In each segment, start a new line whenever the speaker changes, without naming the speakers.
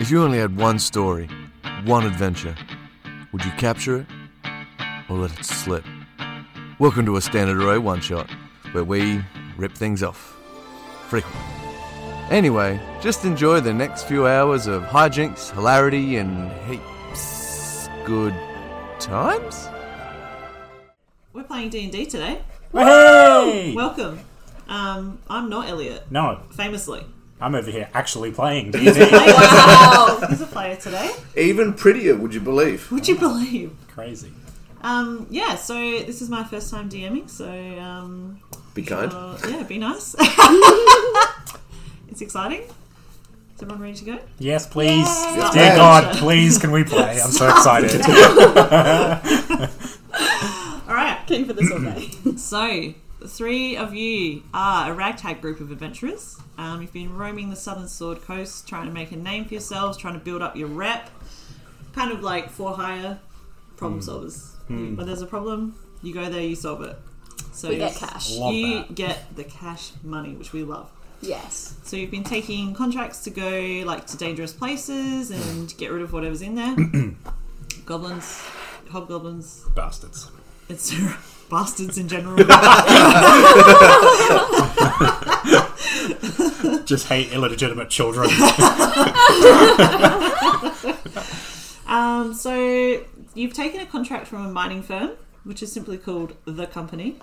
If you only had one story, one adventure, would you capture it or let it slip? Welcome to a Standard Array One Shot, where we rip things off. Frequently. Anyway, just enjoy the next few hours of hijinks, hilarity, and heaps good times?
We're playing D and D today.
Hey!
Welcome. Um, I'm not Elliot,
No,
famously.
I'm over here actually playing D&D.
Wow, he's a player today.
Even prettier, would you believe?
Would you believe?
Crazy.
Um, yeah. So this is my first time DMing. So um,
Be kind.
uh, yeah, be nice. it's exciting. Is everyone ready to go?
Yes, please.
Yay!
Dear
Yes.
God, please, can we play? I'm so excited.
All right.
Keen for this all day.
So, the three of you are a ragtag group of adventurers. Um, you've been roaming the southern Sword Coast, trying to make a name for yourselves, trying to build up your rep. Kind of like for hire problem
Hmm.
solvers. You- When there's a problem, you go there, you solve it. So
We get cash.
Love
you
that.
get the cash money, which we love.
Yes.
So you've been taking contracts to go like to dangerous places and get rid of whatever's in there. Goblins, hobgoblins,
Bastards.
it's bastards in general.
Just hate illegitimate children.
Um, so you've taken a contract from a mining firm, which is simply called the company.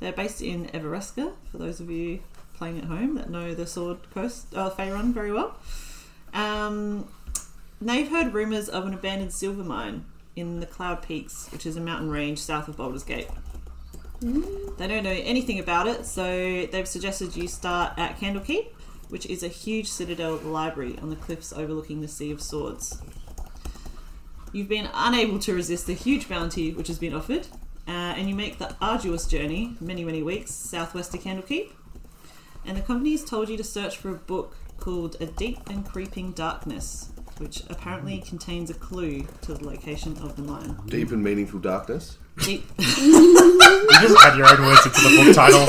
They're based in Everesca. For those of you playing at home that know the Sword Coast, uh, Faerun very well, um, they've heard rumours of an abandoned silver mine in the Cloud Peaks, which is a mountain range south of Baldur's Gate. They don't know anything about it, so they've suggested you start at Candlekeep, which is a huge citadel of the library on the cliffs overlooking the Sea of Swords. You've been unable to resist the huge bounty which has been offered, uh, and you make the arduous journey, many, many weeks, southwest to Candlekeep. And the company has told you to search for a book called A Deep and Creeping Darkness, which apparently contains a clue to the location of the mine.
Hmm.
Deep and meaningful darkness.
Deep.
You just add your own words into the book title.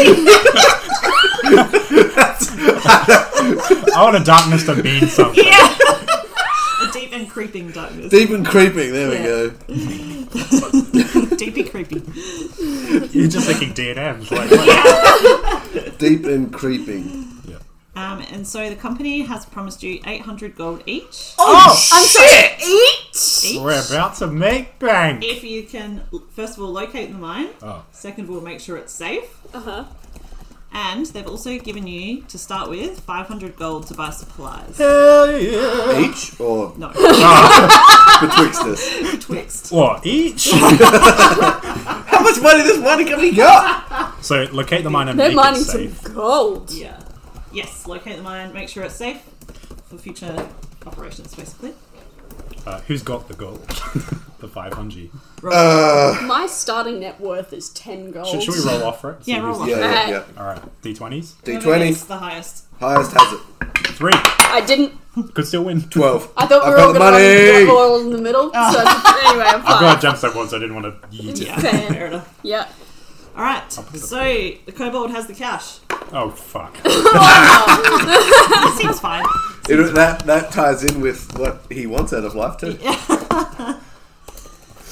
I want a darkness to mean something.
a deep and creeping darkness.
Deep and creeping, there we go.
Deepy creepy.
You're just thinking D&M's. Like, what?
Deep and creeping.
Um, and so the company has promised you 800 gold each.
Oh,
I'm sorry. Each.
each.
We're about to make bank.
If you can, first of all, locate the mine.
Oh.
Second of all, make sure it's safe.
Uh huh.
And they've also given you, to start with, 500 gold to buy supplies.
Hell yeah.
Each or
No,
betwixt us?
twixt.
What, each?
How much money does mining company got?
so locate the mine and
They're
make
mining
it safe.
some gold.
Yeah. Yes, locate the mine, make sure it's safe for future operations, basically.
Uh, who's got the gold? the 500.
My starting net worth is ten gold.
Should, should we roll off for it? See
Yeah, roll
who's-
off.
Yeah, yeah, yeah.
All right, d20s.
Whoever gets
D20,
the highest.
highest has it.
Three.
I didn't.
Could still win.
12.
I thought we
I've
were all
got
going
the
to
money!
all in the middle. So anyway, I'm
I've got a
fine.
jump step once, I didn't want to yeet it.
Yeah,
Fair.
fair enough.
Yeah.
Alright, so the kobold has the cash.
Oh, fuck.
Seems fine.
It- that, that ties in with what he wants out of life, too.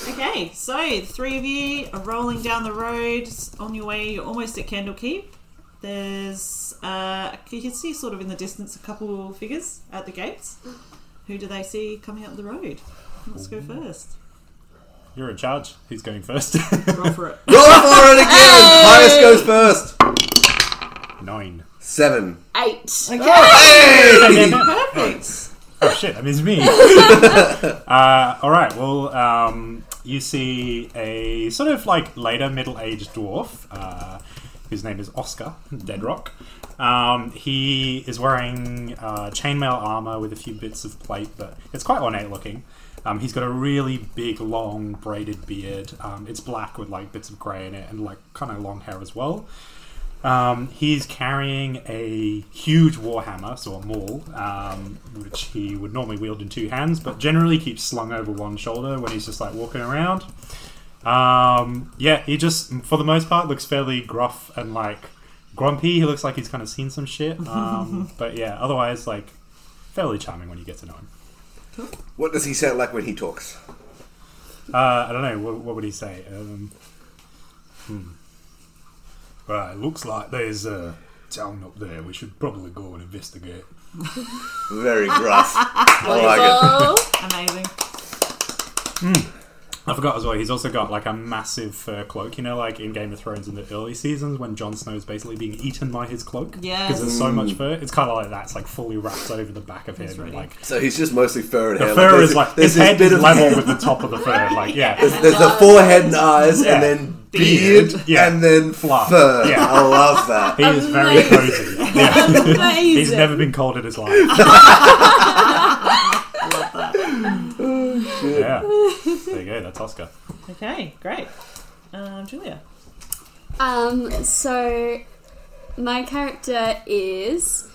Okay, so the three of you are rolling down the road on your way. You're almost at Candlekeep. There's, uh, you can see sort of in the distance a couple figures at the gates. Who do they see coming up the road? Let's go first.
You're in charge. Who's going first?
Roll for it.
Roll for it again! Highest goes first.
Nine.
Seven.
Eight.
Perfect.
Oh shit, that means me. uh, all right. Well, um, you see a sort of like later middle-aged dwarf uh, whose name is Oscar Deadrock. Um, he is wearing uh, chainmail armor with a few bits of plate, but it's quite ornate looking. Um, he's got a really big, long braided beard. Um, it's black with like bits of grey in it, and like kind of long hair as well. Um, he's carrying a huge warhammer, so a maul, um, which he would normally wield in two hands, but generally keeps slung over one shoulder when he's just like walking around. Um, yeah, he just, for the most part, looks fairly gruff and like grumpy. He looks like he's kind of seen some shit. Um, but yeah, otherwise, like, fairly charming when you get to know him.
What does he sound like when he talks?
Uh, I don't know. What, what would he say? Um, hmm. Right. Looks like there's a town up there. We should probably go and investigate.
Very gruff.
Oh,
I like
Wonderful.
Amazing.
I forgot as well. He's also got like a massive fur cloak. You know, like in Game of Thrones in the early seasons when Jon Snow is basically being eaten by his cloak.
Yes.
Because there's so
Mm.
much fur. It's kind of like that. It's like fully wrapped over the back of him.
That's
and,
really-
like
it. So he's just mostly fur and
the
hair.
fur
there's
is
a-
like
there's
his
this
head
bit
is
of-
level with the top of the fur. Like yeah.
There's the forehead and eyes,
Yeah.
and then beard,
Yeah.
and then
Fluff.
fur.
Yeah.
I love that.
He is very
Amazing.
cozy. Yeah.
Amazing.
He's never been cold in his life. yeah. There you go. That's Oscar.
Okay, great. Um, Julia.
Um, so my character is.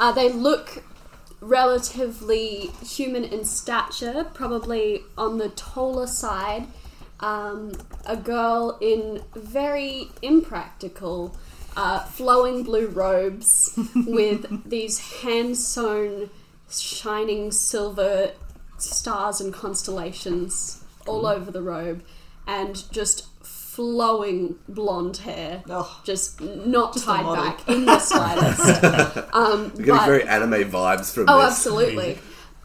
Uh, they look relatively human in stature, probably on the taller side. Um, a girl in very impractical, uh, flowing blue robes with these hand sewn, shining silver stars and constellations all over the robe, and just flowing blonde hair
Oh,
just not
a
tied
model.
back in the slightest. um,
You're getting
but-
very anime vibes from
oh,
this.
absolutely.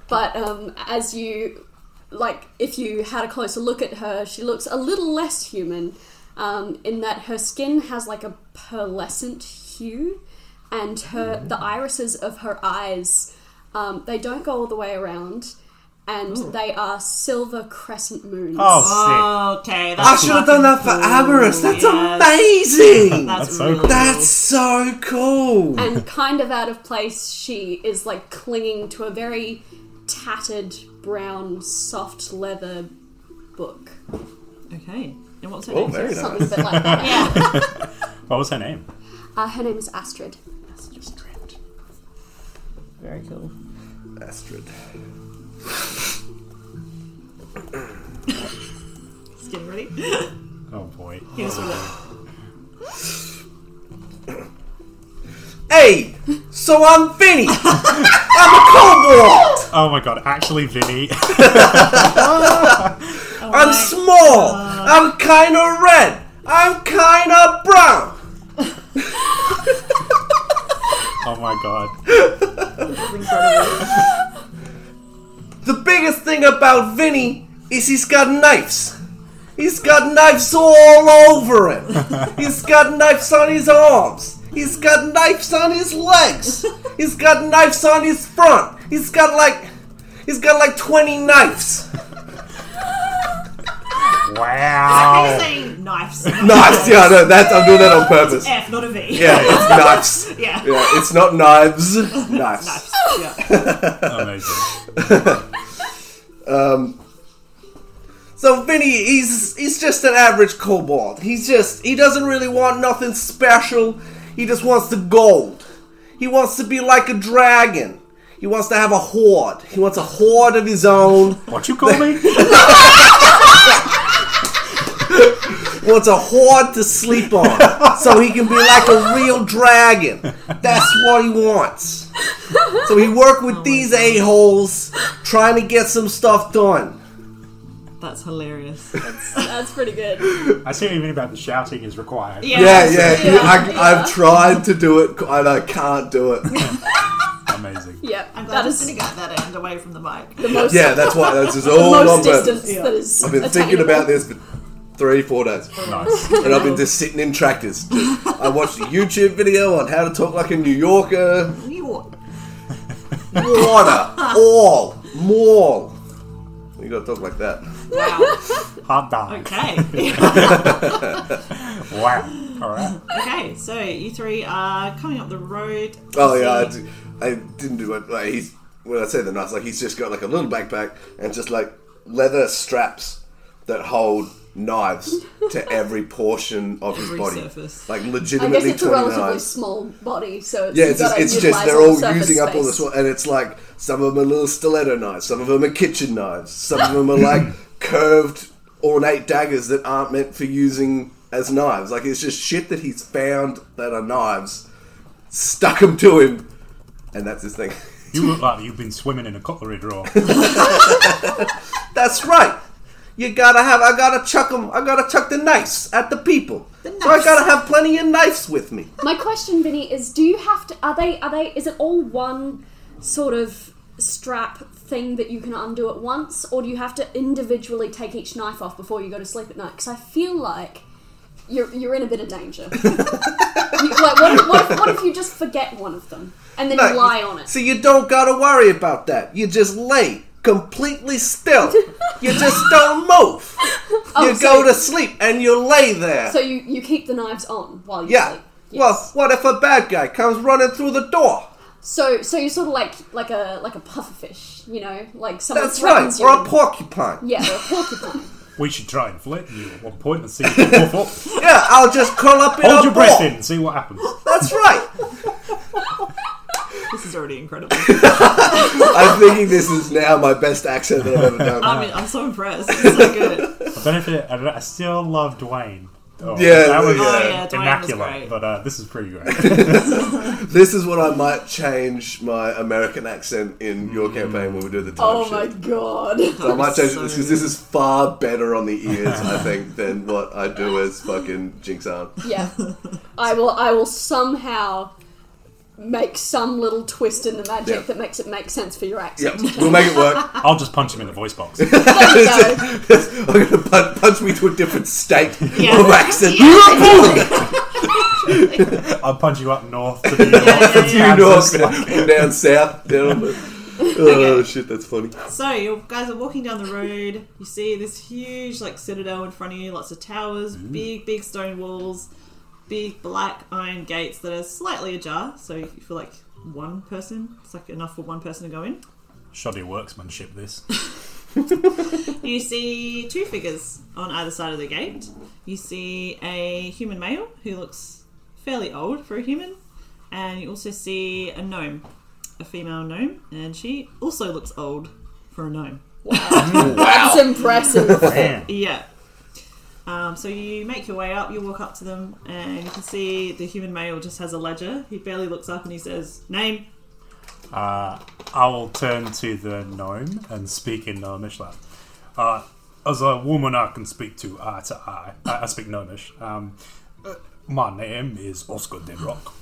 But um, as you like, if you had a closer look at her, she looks a little less human um, in that her skin has like a pearlescent hue, and her
Mm-hmm.
the irises of her eyes um, they don't go all the way around. And
Oh.
they are silver crescent moons.
Oh,
Okay,
I
that's
should have done that for Avarice. That's
yes.
amazing.
Oh, That's,
That's so
really
cool.
That's so cool.
and kind of out of place she is like clinging to a very tattered brown soft leather book
okay. And what's her
Oh,
name?
very nice.
something a bit like that yeah
sick. What was her name?
uh, her name is astrid
Very cool.
Astrid.
Just getting ready.
Oh boy.
Here's what
Hey, so I'm Vinny. I'm a kobold.
Oh my god. Actually, Vinny.
I'm small. I'm kind of red. I'm kind of brown.
Oh my god.
The biggest thing about Vinny is he's got knives. He's got knives all over him. He's got knives on his arms. He's got knives on his legs. He's got knives on his front. He's got like he's got like 20 knives.
I'm
Wow.
saying knives.
Knives, yeah, no, that's I'm doing that on purpose. Yeah,
F, not a V.
it's knives.
Yeah.
Yeah, it's not knives. Knives.
Knives. Yeah.
Amazing.
So Vinny, he's he's just an average kobold. He's just he doesn't really want nothing special. He just wants the gold. He wants to be like a dragon. He wants to have a hoard. He wants a hoard of his own.
What you call me?
He wants a hoard to sleep on, so he can be like a real dragon. That's what he wants. So he work with these a holes, trying to get some stuff done.
That's hilarious.
that's pretty good
I see what you mean about the shouting is required.
Yeah, yeah. I, I've tried to do it, and I can't do it.
Amazing.
yep
I'm glad
that
I'm
is
sitting at that end away from the mic.
the most,
Yeah, that's why. That's just
the
all on
most
purpose.
distance that is
I've been thinking
attainable.
about this for three, four days,
Nice.
and I've been just sitting in tractors. Just- I watched a YouTube video on how to talk like a New Yorker.
New York.
Water, all, more. You gotta talk like that.
Wow.
Hot dog.
Okay.
Wow. All right.
okay, so you three are coming up the road.
Oh yeah, I,
See-
d- I didn't do it. Like he's when I say the nice, like he's just got like a little backpack and just like leather straps that hold knives to every portion of his
Every
body.
surface.
Like
I
legitimately
guess it's a
29.
relatively small body, so it's,
Yeah,
you've
it's just,
gotta
it's just
utilise
they're all
surface
using up all
space.
this, wa- and it's like some of them are little stiletto knives, some of them are kitchen knives, some of them are like curved ornate daggers that aren't meant for using as knives. Like it's just shit that he's found that are knives, stuck them to him, and that's his thing.
You look like you've been swimming in a cutlery drawer.
That's right. You gotta have. I gotta chuck them. I gotta chuck the knives at the people. So I
knives.
gotta have plenty of knives with me.
My question, Vinny, is: Do you have to? Are they? Are they? Is it all one sort of strap thing that you can undo at once, or do you have to individually take each knife off before you go to sleep at night? Because I feel like you're you're in a bit of danger. you, like, what, if, what, if, what if you just forget one of them and then
No,
you lie on it?
So you don't gotta worry about that. You just lay completely still. you just don't move. you
Oh, so-
go to sleep and you lay there.
so you you keep the knives on while you
uh, yeah.
sleep.
Well, what if a bad guy comes running through the door?
Oh, So so you're sort of like like a like a pufferfish, you know, like someone
That's right.
threatens
Or
you.
a porcupine.
yeah, or a porcupine.
we should try and flatten you at one point and see if you puff up.
Yeah, I'll just curl up in
Hold
a
your
ball.
breath in, see what happens.
That's right.
This is already incredible.
I'm thinking this is now my best accent that I've ever done.
I mean, I'm so impressed. It's so good.
I don't know if it, I, don't- I still love Dwayne. Oh,
Yeah,
that was
yeah. Oh,
yeah, Dwayne was
immaculate,
great.
but uh, this is pretty great.
This is what I might change my American accent in your campaign when we do the time
Oh
sheet.
my god.
So I might change
So-
this because this is far better on the ears, I think, than what I do as fucking Jinx Arm.
Yeah. I will I will somehow make some little twist in the magic
Yeah.
that makes it make sense for your accent.
Yep, we'll make it work.
I'll just punch him in the voice box.
There you go.
I'm gonna punch, punch me to a different state
Yeah.
of accent.
I'll punch you up north to the north of
You know,
Kansas.
down south, down. Oh shit, that's funny.
So you guys are walking down the road. You see this huge like citadel in front of you. Lots of towers, big big stone walls, big black iron gates that are slightly ajar. So you feel like one person. It's like enough for one person to go in.
Shoddy workmanship, this.
You see two figures on either side of the gate. You see a human male who looks fairly old for a human, and you also see a gnome, a female gnome, and she also looks old for a gnome.
That's impressive.
Man.
Yeah. Um, so you make your way up, you walk up to them, and you can see the human male just has a ledger. He barely looks up and he says, Name.
Uh, I will turn to the gnome and speak in Gnomish. Like, uh, as a woman, I can speak to eye to eye. I, I speak Gnomish. Um, uh, my name is Oscar de Rock.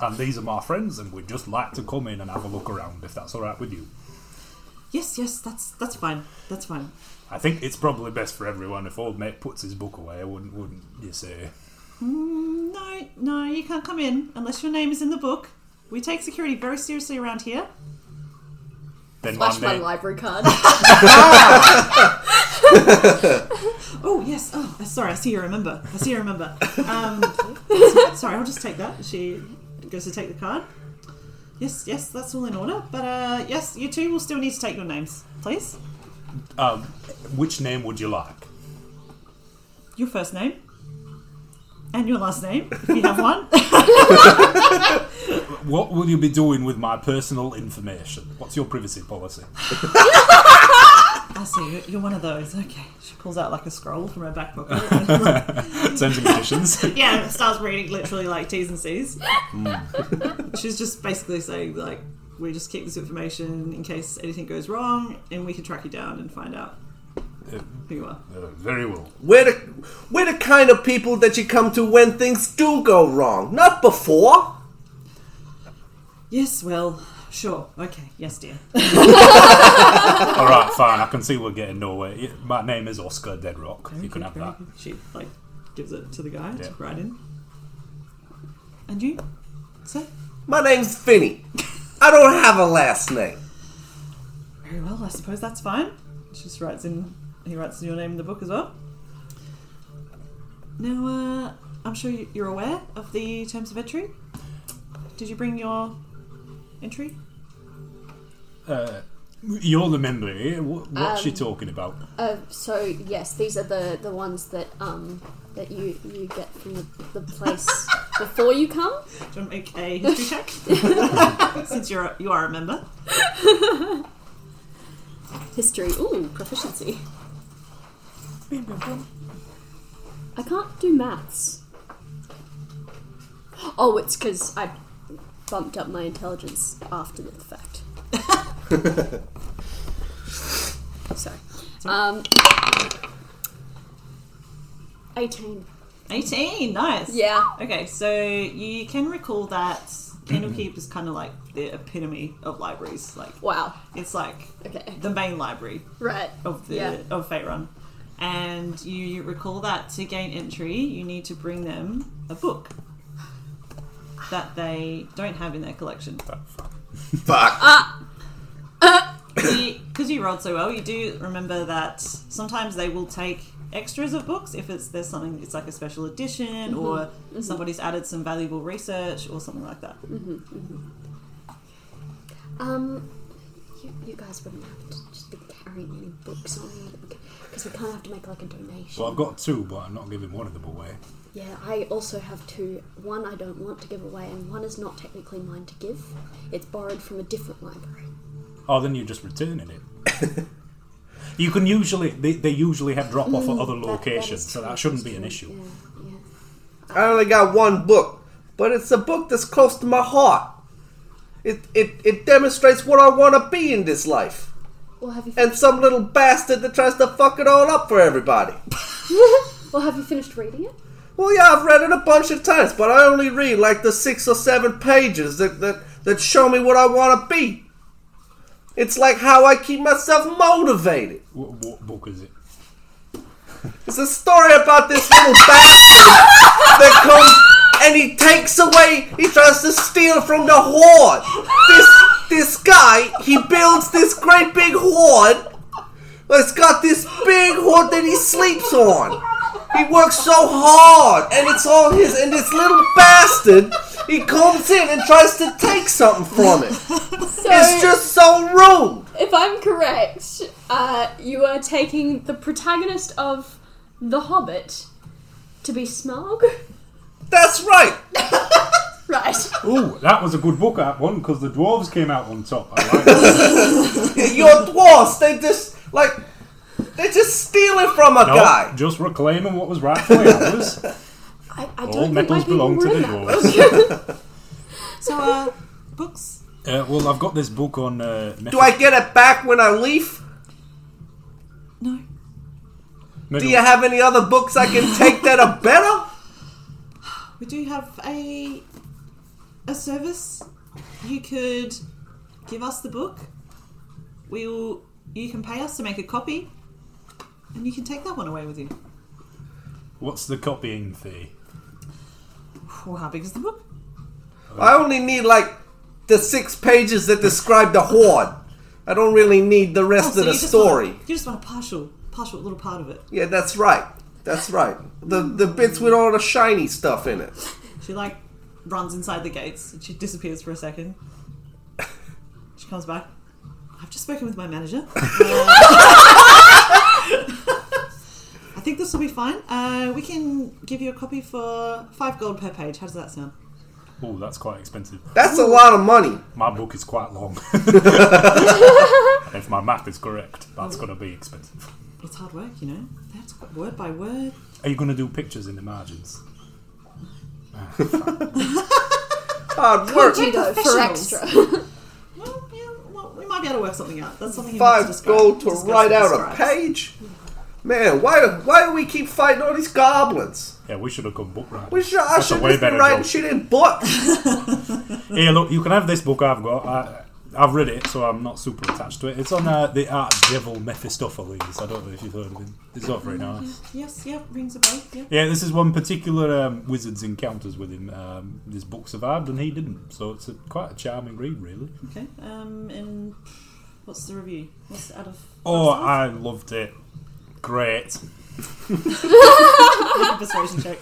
And these are my friends, and we'd just like to come in and have a look around if that's alright with you.
Yes, yes, that's that's fine. That's fine.
I think it's probably best for everyone if old mate puts his book away, wouldn't wouldn't you say?
No, no, you can't come in unless your name is in the book. We take security very seriously around here.
Then
Flash my
mate-
library card.
Oh yes. Oh, sorry. I see you remember. I see you remember. Um, sorry, I'll just take that. She goes to take the card. Yes, yes, that's all in order. But uh, yes, you two will still need to take your names, please.
Um, which name would you like?
Your first name and your last name, if you have one.
What will you be doing with my personal information? What's your privacy policy?
I see. You're, you're one of those. Okay. She pulls out like a scroll from her back pocket.
Terms and conditions.
yeah, starts reading literally like T's and C's. She's just basically saying like, we just keep this information in case anything goes wrong, and we can track you down and find out who you are.
Uh, very well.
We're the, we're the kind of people that you come to when things do go wrong, not before.
Yes. Well. Sure. Okay. Yes, dear.
All right, fine. I can see we're getting nowhere. Yeah, My name is Oscar Deadrock. you can have
Very
that.
good. She like gives it to the guy
Yeah.
to write in. And you, sir?
My name's Finny. I don't have a last name.
Very well, I suppose that's fine. She just writes in, he writes your name in the book as well. Now, uh, I'm sure you- you're aware of the terms of entry. Did you bring your entry?
You're the member here. What, what's she
Um,
talking about?
Uh, so yes, these are the, the ones that um that you, you get from the, the place before you come.
Do you want to make a history check? Since you're a- you are a member.
History. Ooh, proficiency. I can't do maths. Oh, it's because I bumped up my intelligence after the fact. Sorry. Um, 18.
18, nice.
Yeah.
Okay, so you can recall that Candlekeep is kind of like the epitome of libraries. Like,
Wow.
it's like
Okay.
the main library
Right.
of the
Yeah.
of Fate Run. And you recall that to gain entry, you need to bring them a book that they don't have in their collection.
Fuck.
Because you rolled so well, you do remember that sometimes they will take extras of books if it's there's something it's like a special edition or somebody's added some valuable research or something like that.
Um, you, you guys wouldn't have to just be carrying any books on you because we kind of have to make like a donation.
Well, I've got two, but I'm not giving one of them away.
Yeah, I also have two. One I don't want to give away, and one is not technically mine to give. It's borrowed from a different library.
Oh, then you're just returning it. you can usually they, they usually have drop off at other
Mm, That- that is
locations, so
true,
that shouldn't
that's
be an
true.
issue.
Yeah, yeah.
I only got one book, but it's a book that's close to my heart. It it, it demonstrates what I want to be in this life.
Well, have you
And some little bastard that tries to fuck it all up for everybody.
well have you finished reading it?
Well, yeah, I've read it a bunch of times, but I only read like the six or seven pages that that, that show me what I want to be. It's like how I keep myself motivated.
What, what book is it?
It's a story about this little bastard that comes and he takes away, he tries to steal from the horde. This this guy, he builds this great big horde. It's got this big horde that he sleeps on. He works so hard and it's all his and this little bastard he comes in and tries to take something from it.
So
It's just so rude.
if I'm correct, uh, you are taking the protagonist of The Hobbit to be Smaug,
That's right.
right?
Ooh, that was a good book that one because the dwarves came out on top. I like that.
Your dwarfs, they just like they're just stealing from a
No,
guy.
just reclaiming what was rightfully ours.
I, I
All
don't think my
metals
people
belong
were
to the
in that.
dwarves.
So, uh, books.
Uh, well, I've got this book on. Uh, method,
Do I get it back when I leave?
No.
method-
Do you have any other books I can take that are better?
We do have a a service. You could give us the book. We will. You can pay us to make a copy, and you can take that one away with you.
What's the copying fee?
Well, how big is the book?
I only need like the six pages that describe the horde. I don't really need the rest
Oh, so
of the
you just
story.
Want, you just want a partial, partial little part of it.
Yeah, that's right. That's right. The the bits with all the shiny stuff in it.
She like runs inside the gates and she disappears for a second. She comes back. I've just spoken with my manager. Uh, I think this will be fine. Uh, we can give you a copy for five gold per page. How does that sound?
Oh, that's quite expensive.
That's a lot of money.
My book is quite long. if my math is correct, that's going to be expensive.
It's hard work, you know. That's got word by word.
Are you going to do pictures in the margins?
Hard work.
You know, for
Professionals.
extra.
Well, yeah, well, we might be able to work something out. That's something you need to
Five
describe-
gold to
discuss
write
with the
out a
scribes.
page. Man, why why do we keep fighting all these goblins?
Yeah, we should have gone book writing.
We should, I
That's
should
a way
just be
better
writing
job.
shit in books.
Hey, look, you can have this book I've got. I, I've read it, so I'm not super attached to it. It's on uh, the Art Devil Mephistopheles. I don't know if you've heard of him. It's not very nice.
Yes, yeah, rings a bell. Yeah.
Yeah, this is one particular um, wizard's encounters with him. Um, this book survived and he didn't, so it's a, quite a charming read, really.
Okay. Um, and what's the review? What's out of
Oh, I loved it. Great.
persuasion check?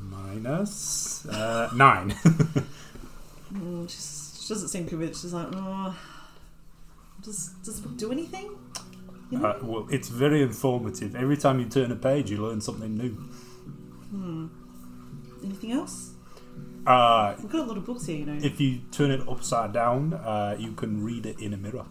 Minus uh, nine.
Mm, she's, she doesn't seem convinced. She's like, oh, does does the book do anything?
uh, well, it's very informative. Every time you turn a page, you learn something new.
Anything else?
Uh,
We've got a lot of books here, you know.
if you turn it upside down, uh, you can read it in a mirror.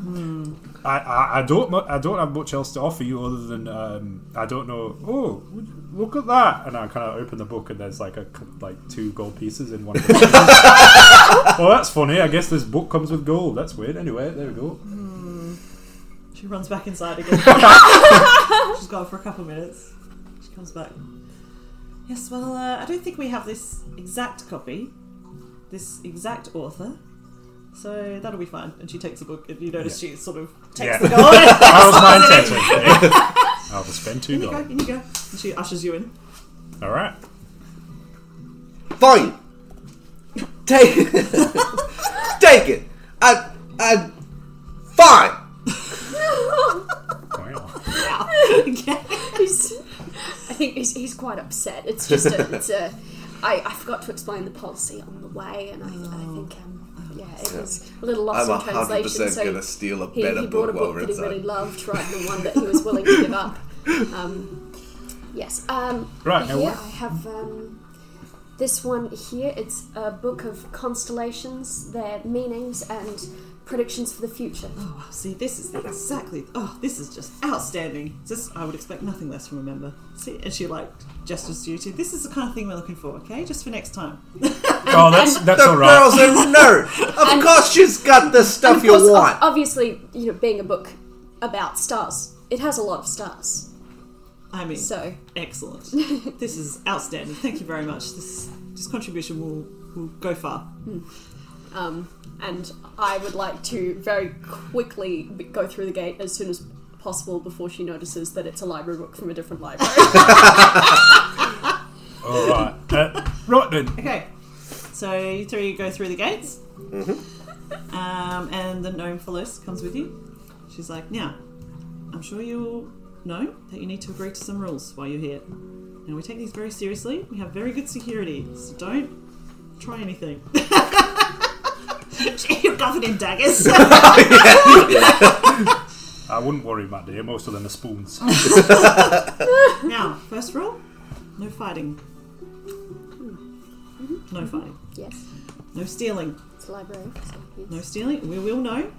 Hmm.
I, I, I don't mu- I don't have much else to offer you other than um, I don't know. Oh, would- look at that! And I kind of open the book and there's like a c- like two gold pieces in one. of the pieces. oh, that's funny. I guess this book comes with gold. That's weird. Anyway, there we go.
She runs back inside again. She's gone for a couple of minutes. She comes back. Yes, well, uh, I don't think we have this exact copy, this exact author, so that'll be fine. And she takes a book, and you notice she sort of takes
Yeah.
the gold.
That was my intention. I'll just spend two
in you go,
gold.
in you go. And she ushers you in.
All right.
Fine. Take it. Take it. I. I. Fine.
Wow.
okay.
He's- I think he's, he's quite upset. It's just a, it's a I, I forgot to explain the policy on the way, and I, I think um, yeah, it was a little lost
Oh,
in
I'm a hundred
translation.
percent
So
gonna steal a
he,
better
he
book
brought a
while
book
we're
that he really
inside.
loved rather than one that he was willing to give up. Um, yes. Um,
Right, now
Here
what-
I have um, this one here. It's a book of constellations, their meanings, and predictions for the future.
Oh, see, this is exactly. Oh, this is just outstanding. Just, I would expect nothing less from a member. See, and she like gestures to you. Too. This is the kind of thing we're looking for. Okay, just for next time.
Oh, that's that's
The
all right.
girl's a nerd. Of
And-
course, she's got the
And
stuff
of
you
course, ob-
want.
Obviously, you know, being a book about stars, it has a lot of stars.
I mean,
So
Excellent. this is outstanding. Thank you very much. This this contribution will will go far.
Um, and I would like to very quickly b- go through the gate as soon as possible before she notices that it's a library book from a different library.
All right. Uh, right then.
Okay. So you three go through the gates, um, and the gnome Phyllis comes with you. She's like, now, I'm sure you all know that you need to agree to some rules while you're here, and we take these very seriously. We have very good security, so don't try anything. You're covered in daggers.
I wouldn't worry, my dear. Most of them are spoons.
Now, first rule no fighting. No fighting.
yes,
No stealing.
it's a library. So yes.
No stealing. We will know.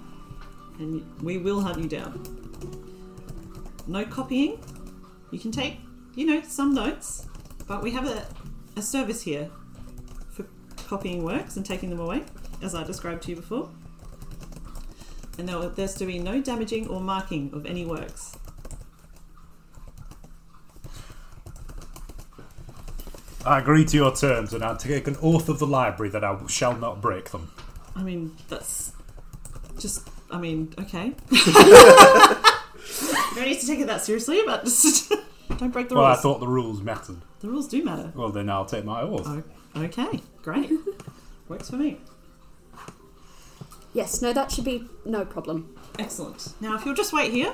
And we will hunt you down. No copying. You can take, you know, some notes, but we have a, a service here for copying works and taking them away, as I described to you before. And there, there's to be no damaging or marking of any works.
I agree to your terms, and I take an oath of the library that I shall not break them.
I mean, that's just. I mean, okay. no need to take it that seriously, but just don't break the
Well, I
rules.
thought the rules mattered.
the rules do matter.
Well, then I'll take my oath.
Oh, okay, great. Works for me.
yes, no, that should be no problem.
Excellent. Now, if you'll just wait here,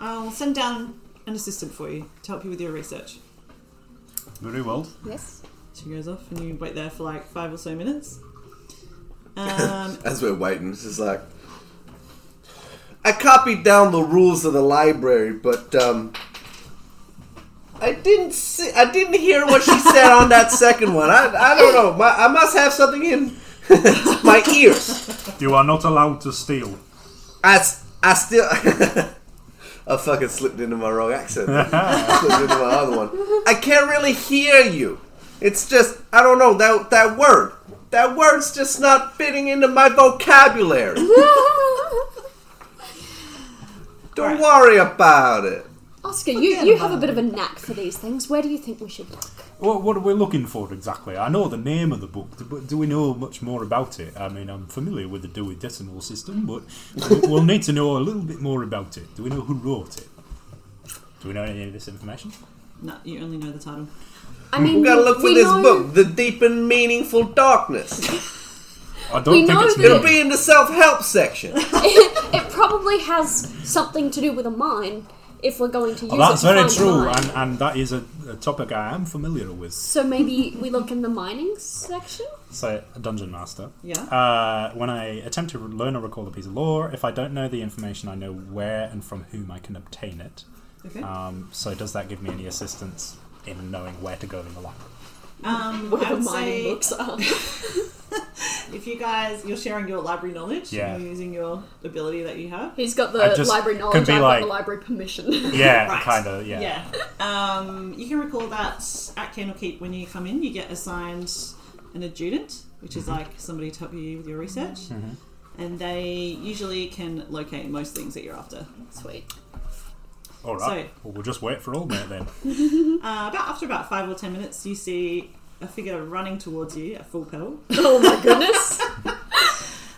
I'll send down an assistant for you to help you with your research.
Very well.
Yes,
She goes off, and you wait there for like five or so minutes. Um,
As we're waiting, it's just like I copied down the rules of the library, but um, I didn't see, I didn't hear what she said on that second one. I, I don't know. My, I must have something in my ears.
You are not allowed to steal.
I, s- I still. I fucking slipped into my wrong accent. slipped into my other one. I can't really hear you. It's just I don't know that that word. That word's just not fitting into my vocabulary. Don't worry about it.
Oscar, you,
Forget
you have a
about
bit of a knack for these things. Where do you think we should look?
What, what are we looking for exactly? I know the name of the book, but do we know much more about it? I mean, I'm familiar with the Dewey Decimal System, but we- we'll need to know a little bit more about it. Do we know who wrote it? Do we know any of this information?
no, you only know the title.
I mean,
We gotta look for
we
this
know-
book, The Deep and Meaningful Darkness.
I don't
We
think
know
it's
that-
me.
It'll be in the self help section.
it, it probably has something to do with a mine. If we're going to use
Well, Oh, that's
it to
very
find a
true,
mine.
and, and that is a, a topic I am familiar with.
So maybe we look in the mining section.
So, a dungeon master.
Yeah.
Uh, when I attempt to learn or recall a piece of lore, if I don't know the information, I know where and from whom I can obtain it.
Okay.
uh, Um, so, does that give me any assistance in knowing where to go in the library?
Um, I
Whatever
would
mining
say
books are.
if you guys you're sharing your library knowledge,
Yeah.
you're using your ability that you have.
He's got
I
the
just
library knowledge,
can
I've
be
got
like-
the library permission.
Yeah,
Right.
kind of. Yeah.
Yeah. Um, you can recall that at Candlekeep, when you come in, you get assigned an adjutant, which is like somebody to help you with your research. And they usually can locate most things that you're after.
Sweet.
All right.
So-
well, we'll just wait for all that then.
Uh, about after about five or ten minutes, you see a figure running towards you at full pelt.
Oh my goodness.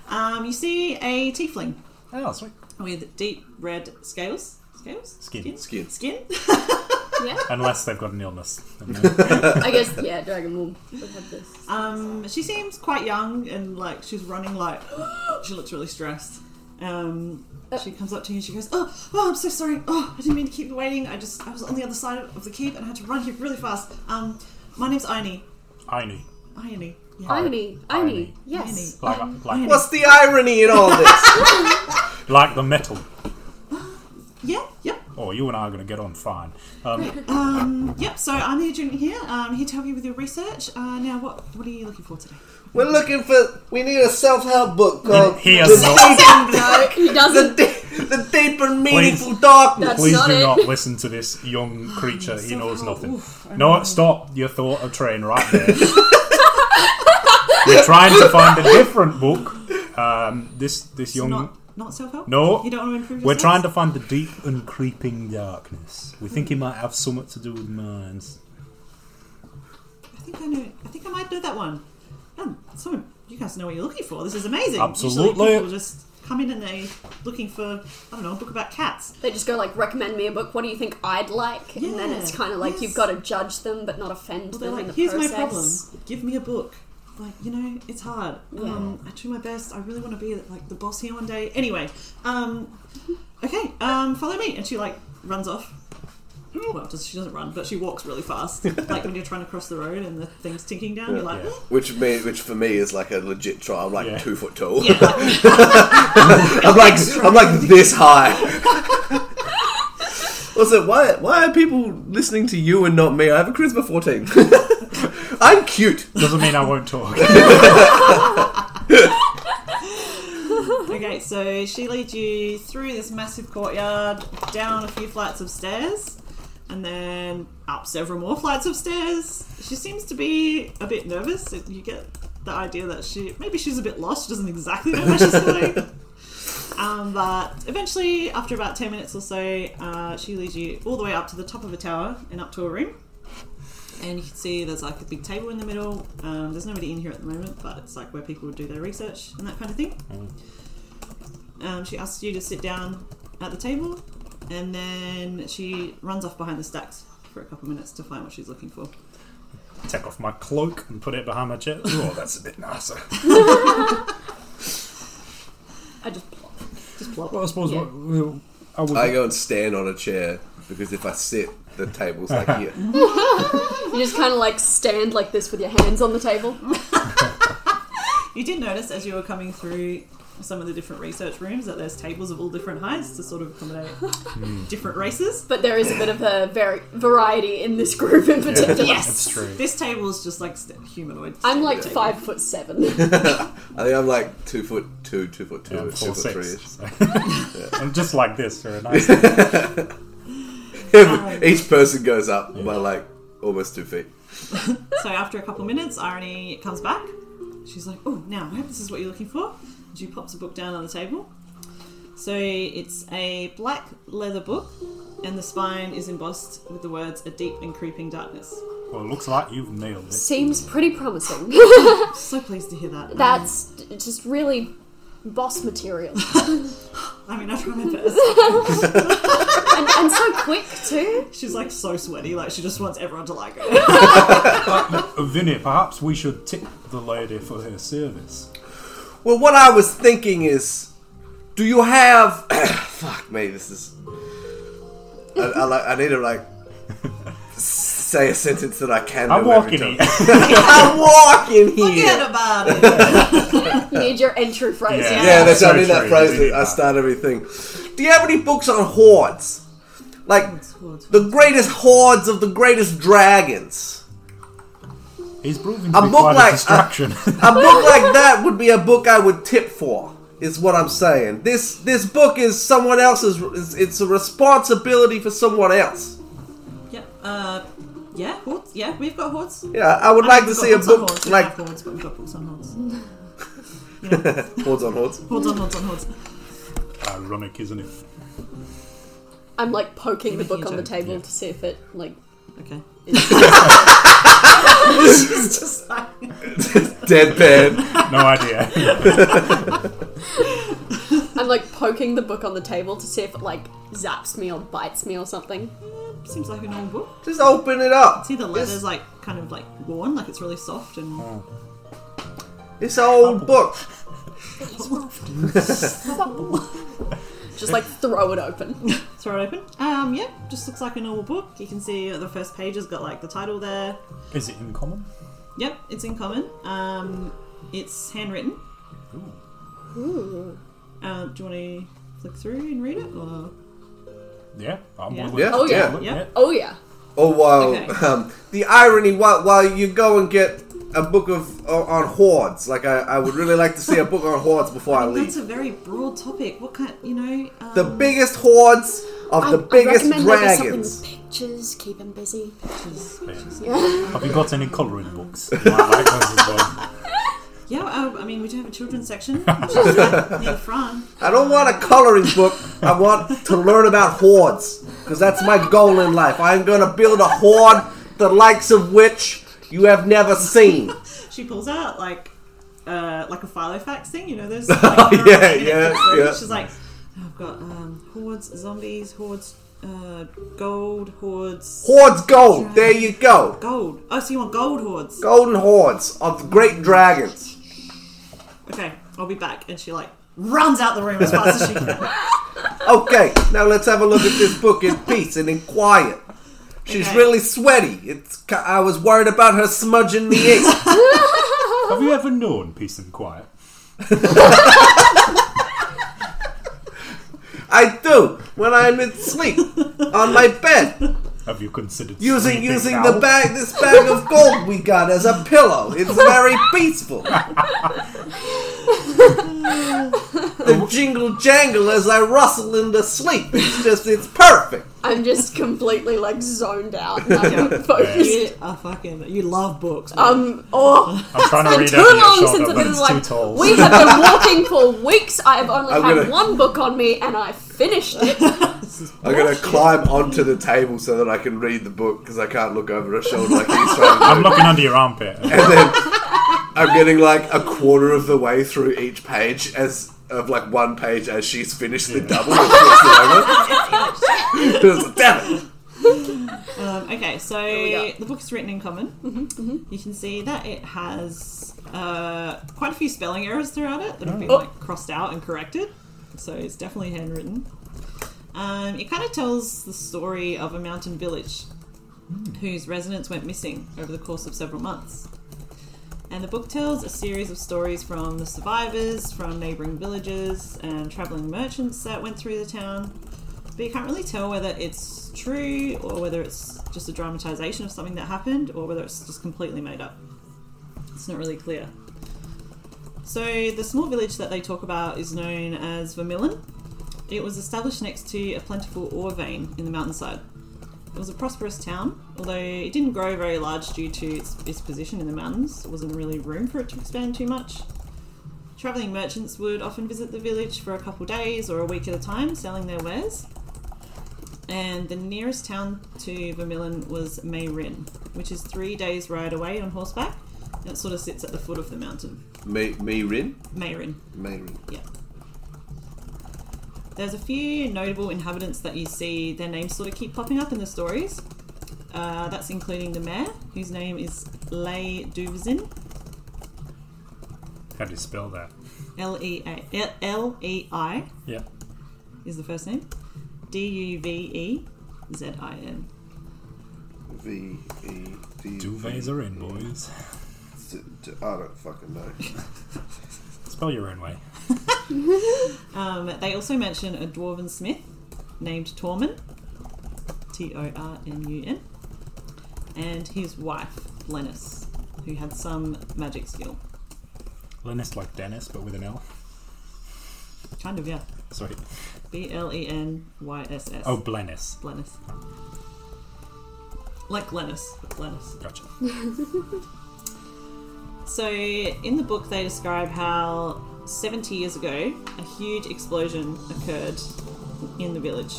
Um, you see a tiefling
oh, sweet.
with deep red scales. Scales?
Skin.
Skin.
Skin?
yeah.
Unless they've got an illness.
I guess yeah, Dragon will will have this.
Um, she seems quite young and like she's running like she looks really stressed. Um, she comes up to you and she goes, "Oh, oh, I'm so sorry. Oh, I didn't mean to keep you waiting. I just I was on the other side of the keep and I had to run here really fast. Um, my name's Ione.
Irony.
Ione. Yeah.
Irony. Irony.
Irony.
Yes.
Like, like,
What's the irony in all this?
like the metal.
Yeah. Yep.
Oh, you and I are going to get on fine. Um,
Um, yep. So I'm the agent here. Um, here to help you with your research. Uh, now, what what are you looking for today?
We're looking for. We need a self-help book called
He
the,
has not.
deep,
He
the,
doesn't.
Deep- the Deep and Meaningful
Please.
Darkness.
That's
please
not
do
it.
not listen to this young creature. he knows
Somehow-
nothing.
oof, I
no,
know.
stop your thought of train right there. We're trying to find a different book. Um, this this young.
Not not self help.
No.
You don't want to improve.
We're
yourselves?
trying to find the deep and creeping darkness. We think he might have something to do with mines.
I think I know. I think I might do that one. Um, so you guys know what you're looking for. This is amazing.
Absolutely.
Usually people just come in and they looking for I don't know a book about cats.
They just go like, recommend me a book. What do you think I'd like? And then
Yeah,
it's kind of like
yes.
you've got to judge them, but not offend
Well, they're
them in
like,
the
here's
process.
my problem. Give me a book. Like you know, it's hard. Um, I do my best. I really want to be like the boss here one day. Anyway, um, okay, um, follow me. And she like runs off. Well, does- she doesn't run, but she walks really fast. like when you're trying to cross the road and the thing's tinking down, you're like,
Yeah.
Which, me, which for me is like a legit trial. I'm like
Yeah.
two foot tall.
yeah.
I'm like I'm like this high. Also, why why are people listening to you and not me? I have a charisma fourteen. I'm cute.
Doesn't mean I won't talk.
Okay, so she leads you through this massive courtyard, down a few flights of stairs, and then up several more flights of stairs. She seems to be a bit nervous. and You get the idea that she maybe she's a bit lost. She doesn't exactly know where she's going. Um, but eventually, after about ten minutes or so, uh, she leads you all the way up to the top of a tower and up to a room. And you can see there's like a big table in the middle. Um, there's nobody in here at the moment, but it's like where people do their research and that kind of thing. Um, she asks you to sit down at the table, and then she runs off behind the stacks for a couple minutes to find what she's looking for.
Take off my cloak and put it behind my chest. Oh, that's a bit nicer.
I just plop.
Just plop.
Well, I suppose
Yeah.
what, well, I would.
I go and stand on a chair because if I sit, the table's like here.
You just kind of like stand like this with your hands on the table.
You did notice as you were coming through some of the different research rooms that there's tables of all different heights to sort of accommodate different races.
But there is a bit of a vari- variety in this group in particular.
That's true.
This table is just like st- humanoid.
I'm like
table.
five foot seven.
I think I'm like two foot two, two foot two,
Yeah, I'm
two
four
foot three.
six. so. I'm just like this for a nice.
Each person goes up by like almost two feet.
So after a couple minutes, Irony comes back. She's like, "Oh, now I hope this is what you're looking for." And she pops a book down on the table. So it's a black leather book, and the spine is embossed with the words "A deep and creeping darkness."
Well, it looks like you've nailed it.
Seems pretty promising.
So pleased to hear that.
That's d- just really boss material.
I mean, I try my best.
And, and so quick too.
She's like so sweaty, like she just wants everyone to like her.
Vinny, perhaps we should tip the lady for her service.
Well, what I was thinking is, do you have? fuck me, this is. I, I, like, I need to like say a sentence that I can.
I'm
do every
walking
time.
here.
I'm walking here.
Forget about it.
You need your entry phrase.
Yeah.
Yeah, that's
So
I mean that
true,
phrase
you do
that I
that.
start everything. Do you have any books on hordes? Like
hordes,
the greatest hordes of the greatest dragons.
He's proving
A
to be
book
quite
like-
a
uh,
distraction.
A book like that would be a book I would tip for. Is what I'm saying. This this book is someone else's. It's, it's a responsibility for someone else.
Yep. Uh, yeah, hordes. Yeah, we've got hordes.
Yeah, I would like to see a book like
hordes, but we've got books on hordes.
hordes on hordes.
Hordes on hordes on hordes.
Ironic, isn't it?
I'm like poking the
Give me
book on the
huge,
table to see if it like.
Okay.
Deadpan.
No idea.
I'm like poking the book on the table to see if it like zaps me or bites me or something.
Seems like a normal book.
Just open it up.
See the
It's-
leather's like kind of like worn, like it's really soft and
It's an
Oh.
old book.
Just like throw it open.
throw it open. Um, yeah, just looks like a normal book. You can see the first page has got like the title there.
Is it in common?
Yep, it's in common. Um, it's handwritten. Uh, do you want to flick through and read it? Or?
Yeah. I'm
Yeah.
all in.
Yeah.
Oh yeah.
Yeah.
Yeah.
Oh yeah.
Oh wow!
Okay.
Um, the irony while while you go and get a book of o- on hordes, like I, I would really like to see a book on hordes before I
That's a
leave.
very broad topic. What kind, you know? Um,
The biggest hordes of the biggest dragons.
something with pictures. Keep him busy.
Have you got any colouring books? You might like those as well.
yeah, uh, I mean, we do have a children's section, which is like near Fran.
I don't want a coloring book. I want to learn about hordes because that's my goal in life. I'm gonna build a horde the likes of which you have never seen.
She pulls out like uh, like a Filofax thing, you know, those.
yeah, yeah, yeah.
She's like, I've got um, hordes, zombies, hordes, uh, gold, hordes,
Hordes gold. There you go.
gold. Oh, so you want gold hordes?
Golden hordes of the great dragons.
Okay, I'll be back. And she like runs out the room as fast as she can.
Okay, now let's have a look at this book in peace and in quiet. She's
Okay.
really sweaty. It's ki- I was worried about her smudging the ink.
Have you ever known peace and quiet?
I do when I'm in sleep on my bed
Have you considered
using
sleeping
using
now?
the bag this bag of gold we got as a pillow. It's very peaceful. the jingle jangle as I rustle into sleep. It's just it's perfect.
I'm just completely like zoned out. and I'm not focused.
you are Oh, fucking. You love books.
Um. Oh.
I'm trying to
It's been
read over
too
your
long
shoulder,
since I've
but
been
it's too
like,
tall.
we have been walking for weeks. I have only
I'm
had
gonna-
one book on me and I finished it.
I'm gonna climb onto the table so that I can read the book because I can't look over her shoulder like he's trying to.
I'm looking under your armpit.
And then I'm getting like a quarter of the way through each page as of like one page as she's finished the double. And flips it over. It's like, Damn it!
Um, okay, so
we go. Mm-hmm,
the book is written in common. You can see that it has uh, quite a few spelling errors throughout it that have been
Oh.
like crossed out and corrected. So it's definitely handwritten. Um, it kind of tells the story of a mountain village
Hmm.
whose residents went missing over the course of several months. And the book tells a series of stories from the survivors, from neighbouring villages, and travelling merchants that went through the town. But you can't really tell whether it's true or whether it's just a dramatization of something that happened or whether it's just completely made up. It's not really clear. So, the small village that they talk about is known as Vermillion. It was established next to a plentiful ore vein in the mountainside. It was a prosperous town, although it didn't grow very large due to its, its position in the mountains. There wasn't really room for it to expand too much. Travelling merchants would often visit the village for a couple days or a week at a time, selling their wares. And the nearest town to Vermillion was Mayrin, which is three days' ride away on horseback, and it sort of sits at the foot of the mountain.
Me, me, Rin,
Mayrin.
me, Rin.
Yeah. There's a few notable inhabitants that you see, their names sort of keep popping up in the stories. Uh, that's including the mayor, whose name is Lei Duvzin.
How do you spell that?
L E A L E I
Yeah.
is the first name. D U V E Z I N.
V E D.
Duvets are in, boys.
D- D- I don't fucking know.
Spell your own way.
Um, they also mention a dwarven smith named Tormun, T O R M U N, and his wife, Lennis, who had some magic skill.
Linus like Dennis, but with an L.
Kind of, yeah.
Sweet.
B L E N Y S S.
Oh, Blennis.
Lennis. Like Lennis, but Lennis.
Gotcha.
So, in the book, they describe how 70 years ago, a huge explosion occurred in the village.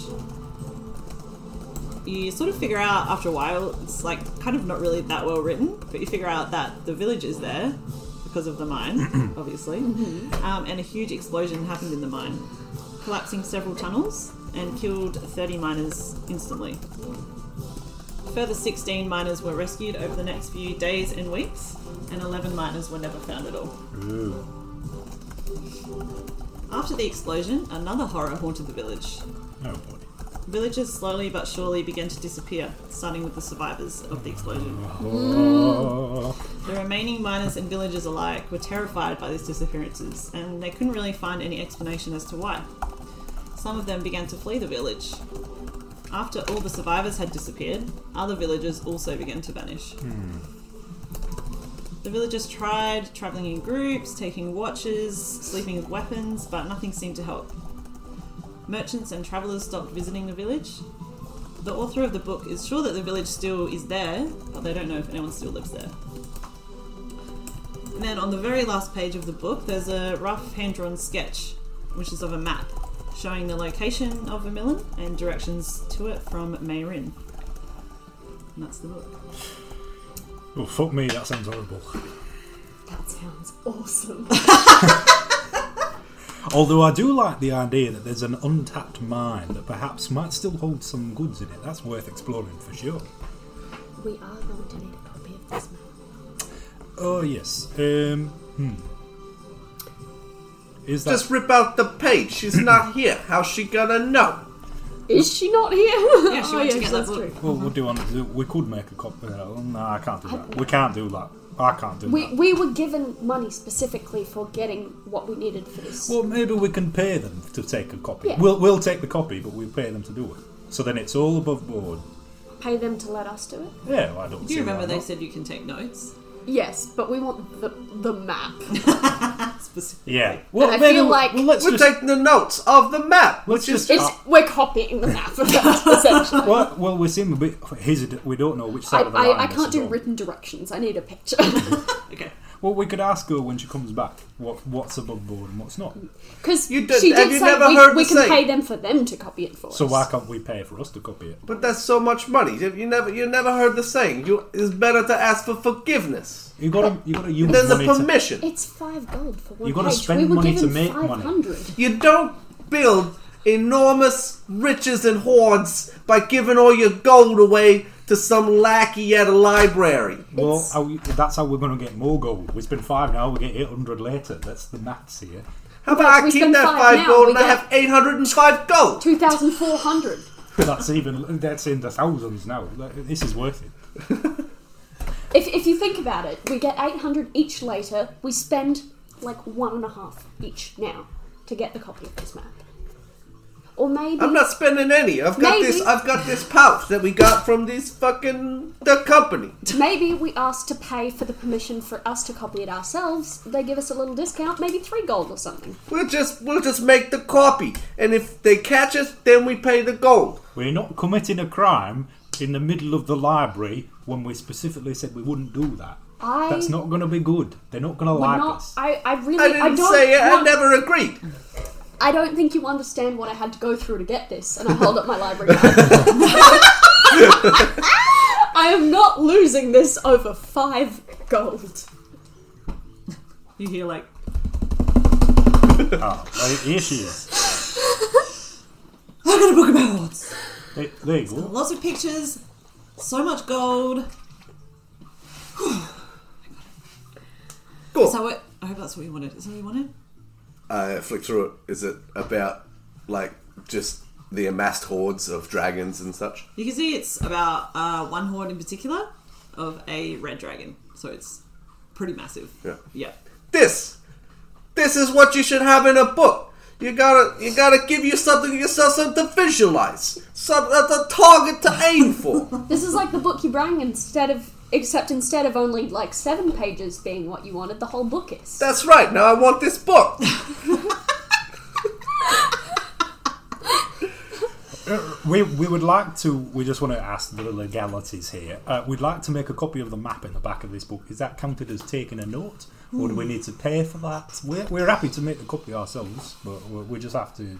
You sort of figure out after a while, it's like kind of not really that well written, but you figure out that the village is there because of the mine, obviously, um, and a huge explosion happened in the mine, collapsing several tunnels and killed 30 miners instantly. Further 16 miners were rescued over the next few days and weeks, and 11 miners were never found at all.
Ooh.
After the explosion, another horror haunted the village.
Oh boy.
Villagers slowly but surely began to disappear, starting with the survivors of the explosion.
Oh.
The remaining miners and villagers alike were terrified by these disappearances, and they couldn't really find any explanation as to why. Some of them began to flee the village. After all the survivors had disappeared, other villagers also began to vanish. The villagers tried travelling in groups, taking watches, sleeping with weapons, but nothing seemed to help. Merchants and travellers stopped visiting the village. The author of the book is sure that the village still is there, but they don't know if anyone still lives there. And then on the very last page of the book, there's a rough hand drawn sketch, which is of a map, showing the location of Vermillion and directions to it from Mayrin. And that's the book.
oh, fuck me, that sounds horrible.
That sounds awesome.
Although I do like the idea that there's an untapped mine that perhaps might still hold some goods in it. That's worth exploring for sure.
we are going to need a copy of this map.
Oh yes. Um. Hmm. Is that
Just rip out the page. She's not here. How's she gonna know?
Is she not here?
Yeah, she
oh,
went to get
yes,
that
that's
book.
true.
Well, what do you want to do? We could make a copy. No, no, I can't do that. We can't do that. I can't do
We,
that.
we were given money specifically for getting what we needed for this.
Well, maybe we can pay them to take a copy.
Yeah.
We'll we'll take the copy, but we pay them to do it. So then it's all above board.
Pay them to let us do it?
Yeah, well, I don't.
Do
see
you remember
why
they
not.
said you can take notes?
Yes, but we want the, the map.
Specifically.
Yeah. Well,
I
maybe
feel
we-
like-
well, let's
We're
just.
taking the notes of the map,
Let's
which is
just.
It's,
uh,
we're copying the map, essentially.
well, well, we seem a bit hesitant. We don't know which
I,
side of the line
I, I
this
can't
is
do
on.
written directions. I need a picture.
Okay.
Well, we could ask her when she comes back what what's above board and what's not.
Because she
You did- have
did
you
say
never
we,
heard
we
me
can
say?
pay them for them to copy it for
So
us.
why can't we pay for us to copy it?
But that's so much money. You you never, you never heard the saying. You it's better to ask for forgiveness
You got to you got to use
than the
money to-
permission.
It's five gold for one
You gotta
page.
spend
we were
money to
given
make money.
500.
You don't build enormous riches and hoards by giving all your gold away to some lackey at a library.
Well,
It's-
how we, that's how we're going to get more gold. We spend five now, we get 800 later. That's the maths here.
How about I
we
keep
spend
that
five
five
now,
gold
we
and I
get-
have 805 gold?
2,400.
That's even, that's in the thousands now. This is worth it.
If, if you think about it, we get 800 each later. We spend like one and a half each now to get the copy of this map. Or maybe.
I'm not spending any. I've got
Maybe.
this. I've got this pouch that we got from this fucking the company.
Maybe we ask to pay for the permission for us to copy it ourselves. They give us a little discount, maybe three gold or something.
We'll just we'll just make the copy, and if they catch us, then we pay the gold.
We're not committing a crime in the middle of the library when we specifically said we wouldn't do that.
I
That's not going to be good. They're not going to
would
like
not.
us.
I, I really.
I didn't
don't
say it. I
want-
never agreed.
I don't think you understand what I had to go through to get this, and I held up my library card. I am not losing this over five gold.
You hear like,
Oh, well, here she is.
I got a book about hordes.
There, there you go.
Lots of pictures, so much gold.
Cool.
So it, I hope that's what you wanted. Is that what you wanted?
uh, flick through it. Is it about like just the amassed hordes of dragons and such?
You can see it's about uh, one horde in particular of a red dragon. So it's pretty massive.
Yeah.
Yeah.
this. This is what you should have in a book. You gotta, you gotta give you something yourself something to visualize, some that's a target to aim for.
This is like the book you bring instead of Except instead of only like seven pages being what you wanted, the whole book is.
That's right. Now I want this book.
We, we would like to. We just want to ask the legalities here. Uh, we'd like to make a copy of the map in the back of this book. Is that counted as taking a note, or do we need to pay for that? We're, we're happy to make the copy ourselves, but we we just have to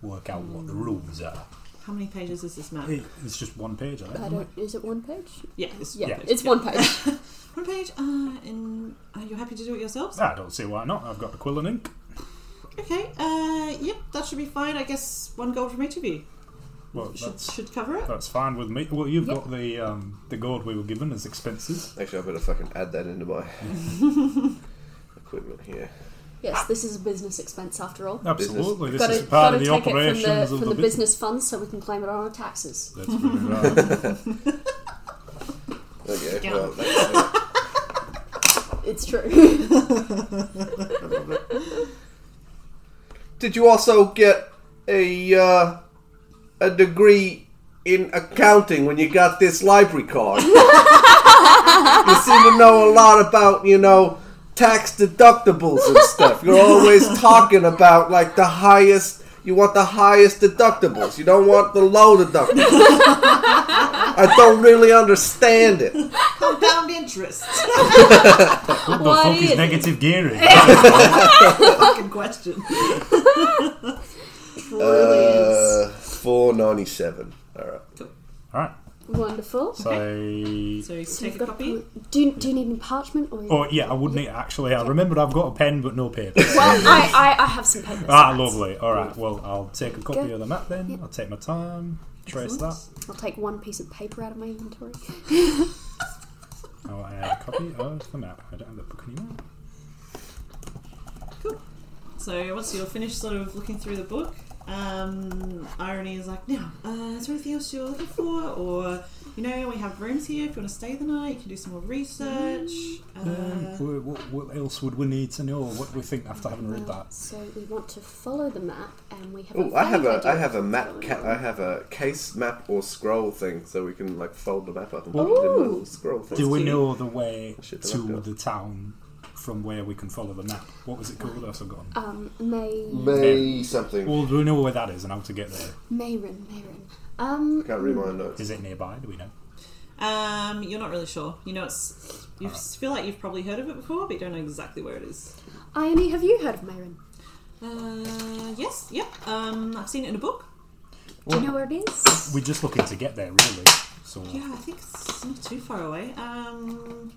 work out what the rules are.
How many pages is this map?
It- It's just one page, I
I
think.
don't. Is it one page?
Yeah, it's
Yeah,
one page.
it's one page.
One page. Uh, and are you happy to do it yourselves?
I don't see why not. I've got a quill and ink.
Okay. Uh, yep, that should be fine. I guess one gold from each of you
Well,
should
that's
should cover it.
that's fine with me. Well, you've
Yep.
got the um, the gold we were given as expenses.
Actually, I better fucking add that into my equipment here.
yes, this is a business expense after all.
Absolutely, this
gotta
is part
gotta
of the
take
operations
it from the,
of
from
the
the business funds so we can claim it on our taxes.
That's really right.
Okay,
Yeah.
well, that's,
It's true.
Did you also get a uh, a degree in accounting when you got this library card? you seem to know a lot about, you know, tax deductibles and stuff. You're always talking about like the highest. You want the highest deductibles. You don't want the low deductibles. I don't really understand it.
Compound interest.
what the
Why
fuck is
is-
negative gearing?
Fucking question.
Truly is.
uh, four ninety seven. All right.
All right,
Wonderful.
so
So you
So
take
you've
a
got
copy.
Do you, do you need any parchment or?
Oh yeah, I would need actually. I remembered I've got a pen but no paper.
Well, I, I, I have some papers.
ah,
That's-
lovely. All right. Well, I'll take a copy of the map then. I'll take my time, trace that.
I'll take one piece of paper out of my inventory.
I'll add a copy of the map. I don't have the book anymore.
So once you're finished, sort of looking through the book, um, irony is like, now, uh, is there anything else you're looking for, or you know, we have rooms here if you want to stay the night. You can do some more research.
Mm.
Uh,
Wh- wh- Um, what, else would we need to know? What do we think after having read that?
So we want to follow the map, and we have.
Oh,
a
I have
vague
a
idea
I have a
of
map
what's
ca-
going
I
on.
have a case map or scroll thing, so we can like fold the map up and put it in
Ooh.
my little scroll thing.
Do we
cute.
know the way
Shit, I left it
to
off.
the town from where we can follow the map? What was it called? I've forgotten.
Um, May
May something.
Well, do we know where that is and how to get there?
Mayrin, Mayrin. Um,
Can't read my notes.
Is it nearby? Do we know?
um, you're not really sure. You know, it's you feel like you've probably heard of it before, but you don't know exactly where it is.
Ione, have you heard of Mayrin?
Uh, yes, yep. Um, I've seen it in a book.
Do you know where it is?
We're just looking to get there, really. So
Yeah, I think it's not too far away. Um,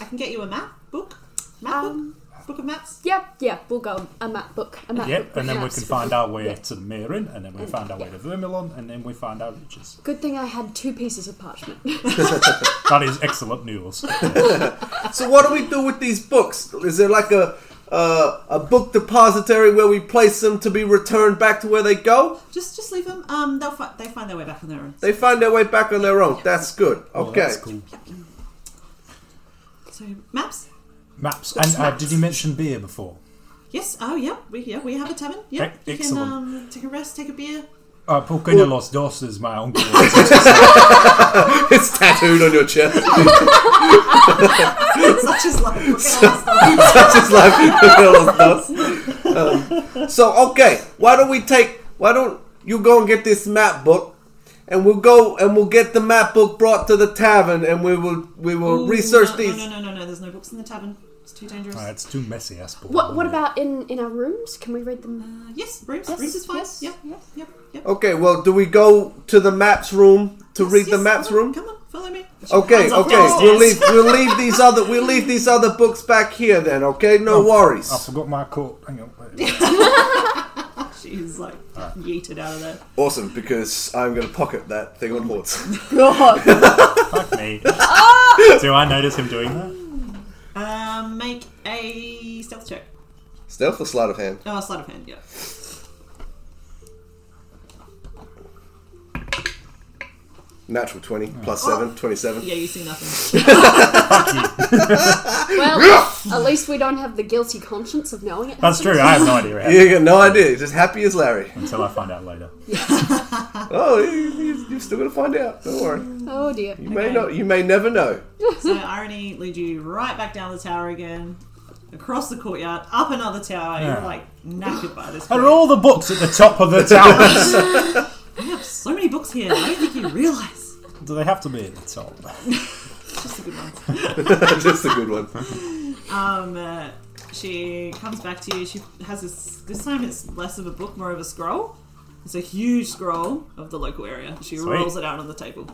I can get you a map book. Map
Um,
book. Book of maps.
Yep, yeah, we'll go a map book, a map book.
Yep, and then we
perhaps.
can find our way
Yeah. Mm.
to Merin, and then we find our way to Vermilon, and then we find our riches.
Good thing I had two pieces of parchment.
That is excellent news.
So what do we do with these books? Is there like a uh, a book depository where we place them to be returned back to where they go?
Just just leave them. Um, they'll fi- they find their way back on their own.
They find their way back on their own. That's good. Okay.
Well, Oh, that's cool.
So maps.
Maps. And uh, did you mention beer before?
Yes. Oh, yeah. We yeah we have a tavern. Yeah.
Ec-
You can
excellent.
um, take a rest, take a beer.
Uh, Porque no los dos is my uncle.
It's tattooed on your chest.
Such is life. We're gonna ask
That's just like Um, so okay, why don't we take? Why don't you go and get this map book, and we'll go and we'll get the map book brought to the tavern, and we will we will
Ooh,
research
no,
these.
No, no, no, no, no. There's no books in the tavern. It's too dangerous.
Uh, it's too messy, I suppose.
what What about in in our rooms? Can we read them?
Uh, yes, rooms.
Yes,
rooms is fine.
yes,
yep.
yes.
Yep. Yep.
Okay, well, do we go to the maps room to
Yes,
read the
yes,
maps
come on,
room? Oh.
Come on, follow me. Put your
Okay,
hands up,
okay,
yes, yes.
we'll leave we'll leave these other we'll leave these other books back here then. Okay, no worries.
I forgot my coat. Hang on. wait.
She's like yeeted out of there.
Awesome, because I'm going to pocket that thing on horse.
God,
Fuck me. Do I notice him doing that?
Um, make a stealth check.
Stealth or sleight of hand?
Oh, sleight of hand. Yeah.
Natural 20, plus
Oh.
7, 27.
Yeah, you see nothing.
Well, at least we don't have the guilty conscience of knowing it.
That's true. I have no idea what happened
You got no idea. Just happy as Larry.
until I find out later.
Oh, you- you- you're still gonna find out. Don't worry.
Oh dear.
You may not. You may never know.
so irony leads you right back down the tower again, across the courtyard, up another tower. You're
Yeah.
like knackered by this.
Are
point.
all the books at the top of the towers?
So many books here. I don't think you realise.
Do they have to be at the top?
Just a good one.
Just a good one.
Um, uh, she comes back to you. She has this. This time it's less of a book, more of a scroll. It's a huge scroll of the local area. She
Sweet.
rolls it out on the table.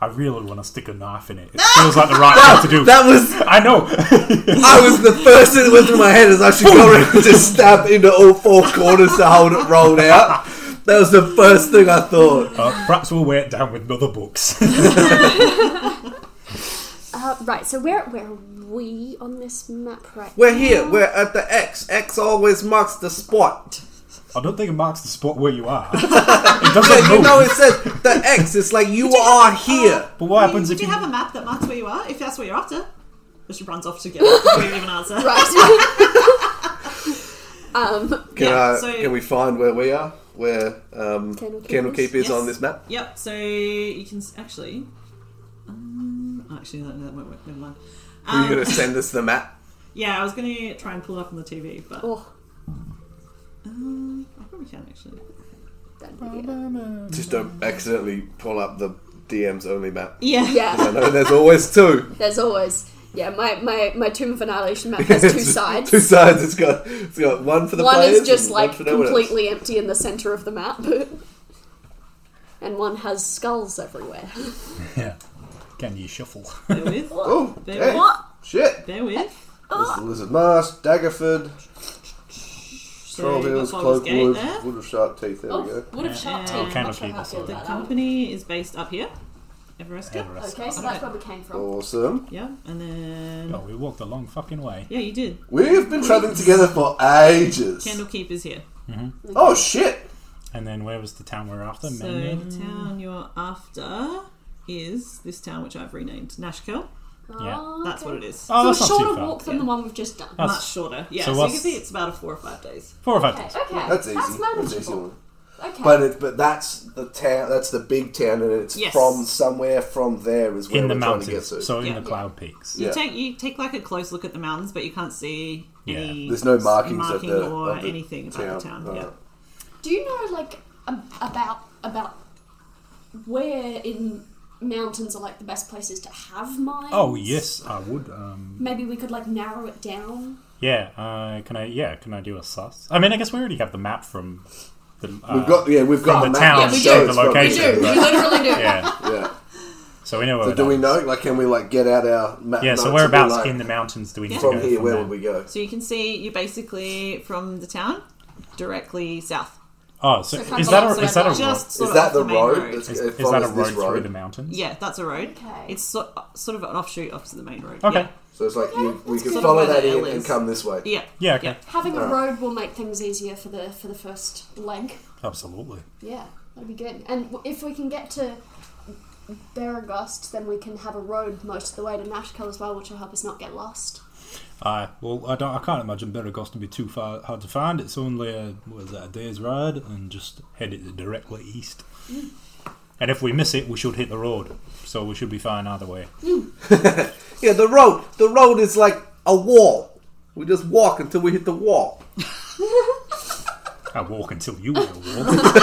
I really want to stick a knife in it. It feels like the right thing to do.
That was.
I know.
I was the first thing that went through my head is I should go around and just stab into all four corners to hold it rolled out. That was the first thing I thought.
Uh, perhaps we'll weigh it down with other books.
Uh, right. So where where are we on this map right
We're
now?
here. We're at the X. X always marks the spot.
I don't think it marks the spot where you are. It doesn't
But you
move.
know it says the X. It's like you are here.
but what
Do you,
happens if
do
you?
you have a map that marks where you are? If that's what you're after. But she runs off to get it. before you even answer.
Right. Um,
Can
Yeah,
I?
so-
Can we find where we are? Where um,
Candlekeep
Candlekeep is
Yes.
on this map?
Yep. So you can s- actually. Um, actually, that, that won't work. Never mind. Um,
Are you gonna send us the map?
Yeah, I was going to try and pull it up on the TV, but
oh,
um, I probably can actually.
that'd be good.
Just don't accidentally pull up the DM's only map.
Yeah.
Yeah.
I know there's always two.
There's always yeah. My my my Tomb of Annihilation map has two sides.
Two sides. It's got it's got one for the
one
players.
is just
and one
like
for no one else.
completely empty in the center of the map, and one has skulls everywhere.
Yeah. Can you shuffle?
Bear with.
Oh,
Bear
hey,
with.
shit!
Bear with.
There's the Lizard Mask, Daggerford,
So
Troll
you've got
Hills,
Baldur's Gate
Cloakwood,
there.
Wood of Sharp Teeth. There we
Oh,
go.
would have
sharp
sharp
teeth. Oh,
teeth.
kind of people saw
The
that.
company is based up here, Everesca.
Everest.
Okay, so that's where we came from.
Awesome.
Yeah, and then
Oh, we walked a long fucking way.
yeah, you did.
We've been traveling together for ages.
Candlekeep is here.
Oh shit!
And then where was the town we were after?
So
Mainland?
the town you're after is this town which I've renamed Nashkel.
Yeah.
That's what it is.
Oh, that's
so
not
a Uh, shorter
too far.
walk than the one we've just done.
That's
Much shorter. Yeah.
So
So, you
what's-
can see it's about a four or five days.
four or five
okay,
days.
okay,
That's easy.
manageable.
That's an easy one.
Okay,
But it, but that's the town. That's the big town, and it's
Yes.
from somewhere from there is where
In the
we're trying to get
mountains.
to.
So in
Yeah.
the cloud peaks.
You
Yeah.
take you take like a close look at the mountains, but you can't see
Yeah.
any.
There's no markings of
marking
the-
or
of the
anything about the town.
town. No.
Yeah.
do you know like ab- about about where in mountains are like the best places to have mines?
Oh yes, I would. Um,
Maybe we could like narrow it down.
yeah. Uh, can I? Yeah. Can I do a sus? I mean, I guess we already have the map from. The, uh,
We've got yeah, we've got
from
a
the
map
town
that
Yeah, we
shows
do.
the
from-
We do.
location.
We
but-
literally do.
yeah.
Yeah.
So we know where.
So
we're
do we
at.
know? Like, can we like get out our map?
Yeah.
notes
So
and
whereabouts
be like,
in the mountains do we need
Yeah.
to
from
go?
here?
from
Where
there?
would we go?
So you can see you basically from the town directly south.
Oh, so,
So kind
is
of
that
along
a, is that a
Zermatt.
road?
Just sort
Is
of
that
off
the
main
road? That's-
Is,
it
is that
follows
a
this
road through
road?
the mountains?
Yeah, that's a road.
Okay.
It's so, sort of an offshoot off to the main road.
Okay.
Yeah.
So it's like you, we can
Sort of
follow
where
that
the
in
L
and
is.
come this way.
Yeah.
Yeah. Okay.
Having a road will make things easier for the for the first leg.
Absolutely.
Yeah, that'd be good. And w- if we can get to Baragust, then we can have a road most of the way to Nashkel as well, which will help us not get lost.
Uh, well, I don't. I can't imagine Baragost to be too far hard to find. It's only a, what is it, a day's ride, and just head it directly east. And if we miss it, we should hit the road, so we should be fine either way.
Yeah, the road. The road is like a wall. We just walk until we hit the wall.
I walk until you will walk.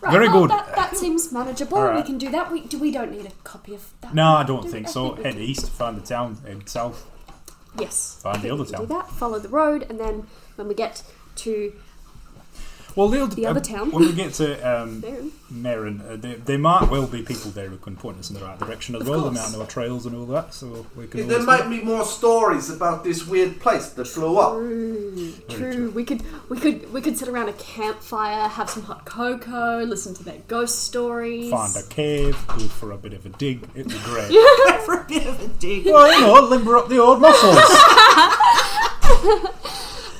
Right,
Very
well,
good.
That, that seems manageable. We
Alright.
can do that. We do. We don't need a copy of that.
no, I
Do
don't
we?
think so.
we
Head
can-
east, find the town. Head south,
Yes.
find the other
Do
town.
that. Follow the road, and then when we get to
Well, the, uh,
The other town.
When we get to um,
there,
Marin, uh, there, there might well be people there who can point us in the right direction as well. There might
course.
know trails and all that, so we can.
There
always-
might be more stories about this weird place that blew up.
true, true. We could, we could, we could sit around a campfire, have some hot cocoa, listen to their ghost stories.
find a cave, go for a bit of a dig. It'd be great.
For a bit of a dig.
Well, you know, limber up the old muscles.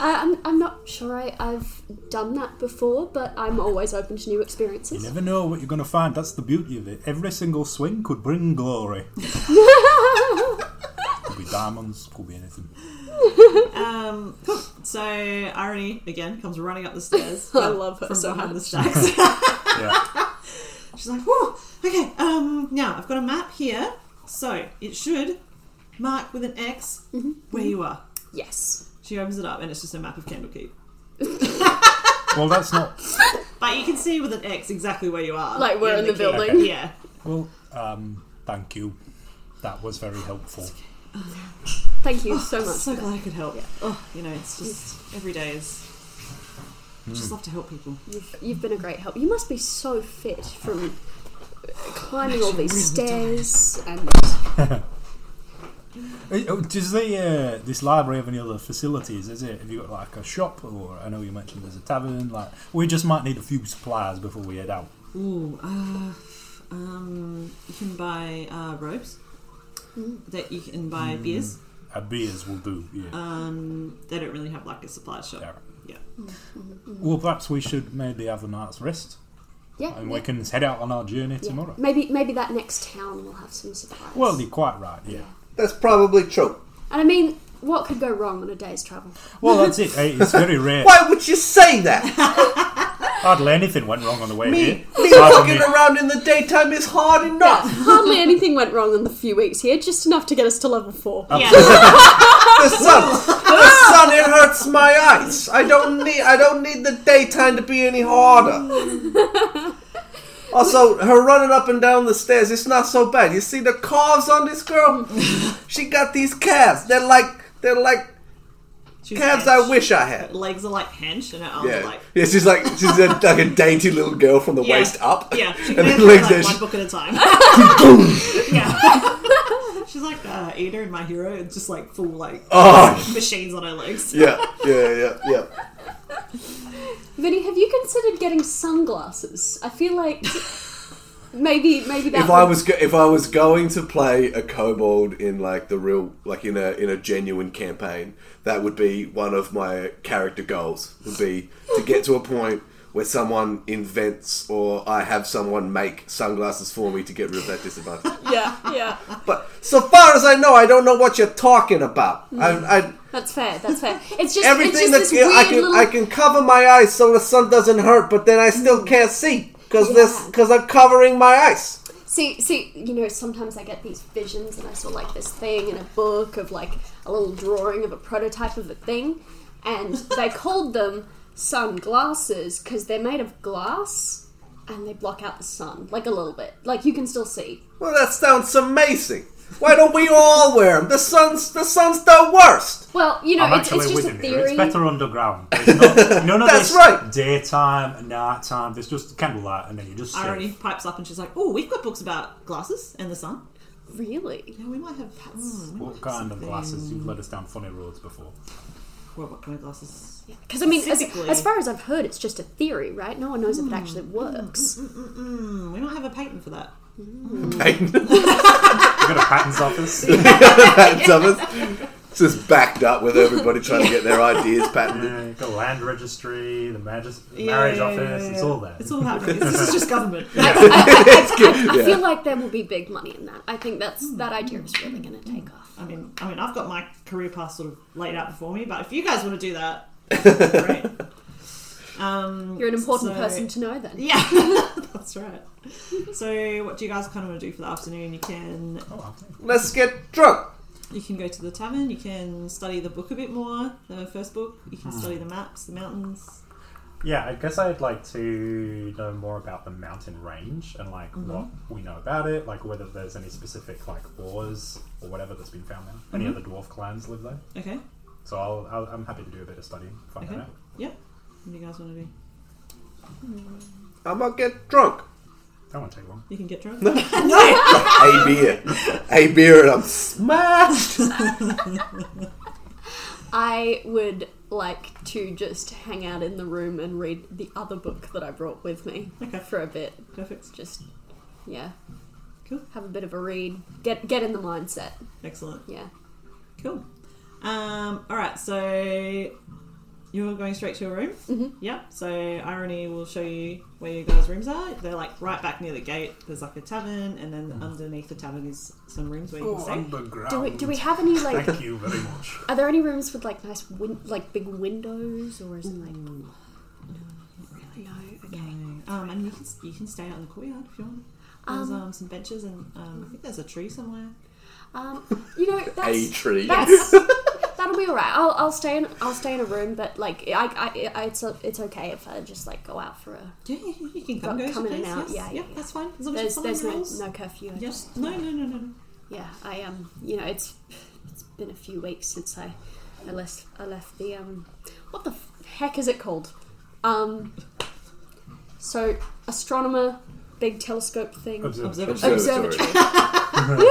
I, I'm, I'm not sure I, I've done that before, but I'm always open to new experiences.
You never know what you're going to find. That's the beauty of it. Every single swing could bring glory. could be diamonds, could be anything.
Um, cool. So Irony again comes running up the stairs.
I love her
from
so
behind the
much.
stacks.
Yeah.
She's like, whoa, okay, um, now I've got a map here. So it should mark with an X
Mm-hmm,
where you are.
Yes.
She opens it up and it's just a map of Candlekeep.
Well, that's not.
But you can see with an X exactly where you are.
Like we're in the
key.
building.
Yeah.
Well, um, thank you. That was very helpful.
Thank you so much.
Oh, So glad I could help. Oh, you know, it's just every day is. I just love to help people.
You've, you've been a great help. You must be so fit from uh, climbing all these
really
stairs and
Uh, oh, Does the uh, this library have any other facilities? Is it? Have you got like a shop, or I know you mentioned there's a tavern. Like we just might need a few supplies before we head out.
Ooh, uh, um, you can buy uh, robes.
Mm.
That you can buy beers.
A beers will do. Yeah.
Um, they don't really have like a supply shop.
Yeah.
Yeah.
Well, perhaps we should maybe have a night's rest,
yeah,
and
yeah,
we can head out on our journey
yeah.
tomorrow.
Maybe maybe that next town will have some supplies.
Well, you're quite right. Yeah.
That's probably true.
and I mean, what could go wrong on a day's travel?
Well, that's it. eh, It's very rare.
Why would you say that?
Hardly anything went wrong on the way here.
Me, me
Apart from
fucking
you-
around in the daytime is hard enough.
Hardly anything went wrong in the few weeks here, just enough to get us to level four.
Um,
Yeah.
The sun, the sun, it hurts my eyes. I don't need, I don't need the daytime to be any harder. Also, her running up and down the stairs, it's not so bad. You see the calves on this girl? She got these calves. They're like, they're like
She's
calves
hench.
I wish I had.
Legs are like hench and her arms are
Yeah.
like.
yeah, she's like she's a, like a dainty little girl from the
Yeah.
waist up.
Yeah, she
and
can
then
only
legs
like
there.
one
She,
book at a time. yeah. She's like uh, Ada in My Hero, it's just like full like
oh,
machines on her legs.
yeah, yeah, yeah, yeah.
Vinny, have you considered getting sunglasses? I feel like maybe maybe that
If I
would-
was go- if I was going to play a kobold in like the real like in a in a genuine campaign, that would be one of my character goals. Would be to get to a point where someone invents or I have someone make sunglasses for me to get rid of that disadvantage.
yeah yeah.
but so far as I know, I don't know what you're talking about. I, I
That's fair. That's fair. It's just
everything
It's just
that's
this weird
I can
little... Mm.
I can cover my eyes so the sun doesn't hurt, but then I still can't see because this
Yeah.
because I'm covering my eyes.
See, see, you know, sometimes I get these visions, and I saw like this thing in a book of like a little drawing of a prototype of a thing, and they called them sunglasses because they're made of glass and they block out the sun like a little bit. Like you can still see.
Well, that sounds amazing. Why don't we all wear them? The sun's the sun's the worst.
Well, you know,
I'm
it's,
actually
it's
with
just a
him here. It's
theory.
better underground. It's not, none of
That's
this
right.
daytime and nighttime. There's just candlelight, and then you just safe.
Irony pipes up and she's like, "Oh, we've got books about glasses and the sun.
Really?
Yeah, we might have. mm, we might
What
have
kind of
something.
glasses? You've led us down funny roads before.
Well, what kind of glasses?
Because I mean, as,
Specifically.
as far as I've heard, it's just a theory, right? No one knows
Hmm.
if it actually works.
Mm, we might have a patent for that.
We've got a patent's office.
That's of us. Just backed up with everybody trying to get their ideas patented.
Yeah, the land registry, the magis-
Yeah,
marriage
yeah,
office,
yeah,
it's
yeah.
all there. Oh,
It's all happening. this is just government.
I
Yeah.
feel like there will be big money in that. I think that's that idea is really going to take off.
I mean, I mean, I've got my career path sort of laid out before me, but if you guys want to do that, great.
Hmm.
Um,
You're an important
so-
person to know then.
Yeah, that's right. So, what do you guys kind of want to do for the afternoon? You can
Oh,
Let's get drunk.
you can go to the tavern. You can study the book a bit more. The first book. You can study the maps, the mountains.
Yeah, I guess I'd like to know more about the mountain range and like what we know about it, like whether there's any specific like ores or whatever that's been found there. Any other dwarf clans live there?
Okay.
So I'll, I'll, I'm happy to do a bit of studying, find that
Okay.
out.
Yep. What do you guys want to do?
I'm gonna get drunk.
That won't take long.
You can get drunk.
A beer, a beer, and I'm smashed.
I would like to just hang out in the room and read the other book that I brought with me
Okay.
for a bit.
Perfect.
Just yeah.
Cool.
Have a bit of a read. Get get in the mindset.
Excellent.
Yeah.
Cool. Um, all right. So You're going straight to your room? Mm-hmm. Yep. So Irony will show you where your guys' rooms are. They're like right back near the gate. There's like a tavern, and then underneath the tavern is some rooms where you can stay.
Underground.
Do we, do we have any like?
Thank you very much.
Are there any rooms with like nice win- like big windows or is it like? No, no. Okay.
Um, and you can you can stay out in the courtyard if you want. There's um, some benches and um, I think there's a tree somewhere.
Um, you know that's
A tree.
That's, that'll be all right. I'll, I'll stay in I'll stay in a room, but like I, I, I it's it's okay if I just like go out for a.
Yeah, yeah, yeah, you can come,
Go-
go
come
as
in
you
and
please.
out,
Yes.
yeah,
yep,
yeah,
that's fine. As long as
There's
you follow
there's
the
no,
rules.
no curfew. I
Yes.
just-
No, no, no, no, no.
yeah, I um, you know, it's it's been a few weeks since I I left I left the um, what the f- heck is it called? Um, so astronomer, big telescope thing.
Observatory.
Observatory.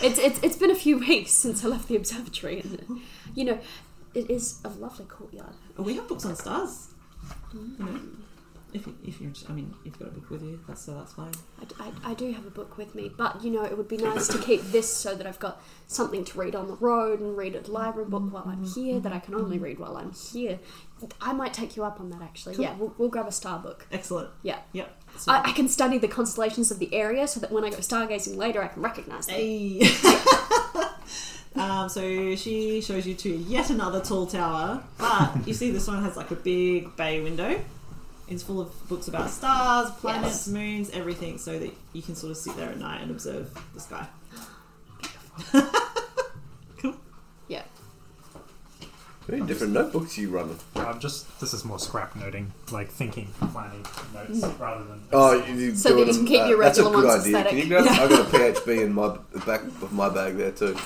It's, it's it's been a few weeks since I left the observatory, and you know, it is a lovely courtyard.
Oh, we have books on stars. You know, if, you- if you're, I mean, you've got a book with you, that's so that's fine.
I d- I, I do have a book with me, but you know, it would be nice to keep this so that I've got something to read on the road and read a library book while I'm here that I can only read while I'm here. I might take you up on that actually. Yeah, we'll, we'll grab a star book.
Excellent.
Yeah.
Yep. So,
I, I can study the constellations of the area so that when I go stargazing later, I can recognize them.
Hey. um, so she shows you to yet another tall tower, but you see this one has like a big bay window. It's full of books about stars, planets,
Yes.
moons, everything, so that you can sort of sit there at night and observe the sky. cool.
Yeah.
Very different notebooks you running.
I'm just. This is more scrap noting, like thinking, planning notes
Mm.
rather than.
Oh, you- you
So that
doing
you can
them,
keep your
That's a
regular
good
ones
idea. Can
aesthetic.
you grab? I got a PHB in my the back of my bag there too.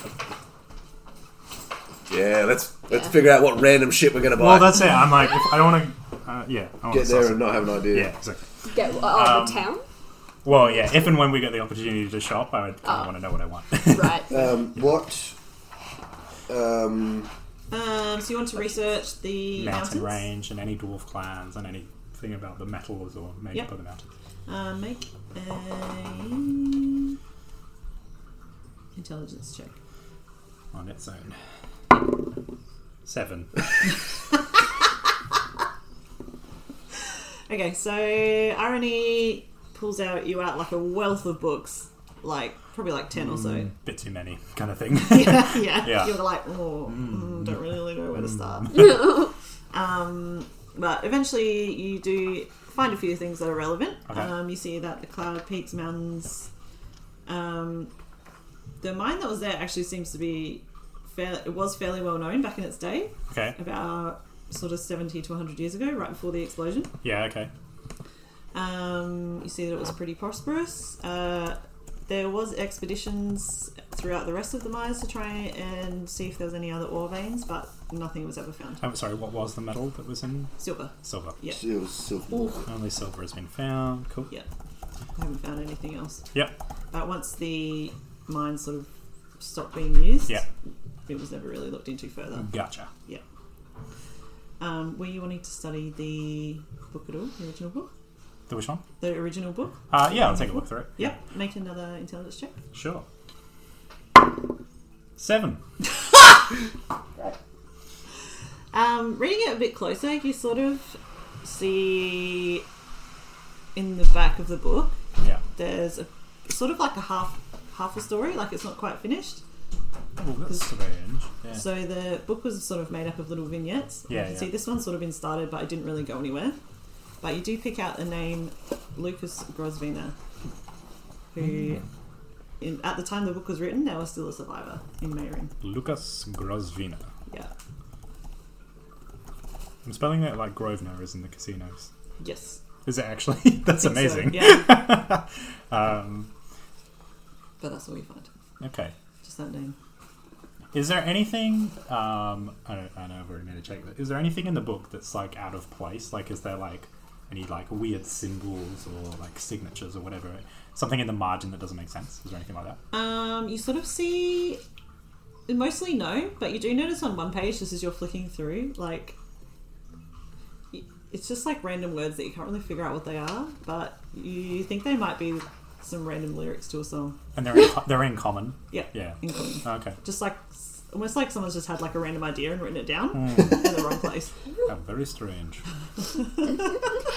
Yeah, let's let's
Yeah.
figure out what random shit we're gonna buy.
well, that's it. I'm like, if I don't want to. Uh, yeah, I want
get there
to.
and not have an idea.
Yeah, exactly.
Get out
Um.
of town?
Well, yeah. If and when we get the opportunity to shop, I would
Ah.
want to know what I want.
Right.
Um, what? Um,
Um, so you want to research the mountains?
Mountain range and any dwarf clans and anything about the metals or made
Yep.
up of the mountains.
Uh, make a intelligence check.
on its own. Seven.
Okay, so Irony pulls out you out like a wealth of books, like probably like ten or so.
Bit too many, kind of thing.
yeah.
Yeah.
you're like, oh, mm, don't really know where to start. um, but eventually, you do find a few things that are relevant.
Okay.
Um, you see that the cloud peaks, mountains. Um, the mine that was there actually seems to be fair. It was fairly well known back in its day,
okay.
about sort of seventy to hundred years ago, right before the explosion.
Yeah, okay.
Um, you see that it was pretty prosperous. Uh, there was expeditions throughout the rest of the mines to try and see if there was any other ore veins, but nothing was ever found.
I'm Oh, sorry, what was the metal that was in?
Silver.
Silver.
Yeah.
it was silver.
Only silver has been found. Cool.
Yeah. I haven't found anything else.
Yep.
But once the mine sort of stopped being used,
Yeah. Mm.
it was never really looked into further.
Gotcha.
Yeah. Um, were you wanting to study the book at all? The original book?
The which one?
The original book?
Uh, yeah, I'll take a look through it.
Yep. Make another intelligence check.
Sure. Seven.
Um, reading it a bit closer, you sort of see in the back of the book
Yeah.
there's a sort of like a half half a story, like it's not quite finished.
Oh, that's strange. Yeah.
So the book was sort of made up of little vignettes.
Yeah,
you can
yeah.
see this one's sort of been started, but it didn't really go anywhere. But you do pick out the name Lucas Grosvenor, who. In, at the time the book was written, they were still a survivor in Meirin.
Lucas Grosvina.
Yeah.
I'm spelling that like Grosvenor is in the casinos.
Yes.
Is it actually? that's
I think so,
amazing.
yeah.
Um,
but that's all you find.
okay.
Just that name.
Is there anything? Um, I don't. I know I've already made a check, but is there anything in the book that's like out of place? Like, is there like any like weird symbols or like signatures or whatever? Something in the margin that doesn't make sense? Is there anything like that?
Um, you sort of see mostly no, but you do notice on one page just as you're flicking through, like y- it's just like random words that you can't really figure out what they are, but you think they might be some random lyrics to a song.
And they're in, co- they're in common.
Yeah,
Yeah.
in common.
Okay.
Just like s- almost like someone's just had like a random idea and written it down in the wrong place.
How very strange.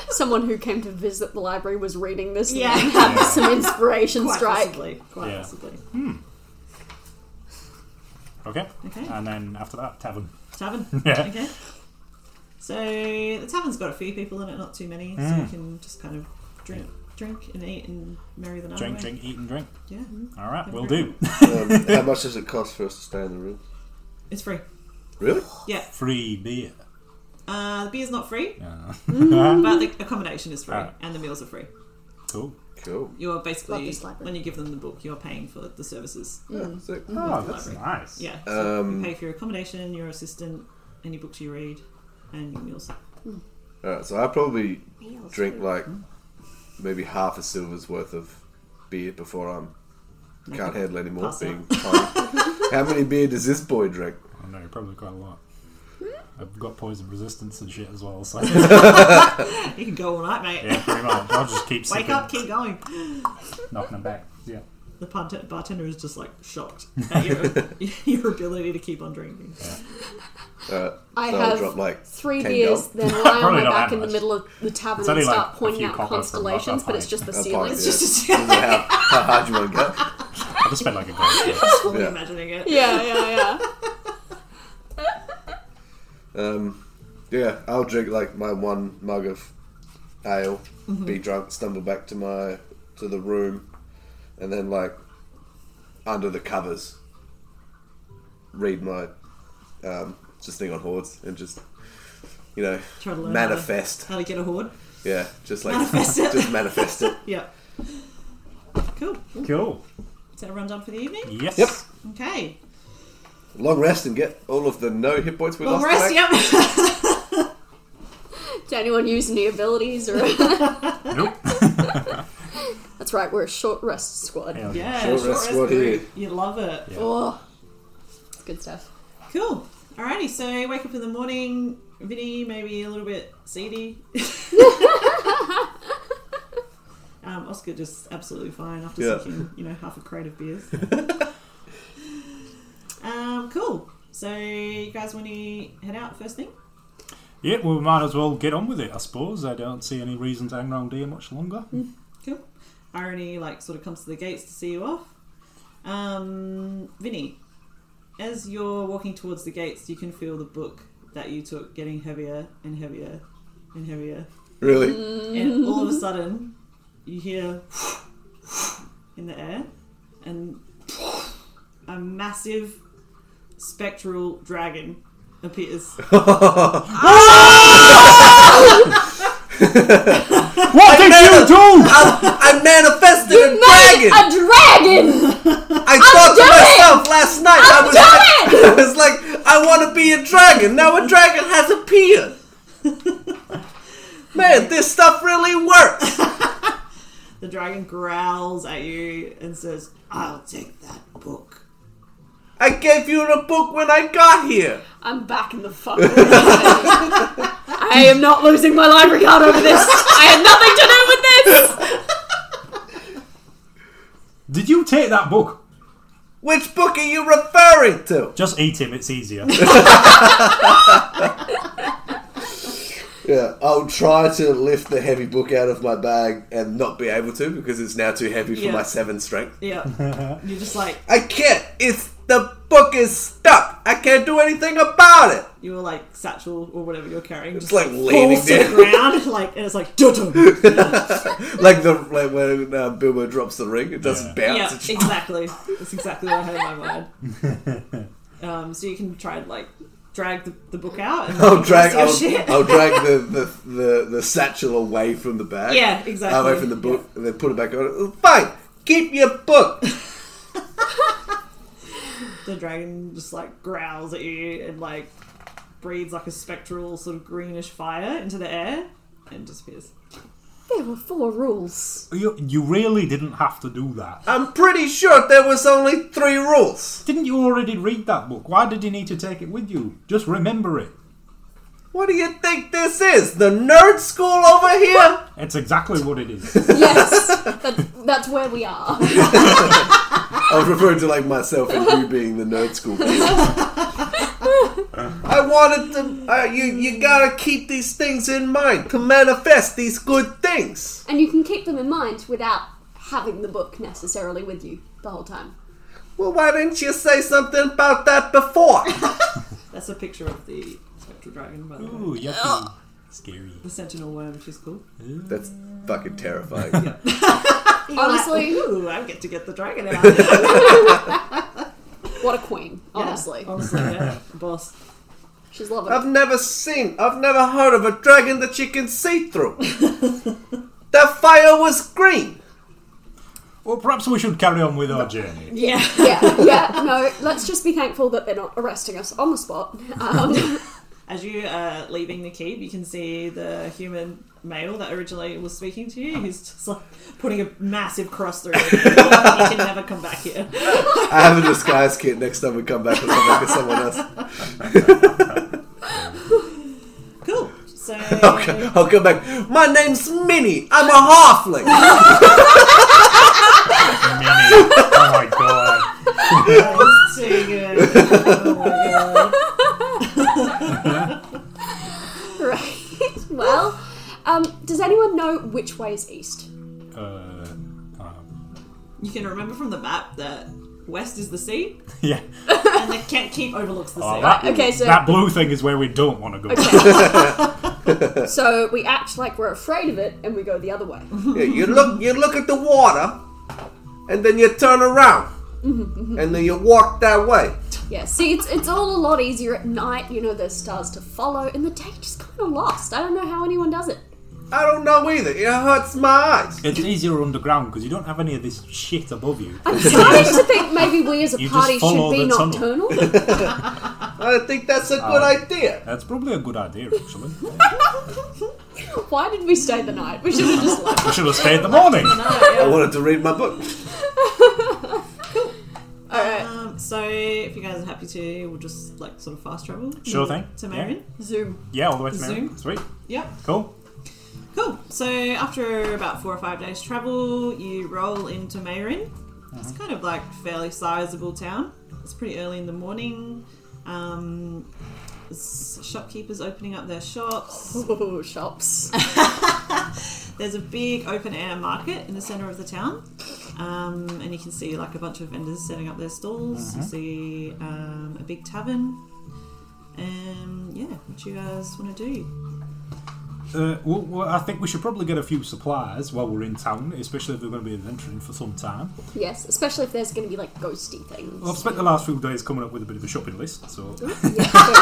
Someone who came to visit the library was reading this
Yeah.
and had some inspiration
Quite
strike.
possibly. Quite
Yeah.
possibly.
Okay.
Okay.
And then after that, tavern.
Tavern.
Yeah.
Okay. So the tavern's got a few people in it, not too many, so
Mm.
you can just kind of drink, drink and eat and merry the night.
Drink,
away.
drink, eat, and drink.
Yeah.
All right, we'll do.
Um, how much does it cost for us to stay in the room?
It's free.
Really?
Yeah.
Free beer.
Uh, the beer's not free,
Yeah.
but the accommodation is free
Ah.
and the meals are free.
Cool.
Cool.
You're
Love
basically
this library. Mm.
when you give them the book, you're paying for the services.
Hmm.
Yeah, sick.
Oh, that's nice.
Yeah. So you pay for your accommodation, your assistant, any books you read, and your meals.
All right, so I probably drink like maybe half a silver's worth of beer before I'm can't handle any more
Pass
being.
out.
tired. How many beer does this boy drink?
I know, probably quite a lot. I've got poison resistance and shit as well, so
You can go all night, mate.
yeah, pretty much. I'll just keep
Wake
sipping,
up, keep going.
knocking them back. Yeah.
The bart- bartender is just like shocked at your, your ability to keep on drinking.
I
So I'll
have
drop, like,
three
10
beers,
gulp.
then lie on
Probably
my
not
back
that
in the
much.
middle of the tavern
It's
and
only like
start
a
pointing
few
out
copper for
constellations,
about
but it's
that
just the
A pint,
ceiling. It's
yeah.
just
Doesn't matter how, how hard you want to go?
I just spent like a great
Fully
Yeah.
imagining it.
yeah, yeah, yeah.
Yeah, I'll drink like my one mug of ale, be drunk, stumble back to my to the room, and then like under the covers, read my um, just thing on hordes and just you know
Try to learn how to-
manifest.
How to get a horde?
Yeah, just like
Manifest it.
just manifest it.
Yeah. Cool.
Cool.
Is that a rundown for the evening?
Yes.
Yep.
Okay.
Long rest and get all of the no hit points we
Long
lost.
rest.
back.
Yep.
Did anyone use any abilities or?
Nope.
That's right, we're a short rest squad.
Hell
Yeah.
Short
short
rest
rest
squad
group.
here.
You love it.
Oh, it's good stuff.
Cool. Alrighty. So wake up in the morning. Vinny maybe a little bit seedy. um, Oscar just absolutely fine after
Yeah.
sinking, you know, half a crate of beers. um, cool. So you guys want to head out first thing?
Yeah, well, we might as well get on with it, I suppose. I don't see any reason to hang around here much longer.
Cool. Irony like sort of comes to the gates to see you off. Um, Vinny, as you're walking towards the gates, you can feel the book that you took getting heavier and heavier and heavier,
Really,
and all of a sudden you hear in the air and a massive spectral dragon appears.
What did you do?
I manifested a dragon.
A dragon!
I thought to
doing it!
myself last night. i was
doing
like, I was like, I want to be a dragon. Now a dragon has appeared. Man, this stuff really works.
The dragon growls at you and says, "I'll take that book."
I gave you the book when I got here.
I'm back in the fucking library. I am not losing my library card over this. I had nothing to do with this.
Did you take that book?
Which book are you referring to?
Just eat him, it's easier.
yeah. I'll try to lift the heavy book out of my bag and not be able to because it's now too heavy for
Yeah.
my seven strength.
Yeah. You're just like
I can't. It's the book is stuck. I can't do anything about it.
your like satchel or whatever you're carrying just
It's like leaning
falls to the
down.
ground like and it's like dun dun.
like the like when uh, Bilbo drops the ring, it doesn't
yeah
bounce. It's just-
exactly that's exactly what I had in my mind um, so you can try and like drag the, the book out and
I'll Oh, drag,
your
I'll,
shit.
I'll drag the, the, the, the satchel away from the bag.
Uh,
Yeah, exactly.
I'll open the book
Yeah.
and then put it back on.
Fine. Keep your book.
the dragon just like growls at you and like breathes like a spectral sort of greenish fire into the air and disappears
There were four rules.
you, you really didn't have to do that.
I'm pretty sure there was only three rules.
Didn't you already read that book? Why did you need to take it with you? Just remember it.
What do you think this is? The nerd school over here?
It's exactly what it is.
Yes, that, that's where we are.
I was referring to like myself and you being the nerd school. kid.
I wanted to. Uh, you you gotta keep these things in mind to manifest these good things.
And you can keep them in mind without having the book necessarily with you the whole time.
Well, why didn't you say something about that before?
That's a picture of the spectral dragon, by the way.
Ooh, yucky. Scary.
The sentinel worm, which is cool.
That's fucking terrifying.
Honestly,
Ooh, I get to get the dragon out.
what a queen, honestly.
Honestly, yeah. Boss.
She's loving it.
I've never seen. I've never heard of a dragon that you can see through. that fire was green.
Well, perhaps we should carry on with our journey.
Yeah.
Yeah, yeah, no, let's just be thankful that they're not arresting us on the spot. Um,
As you are leaving the keep, you can see the human male that originally was speaking to you. He's just like putting a massive cross through it. you can never come back here.
I have a disguise kit next time we come back and come back as someone else.
Cool. So,
I'll come back.
My name's Minnie. I'm a halfling.
Mimi. Oh my god.
that's too good. Oh my god.
right, well, um, does anyone know which way is east?
Uh, um,
You can remember from the map that west is the sea,
yeah.
and the ca- keep overlooks the
Oh,
sea.
that,
Okay, so
that blue thing is where we don't want to go.
so we act like we're afraid of it and we go the other way.
Yeah, you look you look at the water, and then you turn around, and then you walk that way.
Yeah, see, it's, it's all a lot easier at night. You know, there's stars to follow. In the day, just kind of lost. I don't know how anyone does it.
I don't know either. It hurts my eyes.
It's easier underground because you don't have any of this shit above you.
I'm starting to think maybe we as a
You just
party should
follow
be
the tunnel.
nocturnal.
I think that's a
Oh.
good idea.
That's probably a good idea, actually.
Why did we stay the night? We should have just left.
We should have stayed the morning.
I wanted to read my book.
Um, so, if you guys are happy to, we'll just like sort of fast travel.
Sure thing.
To Marion.
Zoom.
Yeah, all the way to
Zoom.
Marion. Sweet.
Yep.
Cool.
Cool. So after about four or five days travel, you roll into Mayrin. It's kind of like fairly sizable town. It's pretty early in the morning. Um, s- shopkeepers opening up their shops.
Ooh, shops.
There's a big open air market in the center of the town, um, and you can see like a bunch of vendors setting up their stalls. You see um, a big tavern. Um, yeah, what you guys want to do?
Uh, well, well, I think we should probably get a few supplies while we're in town, especially if we're going to be adventuring for some time.
Yes, especially if there's going to be like ghosty things.
Well, I've spent the last few days coming up with a bit of a shopping list, so
Yeah, very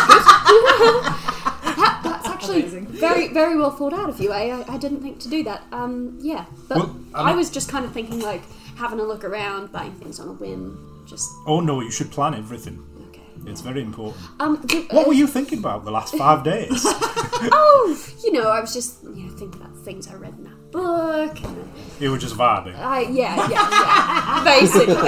good. That- that's actually
Amazing.
very, very well thought out of you. I, I, I didn't think to do that. Um, yeah, but
Well, I'm
I
not-
was just kind of thinking like having a look around, buying things on a whim. Just
oh no, you should plan everything.
okay.
It's very important.
Um, do-
What were you thinking about the last five days?
Oh, you know, I was just you know thinking about things I read in that book. And
you were just vibing.
I yeah, yeah, yeah.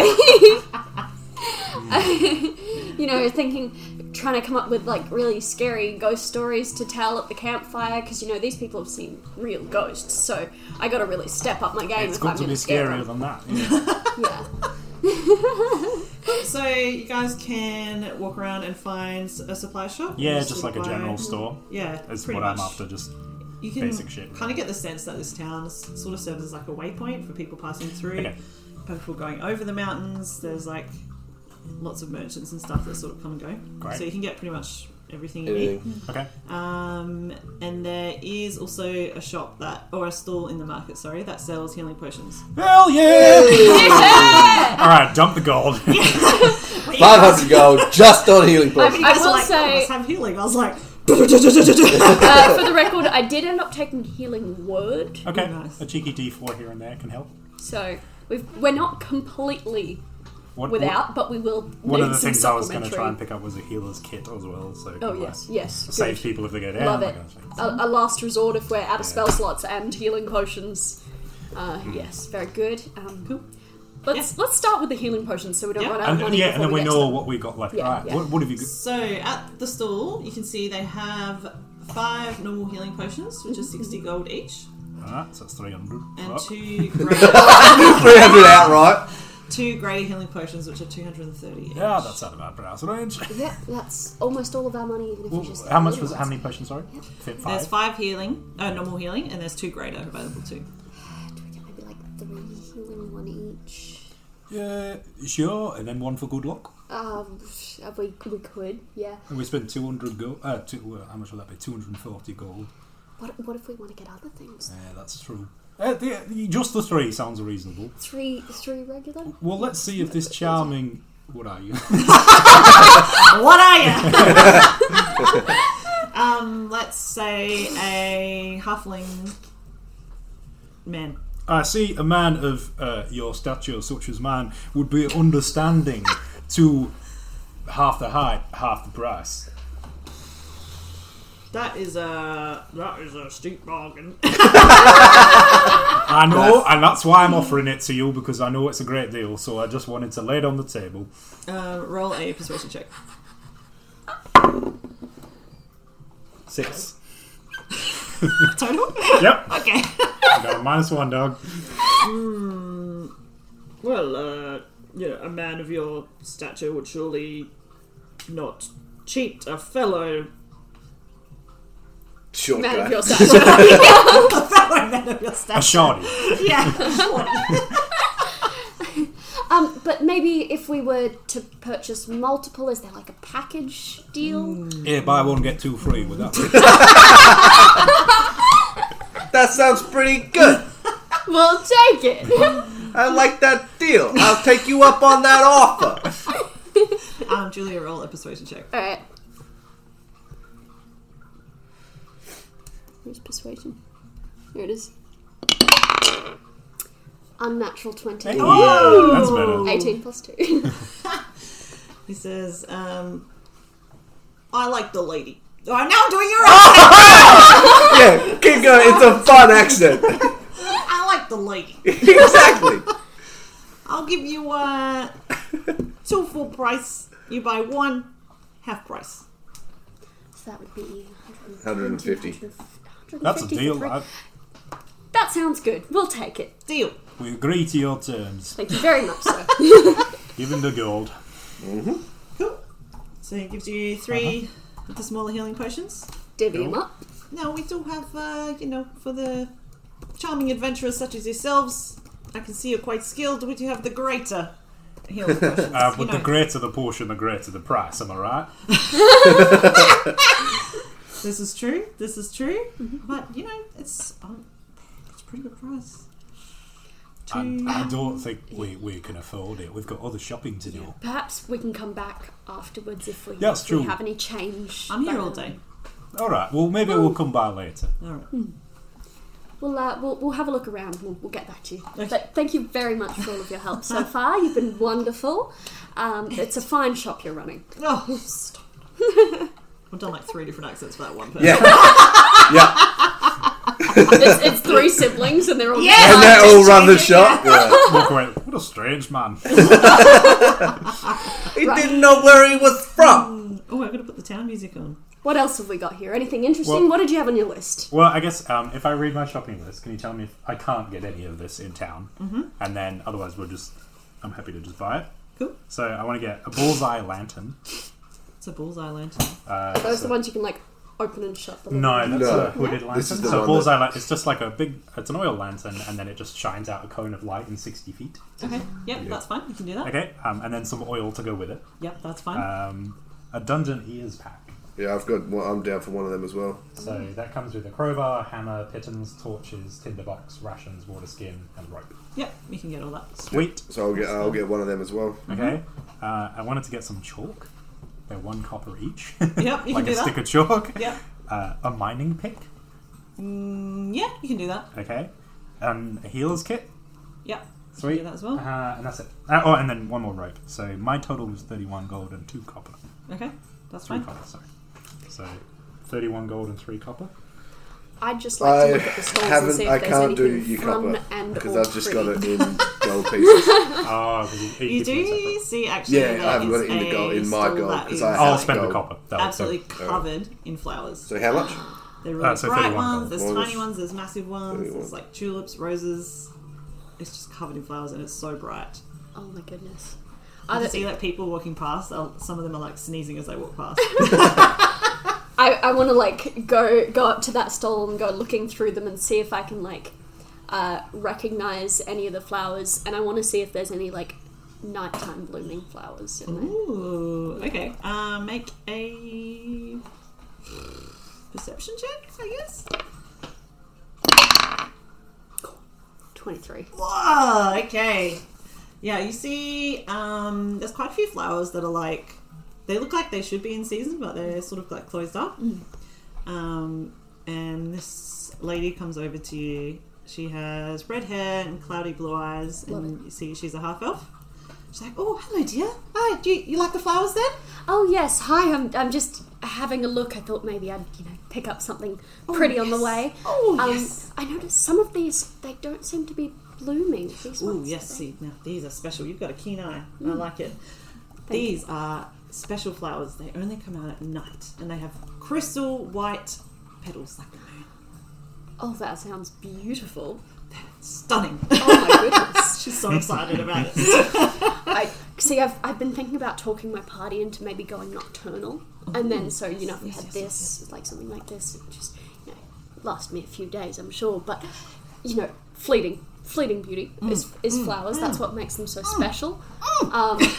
basically. you know, thinking, trying to come up with like really scary ghost stories to tell at the campfire because you know these people have seen real ghosts, so I got to really step up my game
It's
if I'm
got to
going
be
to scare
scarier
them.
than that. yeah.
Yeah.
So you guys can walk around and find a supply shop.
Yeah,
Or
just like a
buy-
general store.
Yeah,
That's
pretty
what
much.
I'm after. Just
You can
basic shit.
kind of get the sense that this town s- sort of serves as like a waypoint for people passing through,
Okay.
people going over the mountains. There's like lots of merchants and stuff that sort of come and go.
Great.
So you can get pretty much everything you need.
Anything.
okay.
Um, and there is also a shop that, or a stall in the market, sorry, that sells healing potions.
Hell yeah! all right, dump the gold.
500 gold just on healing potions.
I
So,
will
like, "Oh,
say,
let's have healing. I was like,
uh, for the record, I did end up taking healing word,
Okay,
Nice.
a cheeky D4 here and there can help.
so we've, we're not completely
What,
without, but we will.
One of
need
the
some
things I was going to
supplementary-
try and pick up was a healer's kit as well, so it
Oh
can,
yes,
like,
yes.
save
good.
people if they go down.
Love
that
it.
kind of thing.
A, a last resort if we're out of spell slots and healing potions. Uh,
Hmm.
Yes, very good. Um,
Cool.
Let's let's start with the healing potions so we don't
Yeah.
run out of
And,
money.
yeah, and
before
then we
get to
know
them.
what we got left.
Yeah,
All right,
yeah.
what, what have you got?
So at the stall, you can see they have five normal healing potions, which are 60 gold each,
All right, so that's 300.
and
Fuck.
two great.
300 outright.
two greater healing potions, which are 230.
Yeah, that's out of our browse range.
Yeah, that's almost all of our money. Even if you just
How much was it? How many potions? Sorry, Fit
There's
five.
five healing, uh, normal healing, and there's two greater available too.
Do we get maybe like three healing, one each?
Yeah, sure. And then one for good luck.
Um, sh- uh, we we could, yeah.
And we spent two hundred gold. Uh, two, uh, how much will that be? Two hundred and forty gold.
What what if we want to get other things?
Yeah, that's true. Uh, the, the- just the three sounds reasonable.
Three three regular.
Well, let's see if this charming. What are you?
What are you? um, let's say a halfling man.
I see a man of uh, your stature, such as mine, would be understanding to half the height, half the price.
That is a that is a steep bargain.
I know, and that's why I'm offering it to you because I know it's a great deal. So I just wanted to lay it on the table.
uh, roll a persuasion check.
Six.
Total.
Yep.
okay.
I got a minus one, dog.
Well, uh, you know, a man of your stature would surely not cheat a fellow
Short
Man
guy.
of your stature.
fellow man of your
A
stature.
shoddy.
Yeah.
um, but maybe if we were to purchase multiple, is there like a package deal?
Yeah, buy one get two free with that.
That sounds pretty good.
We'll take it.
I like that deal. I'll take you up on that offer.
um, Julia, roll a persuasion check.
All right. Where's persuasion? Here it is. Unnatural twenty.
Yeah, that's better.
18 plus 2.
He says, um, I like the lady. Oh, now I'm doing your own.
Yeah, keep going. It's a fun accent.
I like the lady.
Exactly.
I'll give you uh, two full price. You buy one, half price.
so that would be
150.
150
That's a deal.
for-
I,
That sounds good. We'll take it.
Deal.
we agree to your terms.
Thank you very much, sir.
Give him the gold.
Cool. Uh-huh. So he gives you 3 of the smaller healing potions.
Divvy him up.
Now we do have, uh, you know, for the charming adventurers such as yourselves, I can see you're quite skilled. We do have the greater healing potions.
Uh,
you
but the
know,
greater the portion, the greater the price. Am I right?
this is true. This is true. But you know, it's um, it's a pretty good price.
And I don't think we, we can afford it. We've got other shopping to do.
Perhaps we can come back afterwards if we,
That's
if we
true.
have any change.
I'm here all
Um,
day. Mm.
All right. Well, maybe we'll come by later.
All right.
We'll, uh, we'll, we'll have a look around. We'll, we'll get back to you.
Okay.
But thank you very much for all of your help so far. You've been wonderful. Um, it's a fine shop you're running.
Oh, stop. I've done like three different accents for that one person.
Yeah. yeah.
It's, it's three siblings and they're all
Yeah.
And that all run the shop. Yeah.
Walk away. What a strange man.
He didn't know where he was from.
Oh, I'm gonna put the town music on.
What else have we got here? Anything interesting?
Well-
what did you have on your list?
Well, I guess um, if I read my shopping list, can you tell me if I can't get any of this in town? Mm-hmm. And then otherwise, we'll just. I'm happy to just buy it.
Cool.
So I want to get a bullseye lantern.
It's a bullseye lantern.
Those are the ones you can like open and shut. The
No, that's
No.
a hooded lantern.
This is the
so
one
bullseye lantern. It's just like a big. It's an oil lantern, and then it just shines out a cone of light in 60 feet.
Okay. Yep, that's fine. You can do that.
Okay, um, and then some oil to go with it.
Yep, that's fine.
Um, a dungeon ears pack.
yeah, I've got. Well, I'm down for one of them as well.
So that comes with a crowbar, hammer, pittons, torches, tinderbox, rations, water skin, and rope.
yep, you can get all that.
Sweet.
So I'll get. I'll get one of them as well.
Okay.
Mm-hmm.
Uh, I wanted to get some chalk. They're one copper each.
Yep, you
like
can
a
do
stick
that.
of chalk.
Yep. Mm,
Uh, a mining pick.
Yeah, you can do that.
Okay. Um, a healer's kit.
Yep.
Sweet.
You can do that as well.
Uh, and that's it. Uh, oh, and then one more rope. So my total was 31 gold and 2 copper.
Okay, that's
3
fine.
copper, sorry. So 31 gold and 3 copper.
I'd just like
I
to look at the stalls and
haven't.
see if
I
there's
can't do
anything
you
fun
copper
and
because
or
I've just got
pretty.
it in gold pieces.
Oh, 'cause he-
Ah.
he
You
keeps them
do
separate.
see actually.
Yeah,
that
I haven't got it in
it's
the gold
a
in my
stall
gold
that
because
is,
I
I'll
like,
spend the
Gold.
copper. That was-
Absolutely covered in flowers.
So how much?
They're really
Ah, so
bright
31
ones,
gold.
there's
Well,
tiny
that's-
ones, there's massive ones,
31.
there's like tulips, roses. It's just covered in flowers and it's so bright.
Oh my goodness.
I
I,
just see
don't-
like people walking past. they'll- Some of them are like sneezing as they walk past.
I, I want to like go go up to that stall and go looking through them and see if I can like uh, recognize any of the flowers, and I want to see if there's any like nighttime blooming flowers in there.
Ooh, okay. Uh, make a perception check, I guess.
Twenty three.
Whoa, okay. Yeah, you see, um, there's quite a few flowers that are like, they look like they should be in season, but they're sort of like closed up. Um, and this lady comes over to you. She has red hair and cloudy blue eyes, and you see she's a half elf. She's like, "Oh, hello, dear. Hi. Do you, you like the flowers then?"
Oh yes, hi. I'm I'm just having a look. I thought maybe I'd you know pick up something pretty on the
yes.
way.
Oh,
um,
yes.
I noticed some of these they don't seem to be blooming. These
Oh
ones.
yes, see now these are special. You've got a keen eye. I like it. these are special flowers. They only come out at night, and they have crystal white petals like the moon.
Oh, that sounds beautiful.
Stunning.
Oh my goodness.
She's so excited about it.
I see. I've, I've been thinking about talking my party into maybe going nocturnal, and then so you know if we
Yes,
had
yes,
this, like something like this, it would just you know last me a few days, I'm sure. But you know, fleeting, fleeting beauty
Mm,
is, is flowers. That's what makes them so special. Um,
She's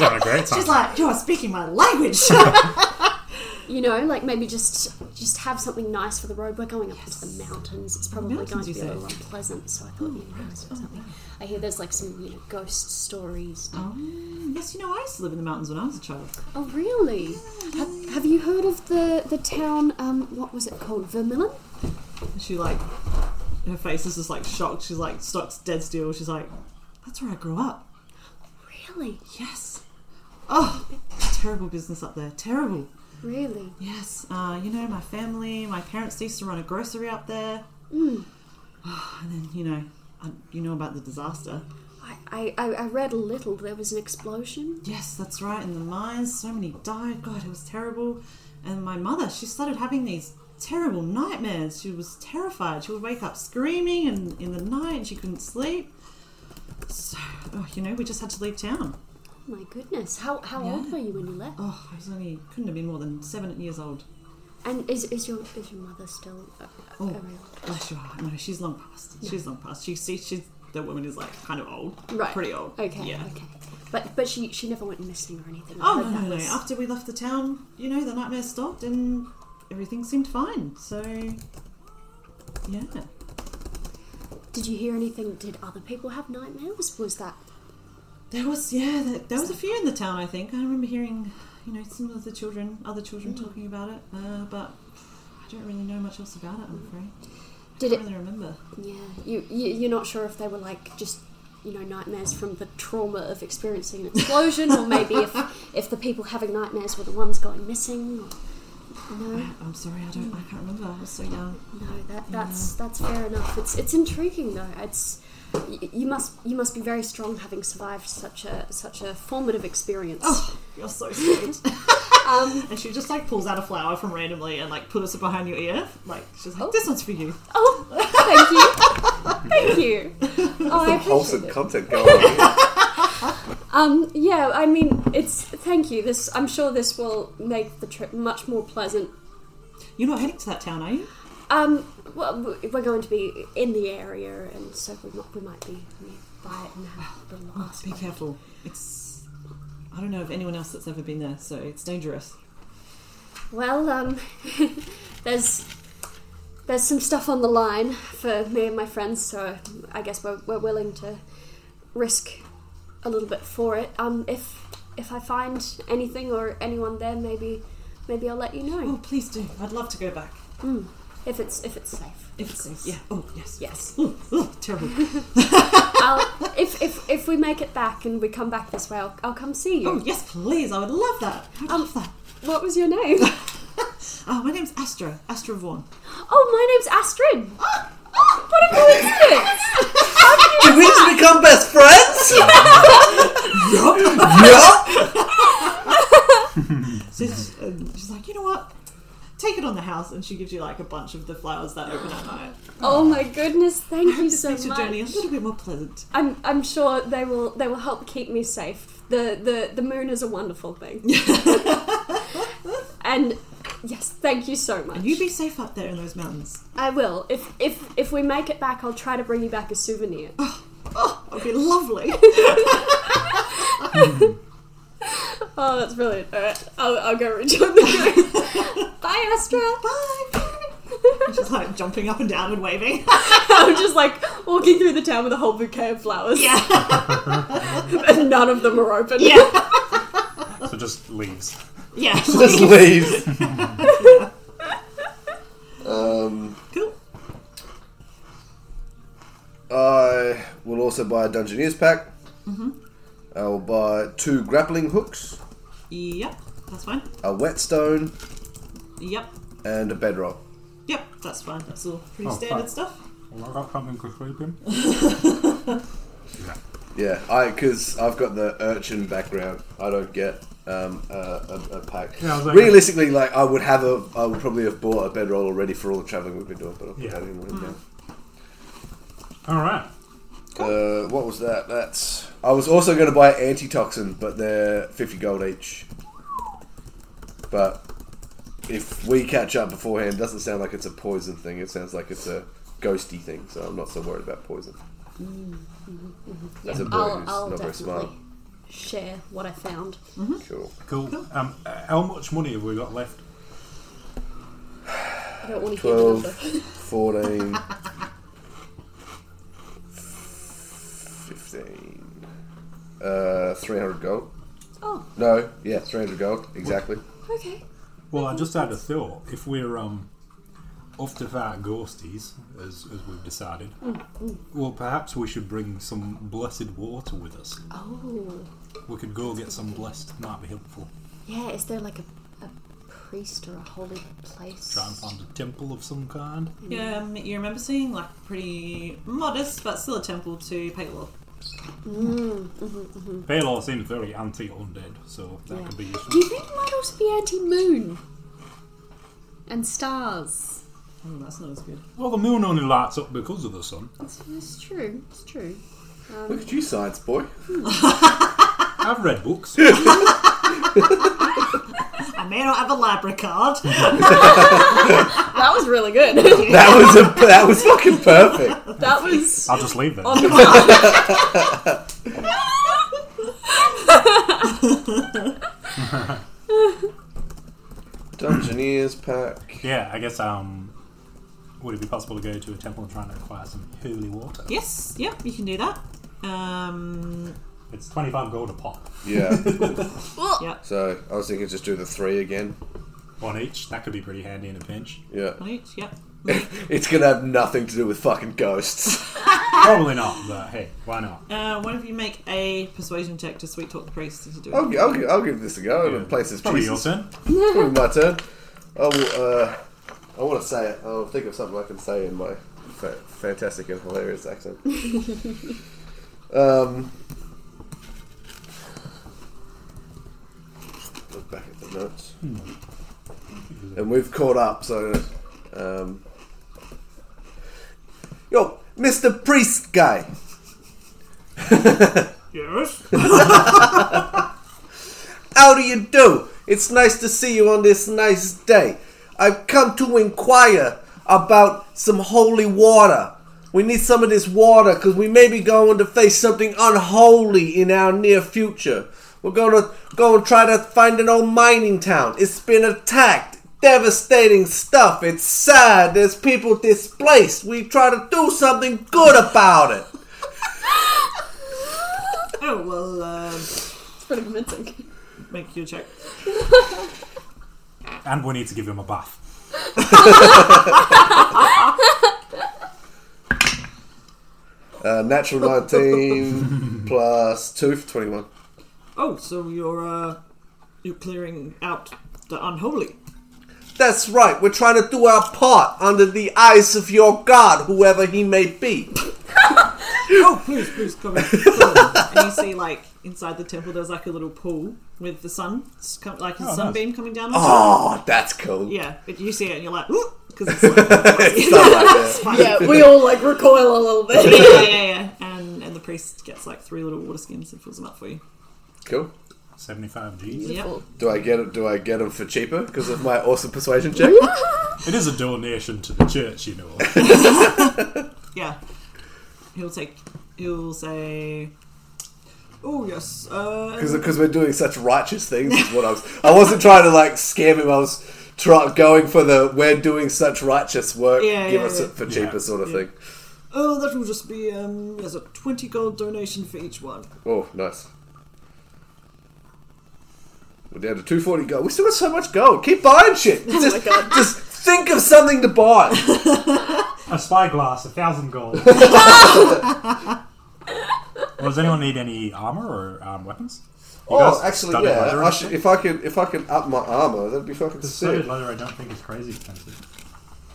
having a great time.
She's like, "You are speaking my language."
you know, like maybe just just have something nice for the road. We're going up into the mountains. It's probably
Mountains,
going to
you Mm,
be a
say?
little unpleasant. So I thought you know, let's do something. I hear there's like some you know ghost stories.
Um, yes, you know, I used to live in the mountains when I was a child.
Oh really? Have, have you heard of the the town? Um, what was it called? Vermillion?
And she like, her face is just like shocked. She's like, stops dead still. She's like, "That's where I grew up."
Really?
Yes. Oh, terrible business up there. Terrible.
Really?
Yes, uh, you know, my family, my parents used to run a grocery up there. Mm. And then, you know, I, you know about the disaster.
I, I- I, I read a little. There was an explosion.
Yes, that's right, in the mines, so many died. God, it was terrible. And my mother, she started having these terrible nightmares. She was terrified. She would wake up screaming and in the night, and she couldn't sleep. So, oh, you know, we just had to leave town.
Oh my goodness. How how old
Yeah.
were you when you left?
Oh, I was only, couldn't have been more than seven years old.
And is, is your is your mother still a-
Oh,
a- around?
Bless your heart. No, she's long past. She's long past. She see she's the woman is like kind of old.
Right.
Pretty old.
Okay.
Yeah.
Okay. But but she she never went missing or anything. I
Oh
heard
no, no,
that
no.
was-
After we left the town, you know, the nightmare stopped and everything seemed fine. So Yeah.
Did you hear anything? Did other people have nightmares? Was that
There was yeah, there, there was a few in the town I think. I remember hearing, you know, some of the children other children
Mm.
talking about it. Uh, but I don't really know much else about it, I'm afraid.
did
I
it?
don't really remember.
Yeah. You, you you're not sure if they were like just you know nightmares from the trauma of experiencing an explosion, or maybe if if the people having nightmares were the ones going missing. Or, no.
I'm sorry, I don't I can't remember. I was so young.
No, that, that's that's fair enough. It's it's intriguing though. It's y- you must you must be very strong having survived such a such a formative experience.
Oh, you're so sweet.
Um,
And she just like pulls out a flower from randomly and like puts it behind your ear. Like she's like,
Oh.
"This one's for you."
oh, thank you, thank you. Oh, I
Some
appreciate
wholesome
it.
content going on. here.
Um, yeah, I mean, it's thank you. This I'm sure this will make the trip much more pleasant.
You're not heading to that town, are you?
Um, well, w- we're going to be in the area, and so we might we might be nearby it and have a little ask.
Be careful. It's I don't know of anyone else that's ever been there, so it's dangerous.
Well, um, there's there's some stuff on the line for me and my friends, so I guess we're, we're willing to risk a little bit for it. Um, if if I find anything or anyone there, maybe maybe I'll let you know
Oh, please do. I'd love to go back.
if it's if it's safe.
If it's safe. Yeah. Oh, yes.
Yes.
Ooh, ooh, terrible.
I'll, if if if we make it back and we come back this way, I'll, I'll come see you.
Oh, yes, please. I would love that. I'd love that.
What was your name?
Oh, my name's Astra. Astra Vaughn.
oh, my name's Astrid. what a coincidence!
Did we just become best friends? yup.
So she's, um, she's like, you know what? take it on the house, and she gives you like a bunch of the flowers that open at night.
Oh my goodness, thank you
This
so
makes your journey a
much.
little bit more pleasant.
I'm I'm sure they will they will help keep me safe. The the the moon is a wonderful thing. and yes, thank you so much.
And you be safe up there in those mountains.
I will. If if if we make it back, I'll try to bring you back a souvenir.
It'd be lovely.
Oh, that's brilliant. All right, I'll, I'll go rejoin the moon. Bye, Astra. Bye.
Just like jumping up and down and waving.
I'm just like walking through the town with a whole bouquet of flowers.
Yeah.
and none of them are open.
Yeah.
So just leaves.
Yeah.
Just leaves.
Cool.
I will also buy a Dungeoneers pack. I will buy two grappling hooks,
Yep. That's fine.
a whetstone,
Yep.
and a bedrock.
Yep. That's fine. That's all pretty
Oh,
standard
fine.
stuff.
Well, I got something to sleep in.
Yeah, I because I've got the urchin background. I don't get um, a, a, a pack.
Yeah, I was like-
Realistically, like I would have a, I would probably have bought a bedroll already for all the traveling we've been doing. But I'll put
Yeah.
that in one now.
All right.
Uh, what was that? That's. I was also going to buy antitoxin, but they're fifty gold each. But if we catch up beforehand, doesn't sound like it's a poison thing. It sounds like it's a ghosty thing. So I'm not so worried about poison. That's a boy
I'll,
who's
I'll
not very
definitely
smart.
share what I found.
Cool.
Cool. Um, uh, how much money have we got left?
I don't want to hear the
12, 14,
number.
15, uh, 300 gold.
Oh,
No, yeah, 300 gold, exactly.
okay.
Well, I just had a thought. If we're um, off to fight ghosties, as, as we've decided, well, perhaps we should bring some blessed water with us.
Oh,
We could go get some blessed. Might be helpful.
yeah. Is there like a, a priest or a holy place?
Try and find a temple of some kind.
Um, you remember seeing like pretty modest but still a temple to Palor.
Baylor seems very anti-undead, so that
Yeah.
could be
Do
useful.
you think it might also be anti-moon and stars?
Mm, that's not as good.
Well, the moon only lights up because of the sun.
That's, that's true. It's true.
Look at you, science boy.
I've read books.
I may not have a library card.
That was really good.
That was a, that was fucking perfect.
that was
I'll just leave it.
on the mark.
Dungeoneers pack.
Yeah, I guess um, would it be possible to go to a temple and try and acquire some holy water?
yes. Yep. You can do that. Um,
It's twenty-five gold a pop,
Yeah.
yeah.
So I was thinking just do the three again.
one each. That could be pretty handy in a pinch.
Yeah.
On each. Yep.
It's gonna have nothing to do with fucking ghosts.
Probably not, but hey, why not?
Uh, one of you make a persuasion check to sweet talk the priest into doing.
I'll, gi- I'll, gi- I'll give this a go.
Yeah.
in place of
Probably
Jesus.
your turn.
Probably my turn. I will, uh, I want to say it. I'll think of something I can say in my fa- fantastic and hilarious accent. um, look back at the notes.
Hmm.
And we've caught up, so. Um, yo, Mr. Priest guy!
Yes.
How do you do? It's nice to see you on this nice day. I've come to inquire about some holy water. We need some of this water because we may be going to face something unholy in our near future. We're going to go and try to find an old mining town. It's been attacked. Devastating stuff. It's sad. There's people displaced. We try to do something good about it.
Oh well. Um,
It's pretty convincing.
make your check.
And we need to give him a bath.
Uh, natural 19 plus 2 for 21.
Oh, so you're uh, you're clearing out the unholy.
That's right, we're trying to do our part under the eyes of your god, whoever he may be.
oh, please, please, come in. come in." and you see, like, inside the temple, there's like a little pool with the sun, s- com- like a
nice.
sunbeam coming down.
Ah.
on it.
Oh, that's cool.
Yeah, but you see it and you're like, because it's like,
It's not like that.
yeah, we all like recoil a little bit.
yeah, yeah, yeah. And, and the priest gets like three little water skins and fills them up for you.
Cool.
75 G.
Yep.
Do I get it? Do I get them for cheaper because of my awesome persuasion check?
It is a donation to the church, you know.
Yeah. He'll take. He'll say. Oh yes. Uh,
Because we're doing such righteous things is what I was. I wasn't trying to like scam him. I was try, going for the we're doing such righteous work.
Yeah,
give
yeah,
us
yeah.
it for cheaper
Yeah.
sort of thing.
oh, that will just be um. There's a twenty gold donation for each one.
Oh, nice. We're down to two forty gold. We still got so much gold. Keep buying shit. just, just think of something to buy.
A spyglass, a thousand gold. well, does anyone need any armor or um, weapons? You
oh,
guys
actually,
studied leather
yeah. I
and
should,
shit?
if I could, if I could up my armor, that'd be fucking sick.
studded leather, I don't think is crazy expensive.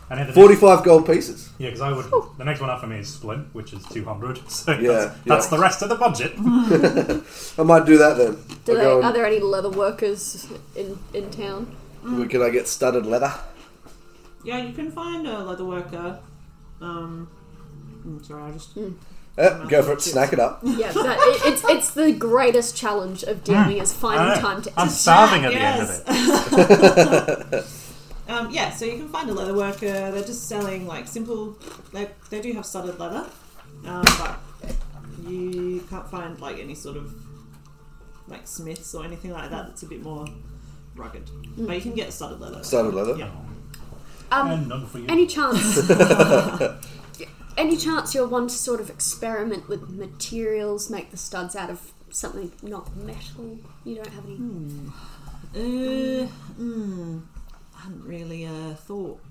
And then the next-
Forty-five gold pieces.
yeah, because I would. The next one up for me is splint, which is two hundred. So
Yeah,
that's,
yeah.
that's the rest of the budget.
I might do that then.
Do
I'll
they,
go and-
are there any leather workers in, in town?
Well, Can I get studded leather?
Yeah, you can find a leather worker. Um. mm, Sorry, I just.
Eh, go for it. Snack it up.
Yeah, that, it, it's it's the greatest challenge of
Hmm.
DMing is
I
finding
know.
time to.
I'm starving at
yes.
the end of it.
Um, yeah, so you can find a leather worker. They're just selling like simple. They they do have studded leather, um, but you can't find like any sort of like smiths or anything like that. That's a bit more rugged, but you can get studded leather.
Studded leather.
Yeah.
Um,
Oh, And none for you.
any chance? any chance you'll want to sort of experiment with materials, make the studs out of something not metal? You don't have any.
Hmm, Uh, mm, I hadn't really uh, thought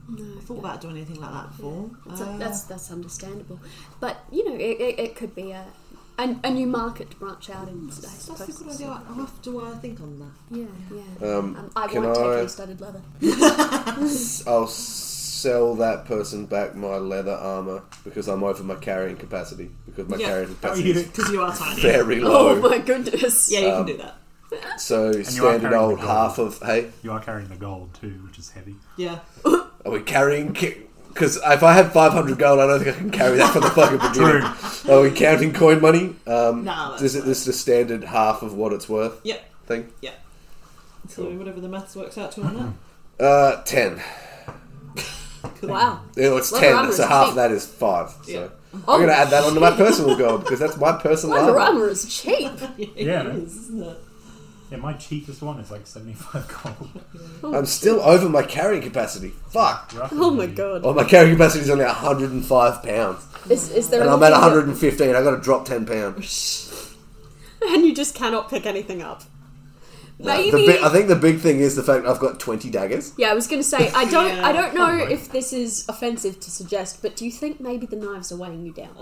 thought about doing anything like that before.
So
Uh,
that's that's understandable, but you know it, it, it could be a, a a new market to branch out in. I suppose.
Hmm, that's a good idea. I'll have to uh, think on that.
Yeah, yeah.
Um,
Um, I
can
won't take
I-
any studded leather.
I'll sell that person back my leather armor because I'm over my carrying capacity because my
Yeah.
carrying
Oh,
capacity
you-
is
Because you are tiny.
very
Oh
low.
my goodness.
Yeah, you can do that.
so standard
carrying
old
the gold.
half of hey,
You are carrying the gold too, which is heavy.
Yeah.
are we carrying? Because if I had 500 gold, I don't think I can carry that for the fucking beginning. Are we counting coin money? Um,
Nah, that's
is it this is the standard half of what it's worth
Yep.
thing?
Yep. So whatever the maths works out to on that.
Uh, ten.
Wow.
Yeah, well, it's
Leather
ten.
armor
So
is
half
cheap.
of that is five. So
Yeah.
Oh,
I'm gonna add that onto my personal goal because that's my personal
Leather
armor.
armor is cheap.
It
Yeah.
is, isn't it?
Yeah, my cheapest one is like seventy-five gold.
I'm still over my carrying capacity. Fuck.
Oh my god.
Well, my carrying capacity is only 105 pounds,
Is, is there
and I'm at
anything
115. I got to drop 10 pounds.
that- And you just cannot pick anything up. Maybe.
The big, I think the big thing is the fact I've got 20 daggers.
yeah, I was going to say I don't. I don't know
probably.
if this is offensive to suggest, but do you think maybe the knives are weighing you down?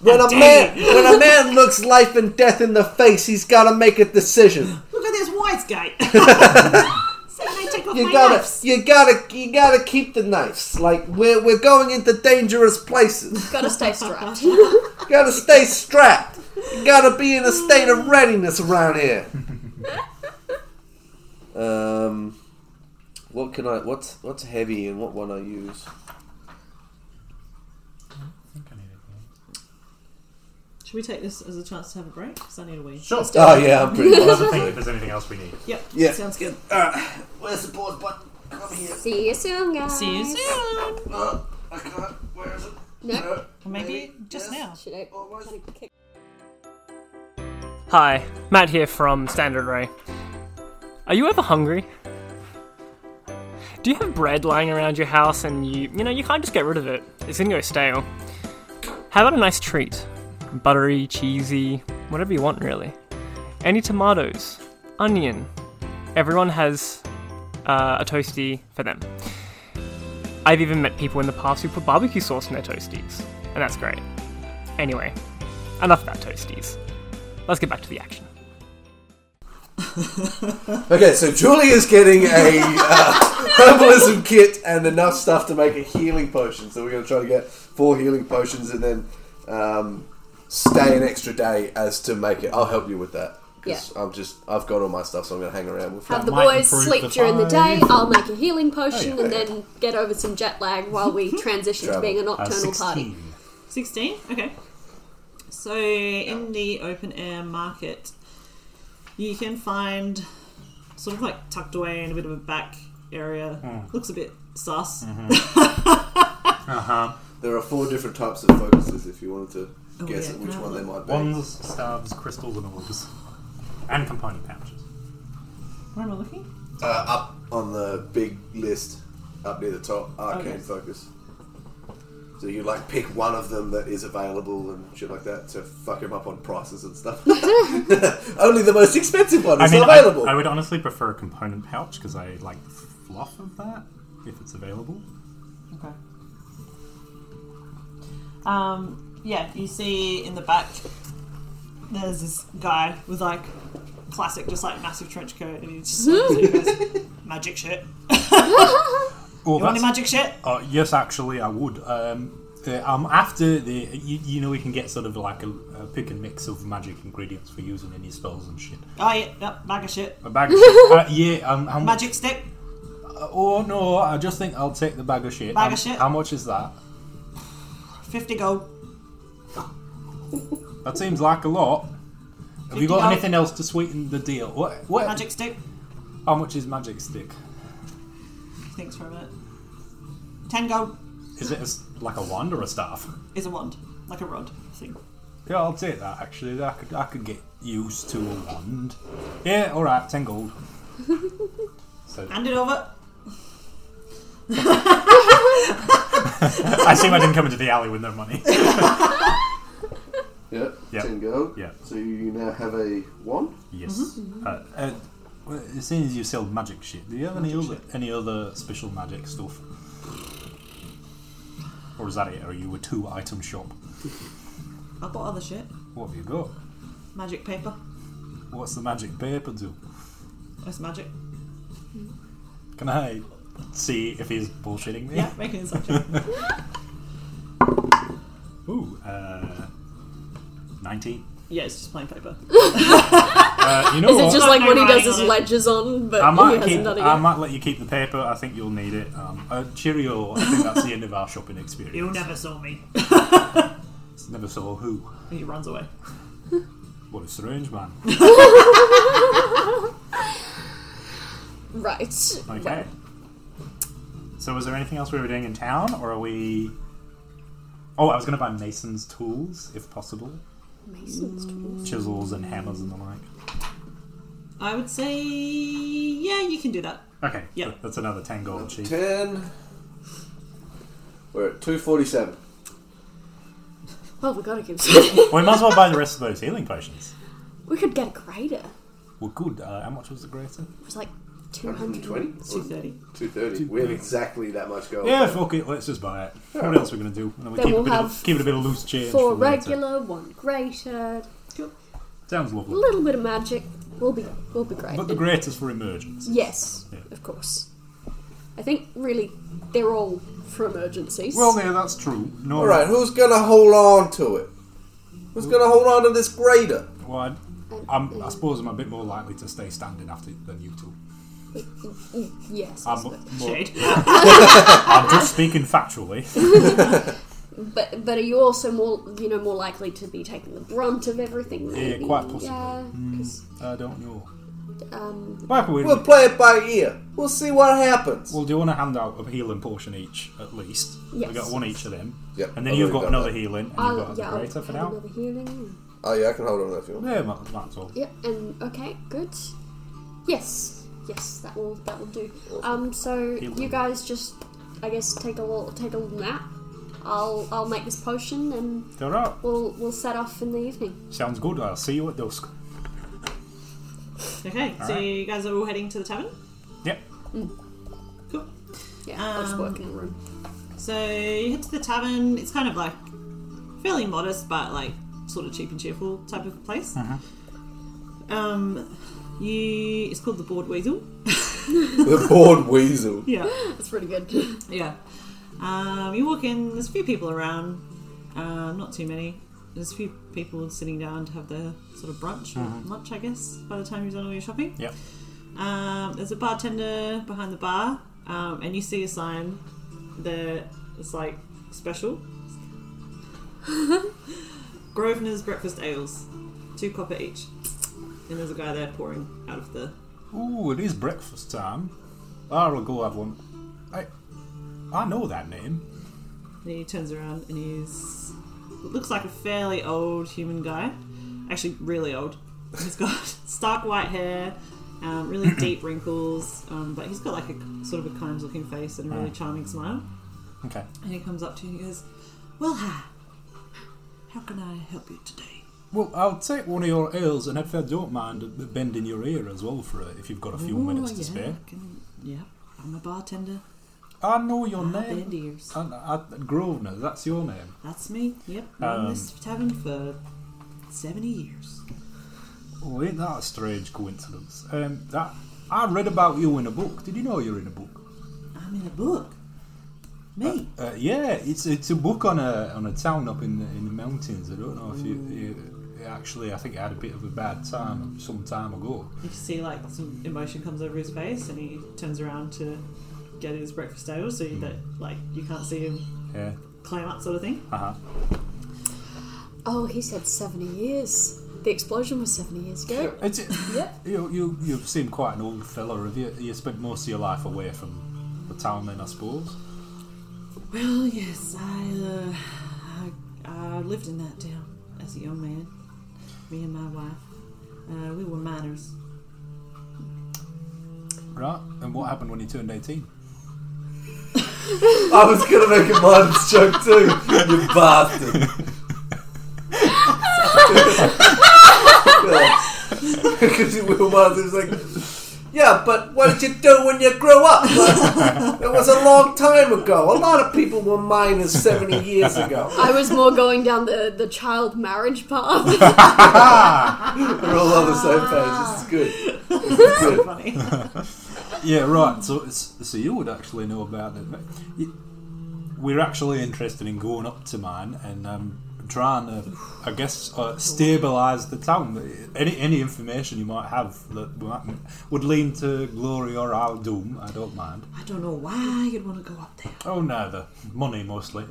When a man, when a man looks life and death in the face, he's got to make a decision.
Look at this white guy. so they take off
You
my
gotta,
knives.
you gotta, you gotta keep the knives. Like we're we're going into dangerous places.
Got to stay strapped.
You gotta stay strapped. You gotta be in a state of readiness around here. um, what can I? What's what's heavy and what one I use?
I think I need it.
Should we take this as a chance to have a break? Because I need a wee.
Sure.
Oh yeah, I'm pretty.
Another thing, if there's anything else we need.
Yep.
Yeah.
Sounds good.
Where's the pause button? Come here.
See you soon, guys.
See you soon.
Uh, I can't. Where is it?
No,
Or maybe just now.
should I kind of kick
Hi, Matt here from Standard Ray. Are you ever hungry? Do you have bread lying around your house and you, you know, you can't just get rid of it? It's gonna go stale. How about a nice treat? Buttery, cheesy, whatever you want, really. Any tomatoes, onion. Everyone has uh, a toasty for them. I've even met people in the past who put barbecue sauce in their toasties, and that's great. Anyway, enough about toasties. Let's get back to the action.
Okay, so Julie is getting a uh, herbalism kit and enough stuff to make a healing potion. So we're going to try to get four healing potions and then um, stay an extra day as to make it. I'll help you with that. 'cause I'm just I've got all my stuff, so I'm going to hang around with
Have
that.
the
might
boys
improve
sleep
the Oh,
during the day.
five.
I'll make a healing potion
yeah.
and then get over some jet lag while we transition to being a
Uh,
nocturnal party.
16.
16? Okay. So, in the open air market, you can find sort of like tucked away in a bit of a back area.
Hmm.
Looks a bit sus.
Mm-hmm. There are four different types of focuses. If you wanted to
Oh,
guess
yeah,
at which
can I
one they
have
might be.
Wands, staves, crystals, and orbs. And component pouches.
Where am I looking?
Uh, up on the big list, up near the top, arcane
Okay.
focus. So you like pick one of them that is available and shit like that to fuck him up on prices and stuff. Only the most expensive one
I
is
mean, I,
available.
I would honestly prefer a component pouch because I like the fluff of that if it's available.
Okay. Um, yeah, you see in the back, there's this guy with like classic, just like massive trench coat, and he's just like, he goes, magic shit.
Oh,
You want any magic shit?
Uh, yes, actually, I would. Um, uh, um, after the, you, you know, we can get sort of like a, a pick and mix of magic ingredients for using in your spells and shit.
Oh yeah, yep, bag of shit.
A bag of shit. Uh, yeah. Um, how much?
Magic stick.
Oh no, I just think I'll take the bag of shit.
Bag
Um,
of shit.
How much is that?
50 gold.
That seems like a lot. Have you got
$50.
anything else to sweeten the deal? What? What?
Magic stick.
How much is magic stick?
Thanks for a minute. 10 gold
Is it a s like a wand or a staff?
is a wand, like a rod thing.
Yeah, I'll take that. Actually, I could I could get used to a wand. Yeah, all right, ten gold. so
Hand it over.
I assume I didn't come into the alley with no money.
yeah,
Yep.
ten gold.
Yeah.
So you now have a one.
Yes.
Mm-hmm.
Uh, uh, well, as soon as you sell magic shit, do you have any other any other special magic stuff? Or is that it? Are you a two item shop?
I've got other shit.
What have you got?
Magic paper.
What's the magic paper do?
That's magic.
Can I see if he's bullshitting me?
Yeah, making it something.
Ooh, uh, 19.
yeah, it's just plain paper.
Uh, you know
Is it
what?
just
Got
like
no
when he
writing
does his
on it.
ledgers on, but
I
he
might,
has
keep, um,
none
I
again?
might let you keep the paper. I think you'll need it. Um, uh, cheerio. I think that's the end of our shopping experience.
You never saw me.
Never saw who.
he runs away.
What a strange man.
Right.
Okay. So, was there anything else we were doing in town, or are we? Oh, I was going to buy mason's tools, if possible,
Mason's tools.
chisels and hammers and the like.
I would say, yeah, you can do that.
Okay,
Yeah.
th- that's another ten gold sheet.
Ten. We're at two forty-seven.
Well, we gotta give some.
Well, we might as well buy the rest of those healing potions.
we could get a grater.
Well, good. Uh, how much was the greater?
It was like 200.
120?
It's 230.
Two thirty. We have exactly that much gold.
Yeah, fuck it. Let's just buy it. What else are we going to do? And we
Then
keep,
we'll
a bit
have
of, keep it a bit of loose change.
Four
for later.
regular, one grater,
Sounds
a
lovely.
little bit of magic. We'll be, we'll be great.
But the greater's for emergence.
Yes, of course. I think really they're all for emergencies.
Well, yeah, that's true. No,
All right. Who's gonna hold on to it? Who's gonna hold on to this grater?
Well, I'd- I'm, I suppose I'm a bit more likely to stay standing after than you two.
yes, I
I'm,
suppose.
more,
Shade.
I'm just speaking factually.
But but are you also more you know more likely to be taking the brunt of everything? Maybe?
quite possibly.
Yeah, 'cause,
I don't know.
um,
Well, we,
We'll play it by ear. We'll see what happens.
well, do you want to hand out a healing portion each, at least?
Yes.
We've got one each of them.
Yep,
And then
I've
you've
already
got
done
another
that.
healing, and
I'll,
you've got
yeah,
a
I'll
greater for
add
now.
another healing.
Oh yeah, I can hold on to that if you want.
Yeah, might, might as well.
Yep, and okay, good. Yes, yes, that will that will do. Um, so you guys just, I guess, take a little take a little nap. I'll I'll make this potion and
All right.
we'll we'll set off in the evening.
Sounds good. I'll see you at dusk.
Okay, so
right.
you guys are all heading to the tavern?
Yep.
Cool.
Yeah, I'll just work in the room.
So you head to the tavern. It's kind of like fairly modest, but like sort of cheap and cheerful type of place. Um, you it's called the Board Weasel.
The bored weasel.
Yeah.
That's pretty good.
Yeah. Um, you walk in, there's a few people around, um, not too many. There's a few people sitting down to have their sort of brunch, or lunch, I guess, by the time you've done all your shopping.
Yep.
Um, there's a bartender behind the bar, um, and you see a sign that it's like special Grosvenor's Breakfast Ales, two copper each. And there's a guy there pouring out of the.
Ooh, it is breakfast time. I will go have one. I, I know that name.
And he turns around and he's looks like a fairly old human guy, actually really old. He's got stark white hair, um, really deep wrinkles, um, but he's got like a sort of a kind looking face and a really charming smile.
Okay.
And he comes up to you and he goes, "Well, hi. How can I help you today?"
Well, I'll take one of your ales, and if I don't mind, bending your ear as well for it, if you've got a few minutes
Oh,
to
yeah,
spare.
I can- yeah, I'm a bartender.
I know your
Bend
name.
ears.
And, uh, Grosvenor, that's your name.
That's me. Yep, I'm
Um,
in this tavern for seventy years.
Oh, ain't that a strange coincidence? Um, that, I read about you in a book. Did you know you're in a book?
I'm in a book. Me.
Uh, yeah, it's it's a book on a on a town up in the, in the mountains. I don't know if you, you, you actually. I think I had a bit of a bad time some time ago.
You can see like some emotion comes over his face, and he turns around to get his breakfast table so that like you can't see him
Yeah.
climb up, sort of thing.
Uh huh.
Oh, he said 70 years. The explosion was 70 years ago.
It's,
Yeah.
You, you, you seem quite an old fella. Have you, you spent most of your life away from the town then, I suppose?
Well, yes, I, uh, I I lived in that town as a young man. Me and my wife, uh, we were miners.
Right. And what happened when you turned 18?
I was gonna make a minus joke too, you bastard. Because you were minus, it was like, yeah, but what did you do when you grew up? Like, it was a long time ago. A lot of people were minors 70 years ago.
I was more going down the, the child marriage path.
We're all on the same page. This is good.
So funny.
Yeah, right. So, it's, so you would actually know about it. right? You- We're actually interested in going up to mine and um, trying to, I guess, uh, stabilise the town. Any any information you might have that might, would lean to glory or our doom, I don't mind.
I don't know why you'd want to go up there.
Oh, neither. Money mostly.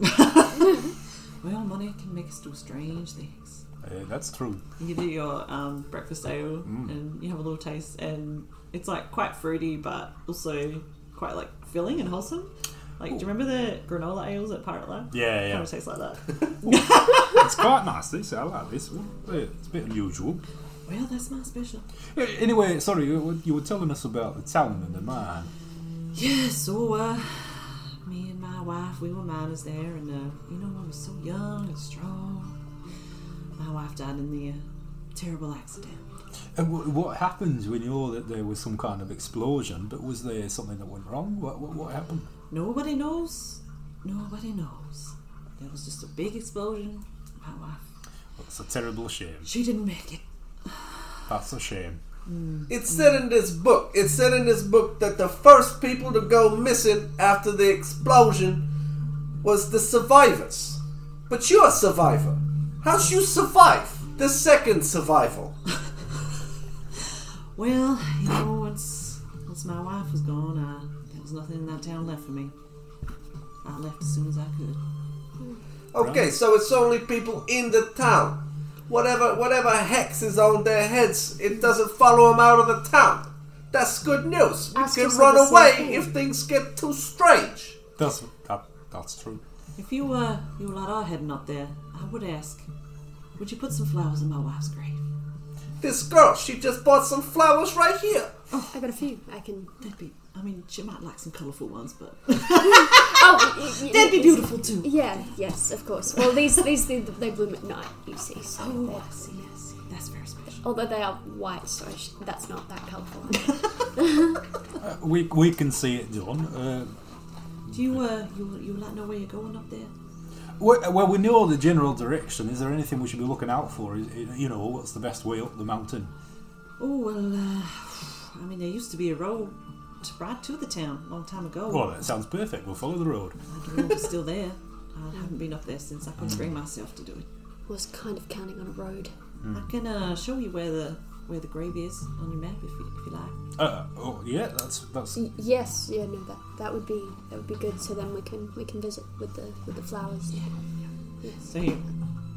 Well, money can make us do strange things.
Uh, that's true.
You do your um, breakfast ale
Mm.
and you have a little taste, and it's like quite fruity, but also quite like filling and wholesome. Like, do you remember the granola ales at Pirate Lab?
Yeah,
Kind
yeah.
of tastes like that.
It's quite nice, this. I like this one. Uh, It's a bit unusual.
well, that's my special.
Uh, Anyway, sorry, you were- you were telling us about the town and the mine.
Yeah, so uh, me and my wife, we were miners there, and uh, you know, I was so young and strong. My wife died in the uh, terrible accident.
And wh- what happened? We knew that there was some kind of explosion, but was there something that went wrong? What, what, what happened?
Nobody knows. Nobody knows. There was just a big explosion. My wife,
That's a terrible shame.
she didn't make it.
That's a shame.
It said in this book, it said in this book that the first people to go missing after the explosion was the survivors. But you're a survivor. How'd you survive the second survival?
Well, you know, once once my wife was gone, I, there was nothing in that town left for me. I left as soon as I could.
Okay, so it's only people in the town. Whatever whatever hex is on their heads, it doesn't follow them out of the town. That's good news. We
Ask
can
us
run
the same
away
thing.
if things get too strange.
That's that, that's true.
If you uh, you lot are heading up there, I would ask, would you put some flowers in my wife's grave?
This girl, she just bought some flowers right here.
I got a few. I can.
That'd be. I mean, she might like some colourful ones, but
Oh, y- y-
that'd be beautiful too.
Yeah, yes, of course. Well, these these they, they bloom at night, you see. So
Oh,
they're-
I see. I see. That's very special.
although they are white, so I sh- that's not that colourful.
Uh, we, we can see it, John. Uh,
Do you uh, you you lot know where you're going up there?
we- well, we know the general direction. Is there anything we should be looking out for? Is, you know, what's the best way up the mountain?
Oh well, uh, I mean, there used to be a road to ride to the town a long time ago.
Well, that sounds perfect. We'll follow the road.
The wall was still there. I haven't been up there since I couldn't bring myself to do it.
Was kind of counting on a road.
I can uh, show you where the where the grave is on your map if you, if you like.
Uh, oh, yeah, that's that's
Y- Yes, yeah, no, that that would be that would be good. So then we can we can visit with the with the flowers.
So he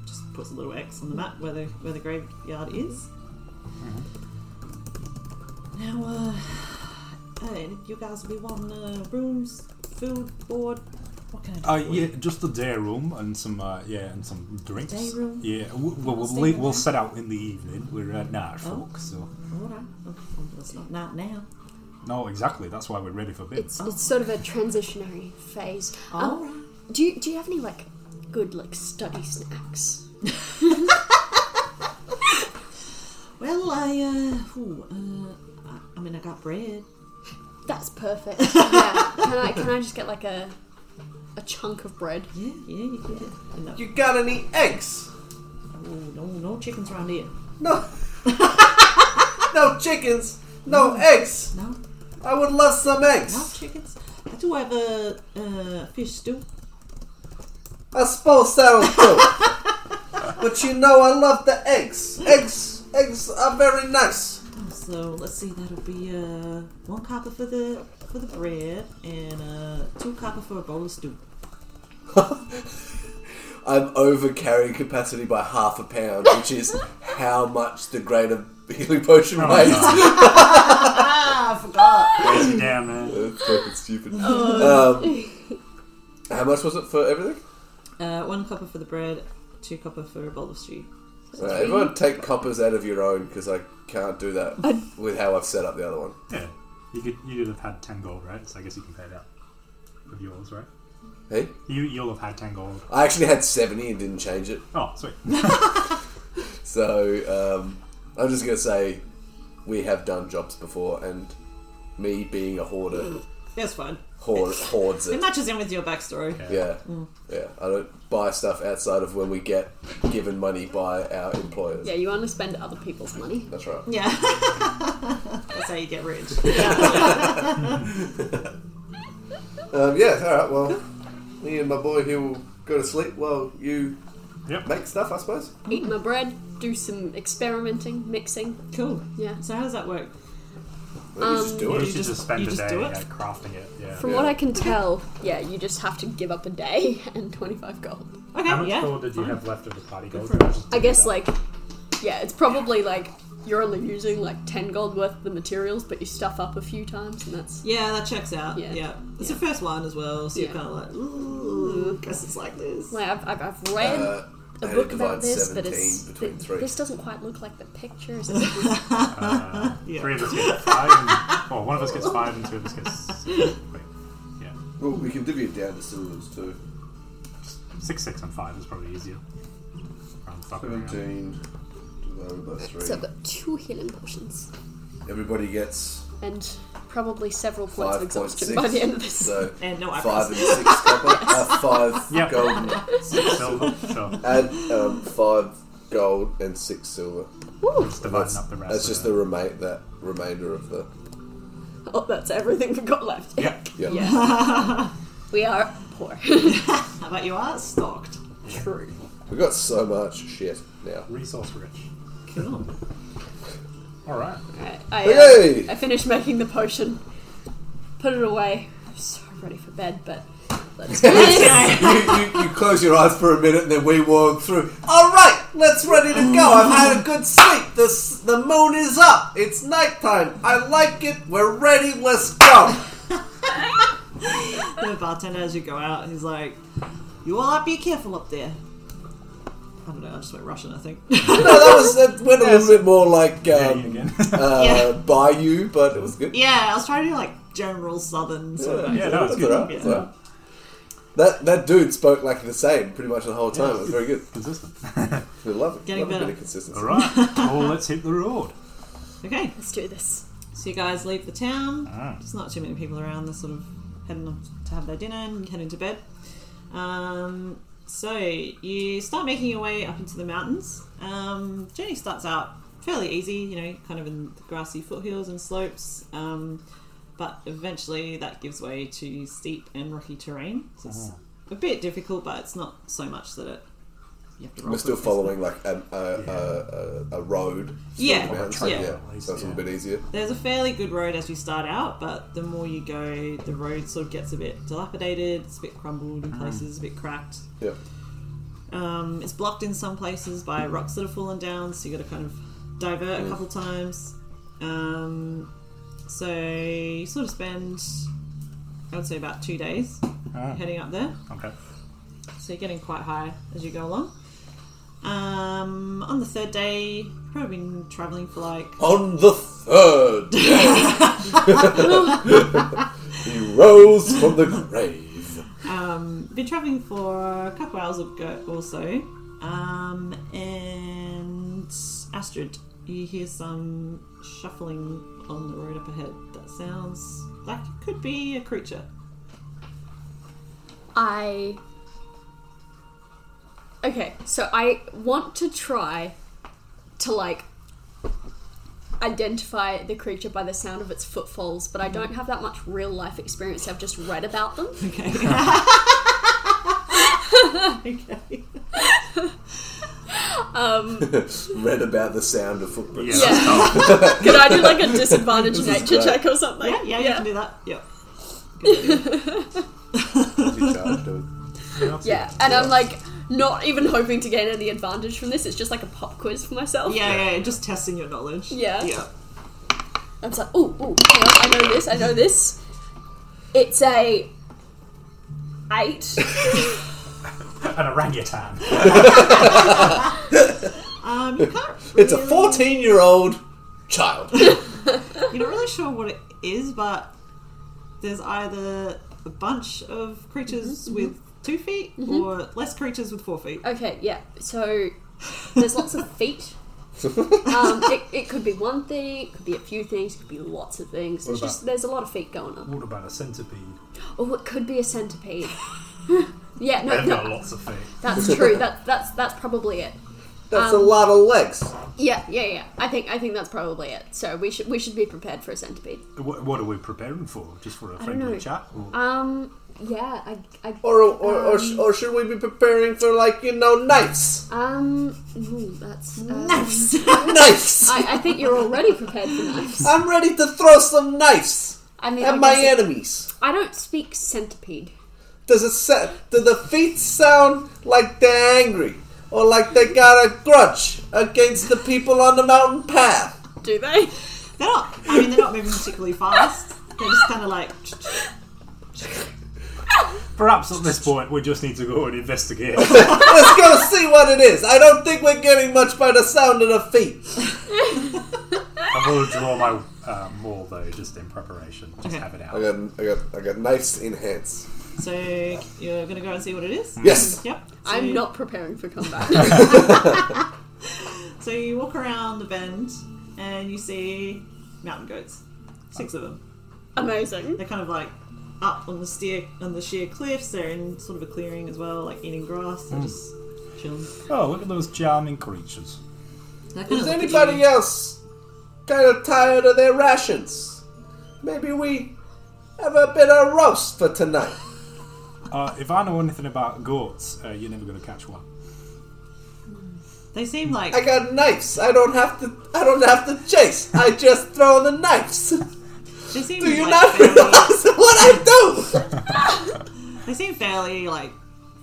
just puts a little X on the map where the where the graveyard is. Now, uh, uh, you guys will be wanting uh, rooms, food, board. What can I do?
Uh,
for you?
yeah, just the day room and some uh, yeah and some drinks.
Day room?
Yeah, we'll, we'll, we'll,
Stay
lea-
room? Oh.
we'll set out in the evening. We're uh, night folk, so
All right. Okay, well, it's not not now.
no, exactly. That's why we're ready for bed.
It's it's sort of a transitionary phase.
All
Um,
right.
do you do you have any like good like study snacks?
Well, I uh, ooh, uh, I, I mean, I got bread.
That's perfect. yeah. Can I can I just get like a a chunk of bread?
Yeah, yeah, you can. get and uh, No,
You got any eggs?
oh, no, no chickens around here.
No. no chickens. No eggs.
No,
I would love some
no
eggs.
chickens. I do have a uh, fish stew.
I suppose that'll do. but you know I love the eggs. Eggs. Eggs are very nice.
So let's see, that'll be uh, one copper for the for the bread and uh, two copper for a bowl of stew.
I'm over carrying capacity by half a pound, which is how much the grade of healing potion weighs.
Ah,
Sit down, man.
That's fucking stupid. Um, how much was it for everything?
Uh, one copper for the bread, two copper for a bowl of stew.
Uh, everyone take coppers out of your own because I can't do that with how I've set up the other one.
Yeah, you could you would have had ten gold, right? So I guess you can pay that with yours, right?
Hey,
You you'll have had ten gold.
I actually had seventy and didn't change it,
Oh, sweet.
so um, I'm just gonna say we have done jobs before, and me being a hoarder
That's fine.
hoard, hoards
It
it.
matches in with your backstory.
Yeah, yeah. I don't buy stuff outside of when we get given money by our employers.
Yeah, you want to spend other people's money.
That's right.
Yeah. That's how you get rich.
Um, yeah, alright, well, me and my boy here will go to sleep while you
Yep.
make stuff, I suppose.
Eat my bread, do some experimenting, mixing.
Cool.
Yeah.
So how does that work?
Let me just do
Um,
You,
it.
should
just-
just, spend
you
a
just
day
do it?
yeah, crafting it. Yeah.
From what I can tell, yeah, you just have to give up a day and 25 gold.
Okay.
How much
yeah.
gold did you
fine.
have left of the party gold?
for it.
Just do
I guess,
that.
like, yeah, it's probably like you're only using like 10 gold worth of the materials, but you stuff up a few times, and that's.
Yeah, that checks out. Yeah,
Yeah.
it's the first line as well, so
Yeah.
you're kind of like, ooh, guess it's like this.
Like, I've, I've, I've read
Uh, and
a
it
book about
divides
this, but it's.
17 between
th-
three.
This doesn't quite look like the pictures.
Uh,
Yeah.
Three of us get five. And, well, one of us gets five, and two of us gets. Wait, yeah,
Well, we can divvy it down to silvers too.
six, six, and five is probably easier. Round the top of the round.
17 divided by 3.
so I've got two healing potions
Everybody gets
and probably several points of exhaustion
5.6.
by the end of this.
So
And no
5
eyebrows.
and 6 copper, uh, 5
Yeah.
gold,
Silver, sure.
and um, 5 gold and 6 silver.
Just dividing up the rest.
That's
of
just
it.
the remain that remainder of the.
Oh, that's everything we've got left.
Yeah.
Yeah.
we are poor.
How about you are stocked?
True.
We've got so much shit now.
resource rich.
Cool.
All right.
I, I,
Hey!
uh, I finished making the potion, put it away. I'm so ready for bed, but let's do this.
you, you, you close your eyes for a minute and then we walk through.
Alright, let's ready to go. I've had a good sleep. The, s- the moon is up. It's nighttime. I like it. We're ready. Let's go.
the bartender, as you go out, he's like, "You all be careful up there." I don't know. I just went Russian, I think.
No, that was that went a little bit more like
Hey,
um,
again.
uh, Bayou, but it was good.
yeah, I was trying to do like general southern sort of.
yeah, no, it's
That's
good.
alright, that's alright. That that dude spoke like the same pretty much the whole time. it was very good.
Consistent.
We love it.
Getting
love a
better.
bit of consistency.
All right. Well, Oh, let's hit the road.
Okay,
Let's do this.
so you guys leave the town. There's not too many people around. They're sort of heading off to have their dinner and heading to bed. Um, so you start making your way up into the mountains. Um, journey starts out fairly easy, you know, kind of in the grassy foothills and slopes. Um, but eventually that gives way to steep and rocky terrain. So it's a bit difficult, but it's not so much that it. You have to roll
We're
for
still
it.
following like a, a, a, a, a road. through
Yeah.
the mountains,
Yeah.
So it's a little bit easier.
There's a fairly good road as you start out, but the more you go, the road sort of gets a bit dilapidated. It's a bit crumbled in places, a bit cracked.
Yeah.
Um, it's blocked in some places by rocks that have fallen down, so you got to kind of divert a couple times. Um, so you sort of spend, I would say, about two days heading up there.
Okay.
So you're getting quite high as you go along. Um, on the third day, you've probably been traveling for like
On the third day, he rose from the grave.
um, been traveling for a couple hours ago or so. Um, and Astrid, you hear some shuffling on the road up ahead. That sounds like it could be a creature.
I. Okay, so I want to try to like identify the creature by the sound of its footfalls, but I don't have that much real life experience. I've just read about them.
Okay. okay.
Read about the sound of footprints.
Yeah.
Could I do like a disadvantage nature
great.
check or something?
Yeah, yeah, you can do that. Yep.
He charged it.
Yeah, and I'm like not even hoping to gain any advantage from this. It's just like a pop quiz for myself.
Yeah, yeah, yeah, just testing your knowledge.
Yeah.
Yeah.
I'm just like, oh, oh, hang on, I know this, I know this. It's a eight.
An orangutan.
Um, you can't.
It's a
really-
14 year old child.
You're not really sure what it is, but there's either a bunch of creatures with two feet or less creatures with four feet.
Okay, yeah. So there's lots of feet. um, it, it could be one thing, it could be a few things, it could be lots of things. There's
about-
just there's a lot of feet going on.
What about a centipede?
Oh, it could be a centipede. yeah, no,
They've got
no,
lots of feet.
that's true. That that's that's probably it.
That's a lot of legs.
Yeah, yeah, yeah. I think I think that's probably it. So we should we should be prepared for a centipede.
What, what are we preparing for? Just for a
don't know.
friendly chat? Or
Um, yeah, I, I
Or, or, or, sh- or should we be preparing for, like, you know, knives?
um, ooh, that's uh,
Nice.
Knives!
I, I think you're already prepared for knives.
I'm ready to throw some knives
I mean, I,
at my
guess it-
enemies.
I don't speak centipede.
Does it sa- do the feet sound like they're angry? Or like they got a grudge against the people on the mountain path?
Do they?
They're not. I mean, they're not moving particularly fast. They're just kind of like.
Perhaps at this point we just need to go and investigate.
Let's go see what it is. I don't think we're getting much by the sound of the feet.
I will draw my uh, maul though, just in preparation. Just
Okay.
have it out.
I got, I got, I got knives in hands.
Hmm.
So you're gonna go and see what it is.
Yes.
Yep. So,
I'm not preparing for combat.
So you walk around the bend and you see mountain goats, six of them.
Amazing.
They're kind of like up on the steer on the sheer cliffs. They're in sort of a clearing as well, like eating grass.
Hmm.
They're just chilling.
Oh, look at those charming creatures.
They're kinda
Is
looking at you.
anybody else kind of tired of their rations? Maybe we have a bit of roast for tonight.
Uh, if I know anything about goats, uh, you're never going to catch one.
They seem like
I got knives. I don't have to. I don't have to chase. I just throw the knives.
they seem
Do you
like
not
fairly-
realize what I do?
They seem fairly like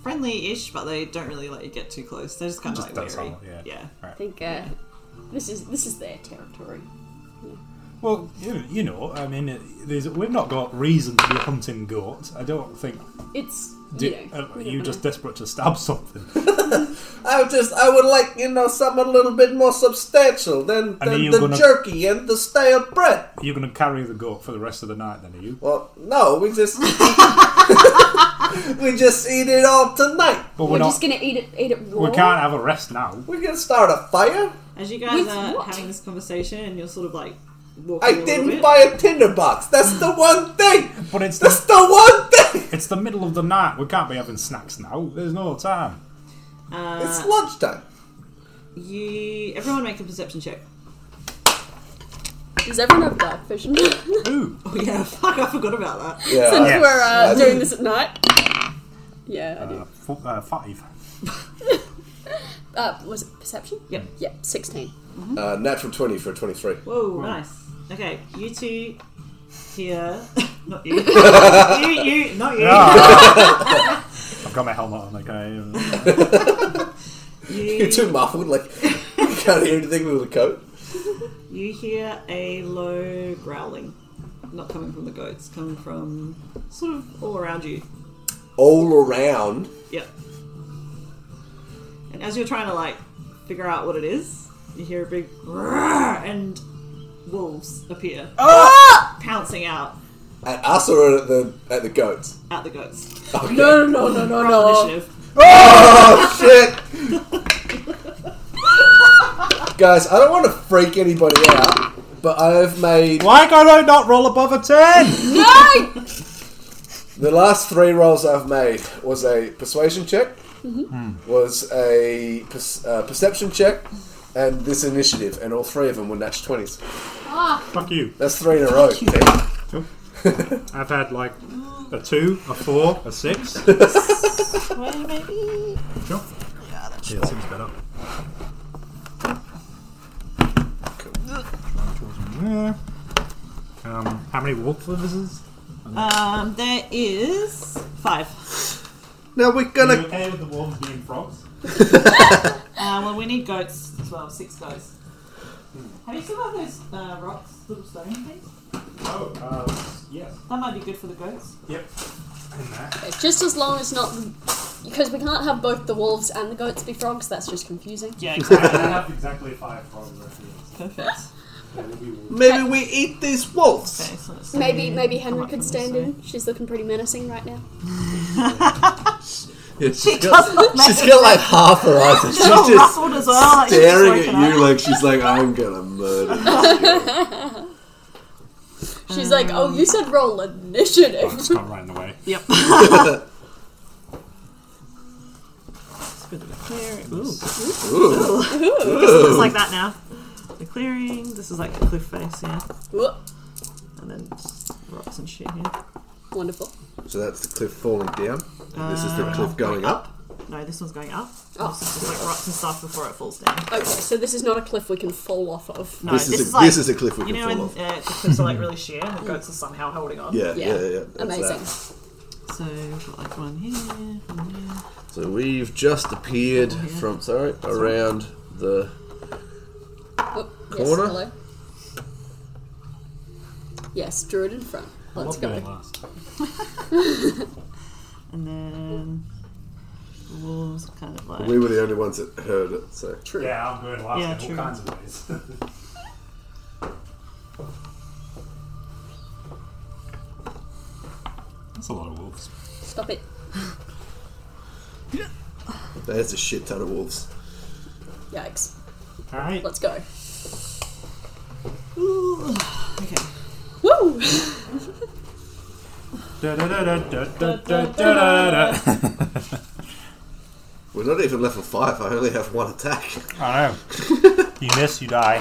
friendly-ish, but they don't really let you get too close. They're just kind of
Just
like
that's
wary.
all, yeah.
yeah.
I think uh, this is this is their territory.
Well, you, you know, I mean, it- there's, we've not got reason to be hunting goats. I don't think
It's
do,
you know.
uh,
we
you're
don't
just
know.
desperate to stab something.
I would just. I would like you know something a little bit more substantial than,
And are
than
you
the
gonna-
jerky and the stale bread.
You're going to carry the goat for the rest of the night, then, are you?
Well, no, we just we just eat it all tonight.
But
We're,
we're, not.
just gonna eat it eat it raw.
We can't have a rest now.
We can start a fire.
As you guys
With
are
what?
having this conversation, and you're sort of like walking. a
I
little
didn't
bit.
buy a tinderbox. That's the one thing.
But it's
That's
the,
the one thing.
it's the middle of the night. We can't be having snacks now. There's no time.
It's lunchtime.
You everyone make a perception check.
Does everyone have dark vision? Since
Ooh.
Oh, yeah, fuck, I forgot about that.
Yeah, I-
Yes.
we're uh, doing this at night. Yeah, I do.
Uh, four, uh, five.
Uh, was it perception?
Yep.
Yeah, 16.
uh, natural 20 for a 23.
Whoa, nice. Okay, you two here. not you. you, you, not you.
Ah. I've got my helmet on, okay.
You,
You're too muffled, like, you can't hear anything with a coat.
you hear a low growling. Not coming from the goats, coming from sort of all around you.
All around.
Yep. And as you're trying to like figure out what it is, you hear a big "Roar," and wolves appear, pouncing out
At us or at the, at the goats?
at the goats.
Okay.
No, no, no, no,
Roll
no.
initiative.
shit! Guys, I don't want to freak anybody out, but I have made
Why can I not roll above a 10?
No!
the last three rolls I've made was a persuasion check,
Mm-hmm.
Mm-hmm.
was a pers- uh, perception check, and this initiative, and all three of them were natch twenties.
Fuck you.
That's three in a row.
I've had like a 2, a 4, a 6.
Well, maybe.
Sure. Yeah, that seems better. Yeah. Um, how many wolf lizards?
Um, there is five.
Now we're
Are
gonna.
you okay with the wolves being frogs?
Uh, well, we need goats as well. Six goats. Have you still got those uh, rocks, little stone things?
Oh, uh, yes.
That might be good for the goats.
Yep. In there.
Just as long as not. Because we can't have both the wolves and the goats be frogs, that's just confusing.
Yeah, exactly.
I have exactly five frogs right here.
Perfect.
Maybe we eat these wolves.
Okay, so let's
Maybe
see.
maybe
Come
Henry
up
could
from
stand
this way.
in. She's looking pretty menacing right now.
Yeah, she's got, she's got like half her eyes. and She's
She's all
just
ruffled as well. like, she's
Staring
waking
at you
up.
like she's like, I'm gonna murder you.
She's like,
Um,
oh, you said roll initiative.
It's not right in the way.
Yep. Let's go to the clearing. Ooh. This looks like that now. The clearing. This is like the cliff face, yeah.
Whoa,
And then just rocks and shit here.
Wonderful.
so that's the cliff falling down. And this is the
Uh,
cliff going up.
No, this one's going up.
Oh.
This is just like rocks and stuff before it falls down.
Okay, so this is not a cliff we can fall off of.
No,
This is a-
like,
this is a cliff we
you
can
know
fall
when, Uh,
off.
the cliffs are like really sheer and the goats are somehow holding on.
Yeah, yeah, yeah. that's
Amazing.
that.
So we've got like one here, one here.
So we've just appeared from sorry around the
Oh,
Corner?
Yes, hello. Yes, druid in front. Let's
What
go.
going last?
and then the walls are kind of like.
We were the only ones that heard it, so.
True.
Yeah, I'm going last
Yeah,
in all
true.
kinds of ways. That's a lot of wolves.
Stop it.
There's a shit ton of wolves.
Yikes.
Alright.
Let's go.
Ooh, okay.
Woo!
I
We're not even level five. I only have one attack.
know. You miss, you die.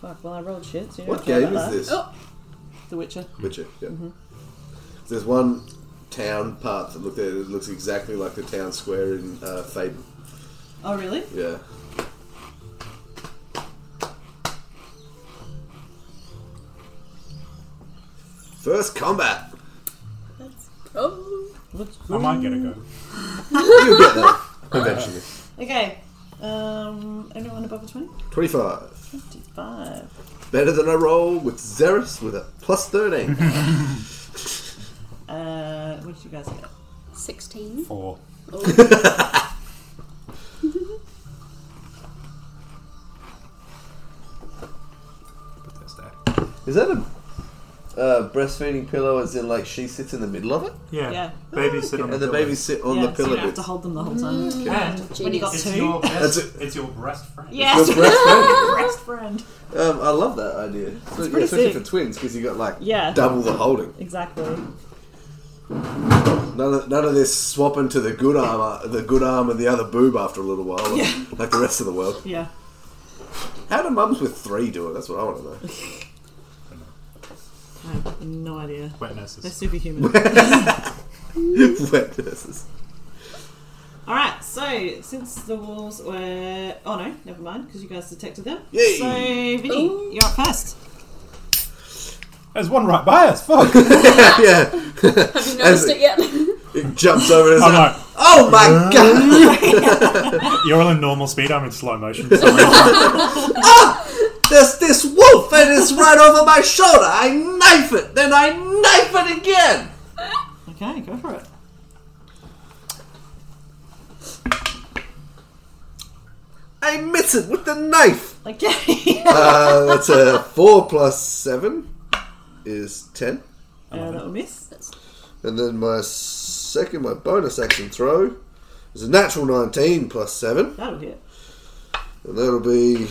Fuck, well, I rolled shit. So you
What
know
game
about
is this?
Oh,
that. The Witcher.
Witcher. Yeah. There's one town part that look there that looks exactly like the town square in uh, Faden.
Oh, really?
Yeah. First combat.
oh.
Looks
I might get a go.
You'll get there eventually.
Okay. Um, anyone above a 20?
Twenty-five.
55.
Better than I roll with Xeris with a plus thirteen.
Uh, what did you guys get?
16.
Four.
Oh,
Put this there.
Is that a uh, breastfeeding pillow? As in, like she sits in the middle of it,
Yeah.
Yeah.
Baby sit on
and the
pillow.
babies sit on
yeah,
the
so you
pillow
don't have
bits. Mm.
to hold them the whole time.
And
When you got two.
it's
genius.
your
That's
best,
it.
it's your breast friend.
Yes!
Your breastfeeding.
Best friend.
Um, I love that idea. So, yeah,
pretty
especially
sick.
for twins, because you got like
Yeah.
double the holding.
Exactly.
None of, none of this swapping to the good arm, uh, the good arm, and the other boob after a little while, like,
Yeah.
like the rest of the world.
Yeah.
How do mums with three do it? That's what I want to know.
I have no idea.
Wet
They're
nurses.
superhuman.
Wet nurses.
All right, so since the walls were oh no, never mind because you guys detected them.
Yay. Oh.
So Vinny,
Ooh.
you're up first.
There's one right by us. Fuck.
yeah,
Have you noticed it yet?
it jumps over. And it's
I'm
like,
like,
oh my god!
you're all in normal speed. I'm in slow motion.
There's this wolf, and it's right over my shoulder. I knife it, then I knife it again.
Okay, go for it.
I miss it with the knife.
Okay,
Uh, that's a four plus seven is ten.
uh, that will miss.
And then my second, my bonus action throw is a natural 19 plus 7.
That'll hit.
And that'll be.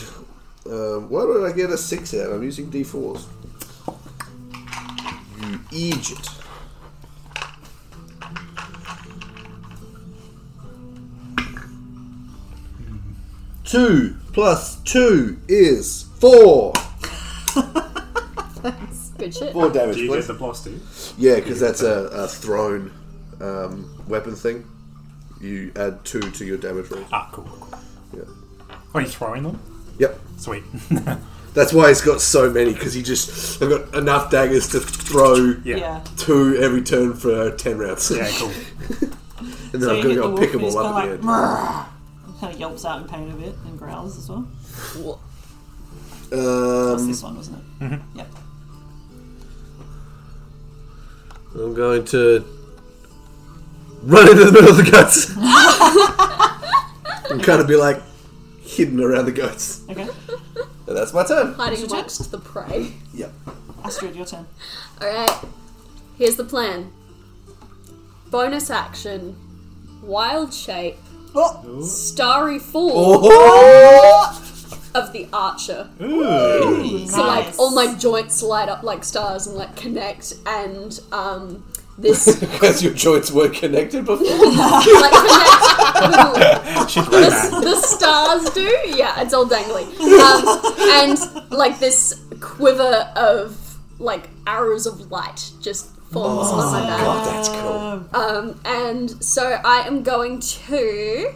Um, why did I get a 6 out? I'm using d4s. You idiot. Two plus two is four.
Good shit.
Four damage,
Do you
please.
get the plus two?
Yeah, because that's a, a thrown um, weapon thing. You add two to your damage roll.
Ah, cool. cool, cool.
Yeah.
Are you throwing them?
Yep.
Sweet.
That's why he's got so many, because he just. I've got enough daggers to throw
Yeah.
Yeah.
two every turn for 10 rounds.
yeah, cool.
And then I'm going to go pick them all up at the end.
Kind of yelps out in pain a bit and growls as well. That's
Mm-hmm.
Um,
this one, wasn't it? Yep.
I'm going to. Run into the middle of the goats! and kind of be like hidden around the goats.
Okay.
And that's my turn.
Hiding amongst the prey.
Yep.
Astrid, your turn.
Alright, here's the plan bonus action, wild shape,
Oh,
starry fall
Oh!
of the archer.
Ooh.
nice.
So, like, all my joints light up like stars and like connect, and um, this
Because your joints weren't connected before.
like connect with
She's right back.
the stars do. Yeah, it's all dangly. Um, and like this quiver of like arrows of light just forms on my back.
God, that's cool.
Um, and so I am going to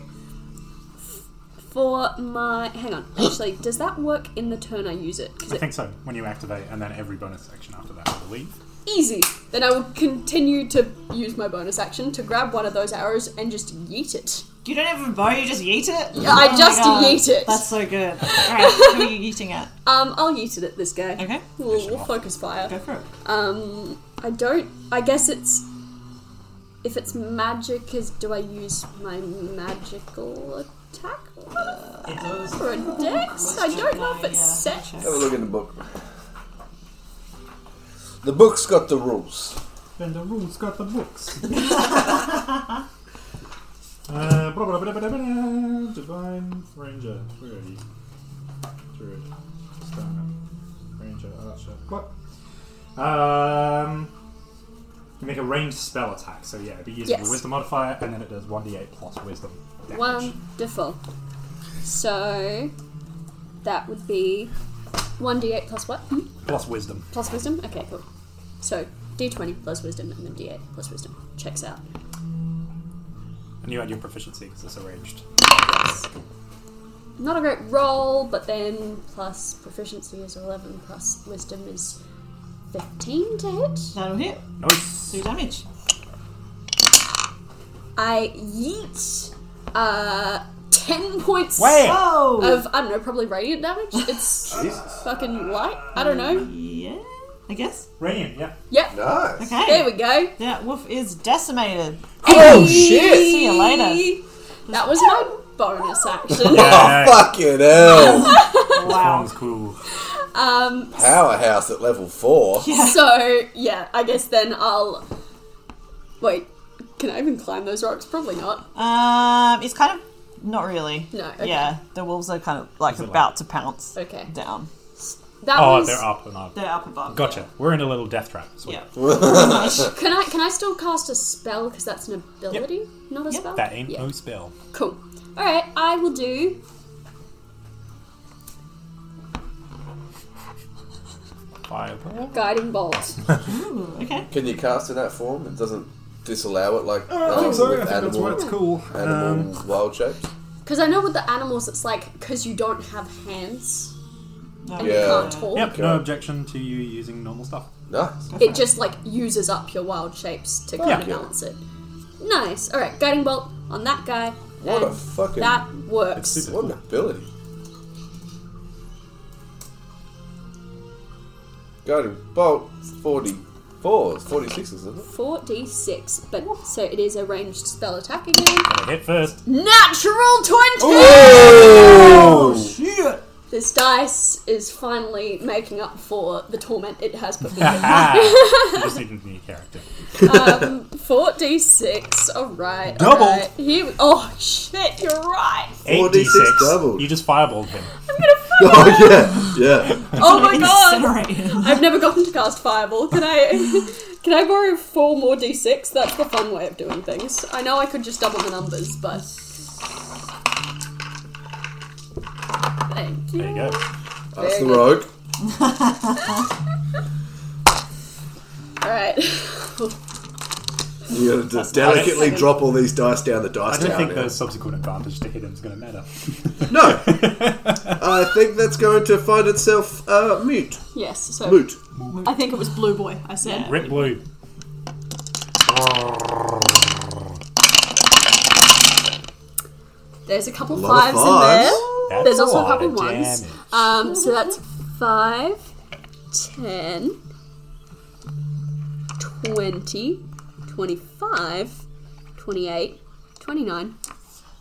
for my hang on. Actually, does that work in the turn I use it? 'Cause
I
it
think so. When you activate, and then every bonus action after that, I believe.
easy. Then I will continue to use my bonus action to grab one of those arrows and just yeet it.
You don't have a bow, you just yeet it? Oh
I
my
just
God,
yeet it.
That's so good. Alright, who are you yeeting at?
Um, I'll yeet it at this guy.
Okay,
We'll, we'll focus fire.
go for it.
Um, I don't. I guess it's. If it's magic, is do I use my magical attack or, or a dex? I don't know if it's set.
Have a look in the book. The book's got the rules.
Then the rules got the books. uh, blah, blah, blah, blah, blah, blah. Divine Ranger. Where are you? Druid. Stoner. Ranger. Archer. What? Um. You make a ranged spell attack, so yeah, it'd be using
Yes.
your wisdom modifier, and then it does 1d8 plus wisdom. damage.
Wonderful. So that would be one d8 plus what? Hmm?
Plus wisdom.
Plus wisdom. Okay, cool. So d20 plus wisdom and then d8 plus wisdom checks out.
And you add your proficiency because it's arranged.
Not a great roll, but then plus proficiency is 11, plus wisdom is 15 to hit.
That'll hit.
Nice!
Do damage.
I yeet uh, 10 points
Wow!
Oh!
of, I don't know, probably radiant damage. It's
Jesus.
fucking light. I don't know.
yeah, I guess.
Radiant, yeah.
Yep,
Nice.
Okay.
there we go.
That wolf is decimated.
Oh, shit.
See you later.
That was my bonus action.
Oh, fucking hell.
Wow.
Sounds cool.
Powerhouse at level four.
so, yeah, I guess then I'll. Wait, can I even climb those rocks? Probably not.
Um, it's kind of not really.
No, okay.
Yeah, the wolves are kind of like
it
about to pounce
Okay.
down.
That
Oh,
was.
they're up and up.
They're up above.
Gotcha. We're in a little death trap. Sweet.
Yeah.
Can I can I still cast a spell because that's an ability, not a spell?
That ain't
yeah.
no spell.
Cool. All right, I will do.
Fireball.
Guiding bolt.
Okay.
Can you cast in that form? It doesn't disallow it like
Uh,
Oh,
I think
um,
so. I
with
think that's why it's cool. Um,
animal wild shapes.
Because I know with the animals, it's like because you don't have hands
No,
and
Yeah.
you can't talk,
yep.
Okay.
No objection to you using normal stuff.
Nice.
it just like uses up your wild shapes to kind of
Yeah.
balance it. Nice. All right, guiding bolt on that guy.
What a
and
fucking-
that works.
It's super
What an
cool.
ability. Guiding bolt 44. It's 46, isn't it?
46, but so it is a ranged spell attack again.
Gotta hit first.
Natural 20!
Oh shit!
This dice is finally making up for the torment it has put me in.
Ah, you just need a new character.
46, alright.
Doubled.
alright. Here we- oh shit, you're right!
8d6.
doubled.
You just fireballed him.
Oh, yeah. Yeah.
Oh my god!
Incinerate him.
I've never gotten to cast Fireball. Can I can I borrow four more d6? That's the fun way of doing things. I know I could just double the numbers, but. Thank you.
There you go.
That's the rogue.
Alright.
You gotta just delicately drop all these dice down the
I
dice
don't
tower.
think
now.
the subsequent advantage to hit him is going to matter.
No! I think that's going to find itself uh, mute.
Yes, so.
Moot.
I think it was Blue Boy, I said.
Rip blue.
There's a couple
lot of
fives, in there.
That's
There's also a
lot
couple
of
ones.
damage.
Um, so that's five, ten, twenty, twenty-five, twenty-eight, twenty-nine,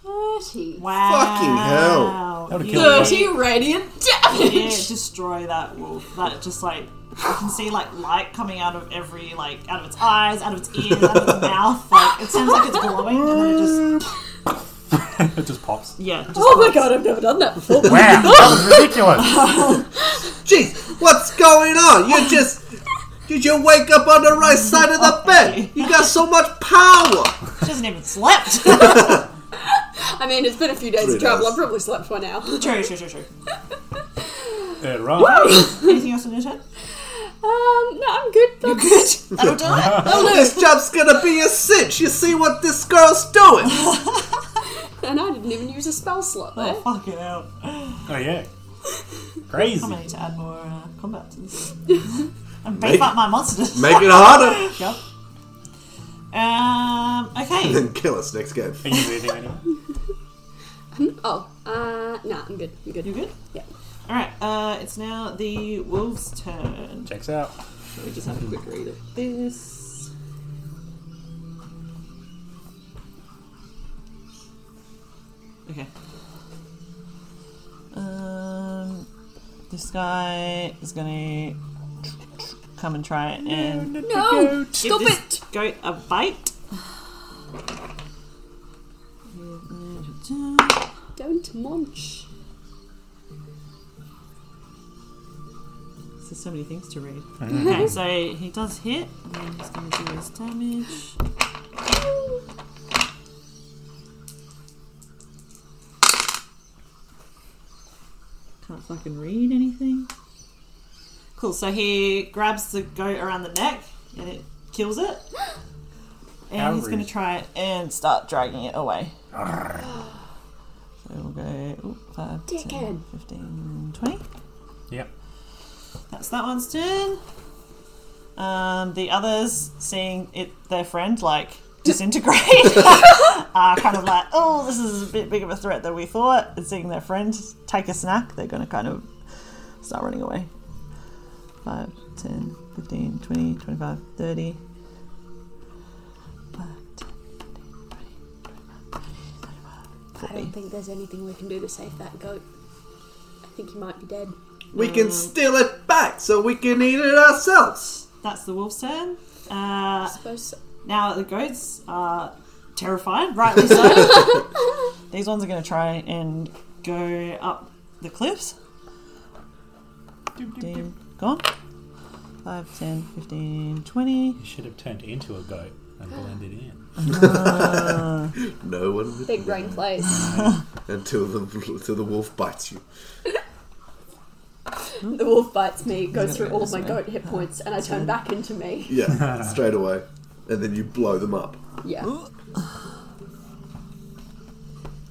thirty.
Fucking hell.
That would
You-
kill you.
30 radiant
Yeah,
damage!
destroy that wolf. That just like you can see like light coming out of every like out of its eyes, out of its ears, out of its mouth. Like it sounds like it's glowing, and then it just
It just pops.
yeah. Just
Oh my god, I've never done that before.
Wow, that was ridiculous.
Jeez, what's going on?
Oh.
You just. Did you wake up on the right side of the bed? You got so much power!
She hasn't even slept.
I mean, it's been a few days of travel, I've probably slept by now.
true, true, true, true.
Uh, right.
Anything else on your turn?
Um, no, I'm good. That's,
That'll do it.
This job's gonna be a cinch. You see what this girl's doing?
And I didn't even use a spell slot there.
Oh, fucking hell.
Oh, yeah.
I'm
Crazy.
gonna need to add more uh, combat to this. and beef up my monsters.
Make it harder!
Yep. Um. Okay.
Then kill us next game.
Are you moving anywhere?
Oh, uh, nah, I'm good. I'm good.
You good?
Yeah.
All right. Uh, it's now the wolves' turn.
Checks out.
Let me just have a quick read of this. Okay. Um, this guy is gonna come and try it and
No! Stop
give this
it!
goat a bite.
Don't munch.
There's so many things to read. Okay, so he does hit, and then he's going to do his damage. Can't fucking read anything. Cool, so he grabs the goat around the neck and it kills it. And
How
he's going
rude.
to try it and start dragging it away. so we'll go ooh, 5, 10,
Dickhead.
15, 20.
Yep.
That's that one's turn. Um, the others, seeing it, their friend like disintegrate, are kind of like, "Oh, this is a bit big of a threat than we thought." And seeing their friend take a snack, they're going to kind of start running away. 5, 10, 15, 20, 25, 30. 5, 10, 15, 20, 25, 30, 35,
I
40.
don't think there's anything we can do to save that goat. I think he might be dead.
We can steal it back so we can eat it ourselves.
That's the wolf's turn. Uh,
I suppose so.
Now the goats are terrified, rightly so. These ones are going to try and go up the cliffs. 15, gone. 5, 10, 15, 20.
You should have turned into a goat and blended in.
No one would
Big brain plays.
until the until the wolf bites you.
The wolf bites me, goes through all of my goat hit points, and I turn back into me.
Yeah, straight away, and then you blow them up.
Yeah.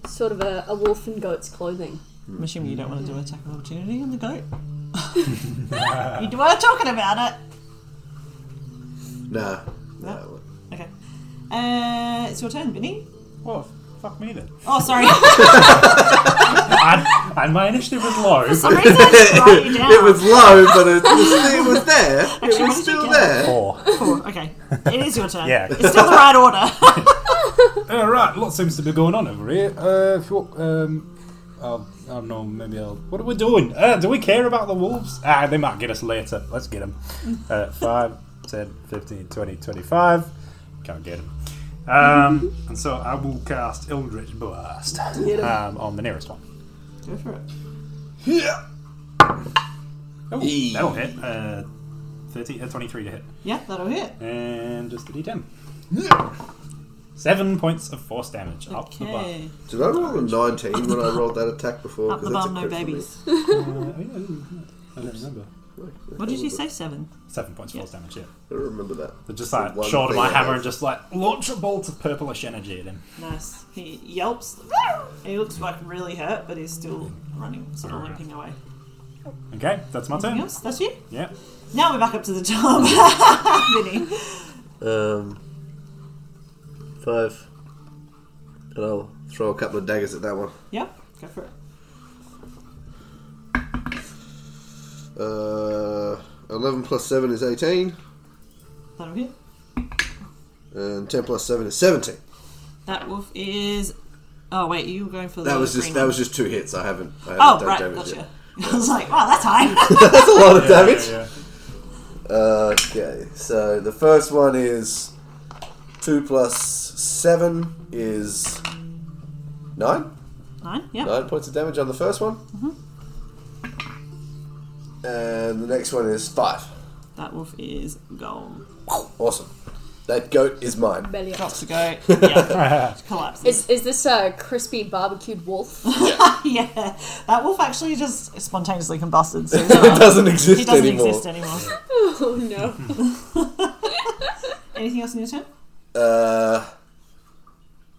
Sort of a, a wolf in goat's clothing.
I'm assuming you don't want to do attack of opportunity on the goat. you were talking about it.
Nah, nah.
Okay. Uh, it's your turn, Vinny.
Well, fuck me then.
Oh, sorry.
I, I, my initiative was low.
Sorry, I write you down.
It was low, but it was, it was there. It was
did you
still
get?
there.
Four.
Cool, Okay. It is your turn.
Yeah.
It's still the right order.
All right, lot seems to be going on over here. Uh, if you, um, I'll, I don't know. Maybe I'll. What are we doing? Uh, do we care about the wolves? Ah, they might get us later. Let's get them. Uh, 5, 10, 15, 20, 25. Can't get them. Um, and so I will cast Eldritch Blast um, on the nearest one.
Go for it.
Yeah. Oh, that'll hit. Uh, 30, uh, 23 to hit.
Yeah, that'll hit.
And just a d10. Seven points of force damage up the bar.
Okay.
Did I roll a 19 when I rolled that attack before?
Up the
'Cause that's
bum,
a
no
crit for me.
babies.
Uh, yeah, I don't remember.
What did you say? Seven.
Seven points force damage, yeah.
I remember that.
So just like
One
shoulder
thing
my
I
hammer
have.
and just like launch a bolt of purplish energy at him.
Nice. He yelps. He looks like really hurt, but he's still running, sort of limping away.
Okay, that's my
Anything
turn.
else? That's you.
Yeah.
Now we're back up to the job, Vinny.
Um, five. And I'll throw a couple of daggers at that one.
Yep. Go for it.
Uh, 11 plus 7 is 18,
That'll hit.
and 10 plus 7 is 17.
That wolf is. Oh wait, you were going for the.
That was just
green
that
one.
was just two hits. I haven't. I haven't
Oh
done
right,
damage
gotcha.
yet.
I was like, wow, that's high.
That's a lot of damage.
Yeah,
Okay, so the first one is two plus seven is nine.
Nine. Yep.
Nine points of damage on the first one,
Mm-hmm.
and the next one is five.
That wolf is gone.
Awesome. That goat is mine.
Belly up.
Drops the goat. Yeah. collapses.
Is, is this a crispy barbecued wolf?
yeah. That wolf actually just spontaneously combusted. So
It doesn't exist
he doesn't
anymore.
exist anymore.
oh no.
Anything else in your turn?
Uh,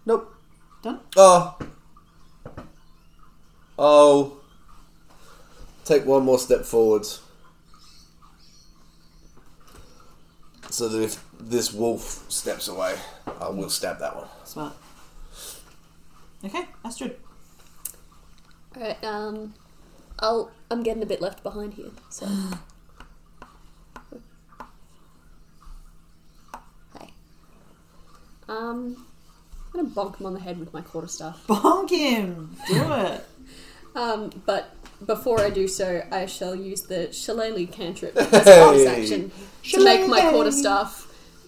nope.
Done.
Oh. Oh. Take one more step forwards. So that if this wolf steps away, I will stab that one.
Smart. Okay, Astrid.
Alright, um, I'll, I'm getting a bit left behind here, so. Hey. Um, I'm gonna bonk him on the head with my quarterstaff.
Bonk him! Do it.
Um, but before I do so, I shall use the shillelagh cantrip as a bonus action to make my quarterstaff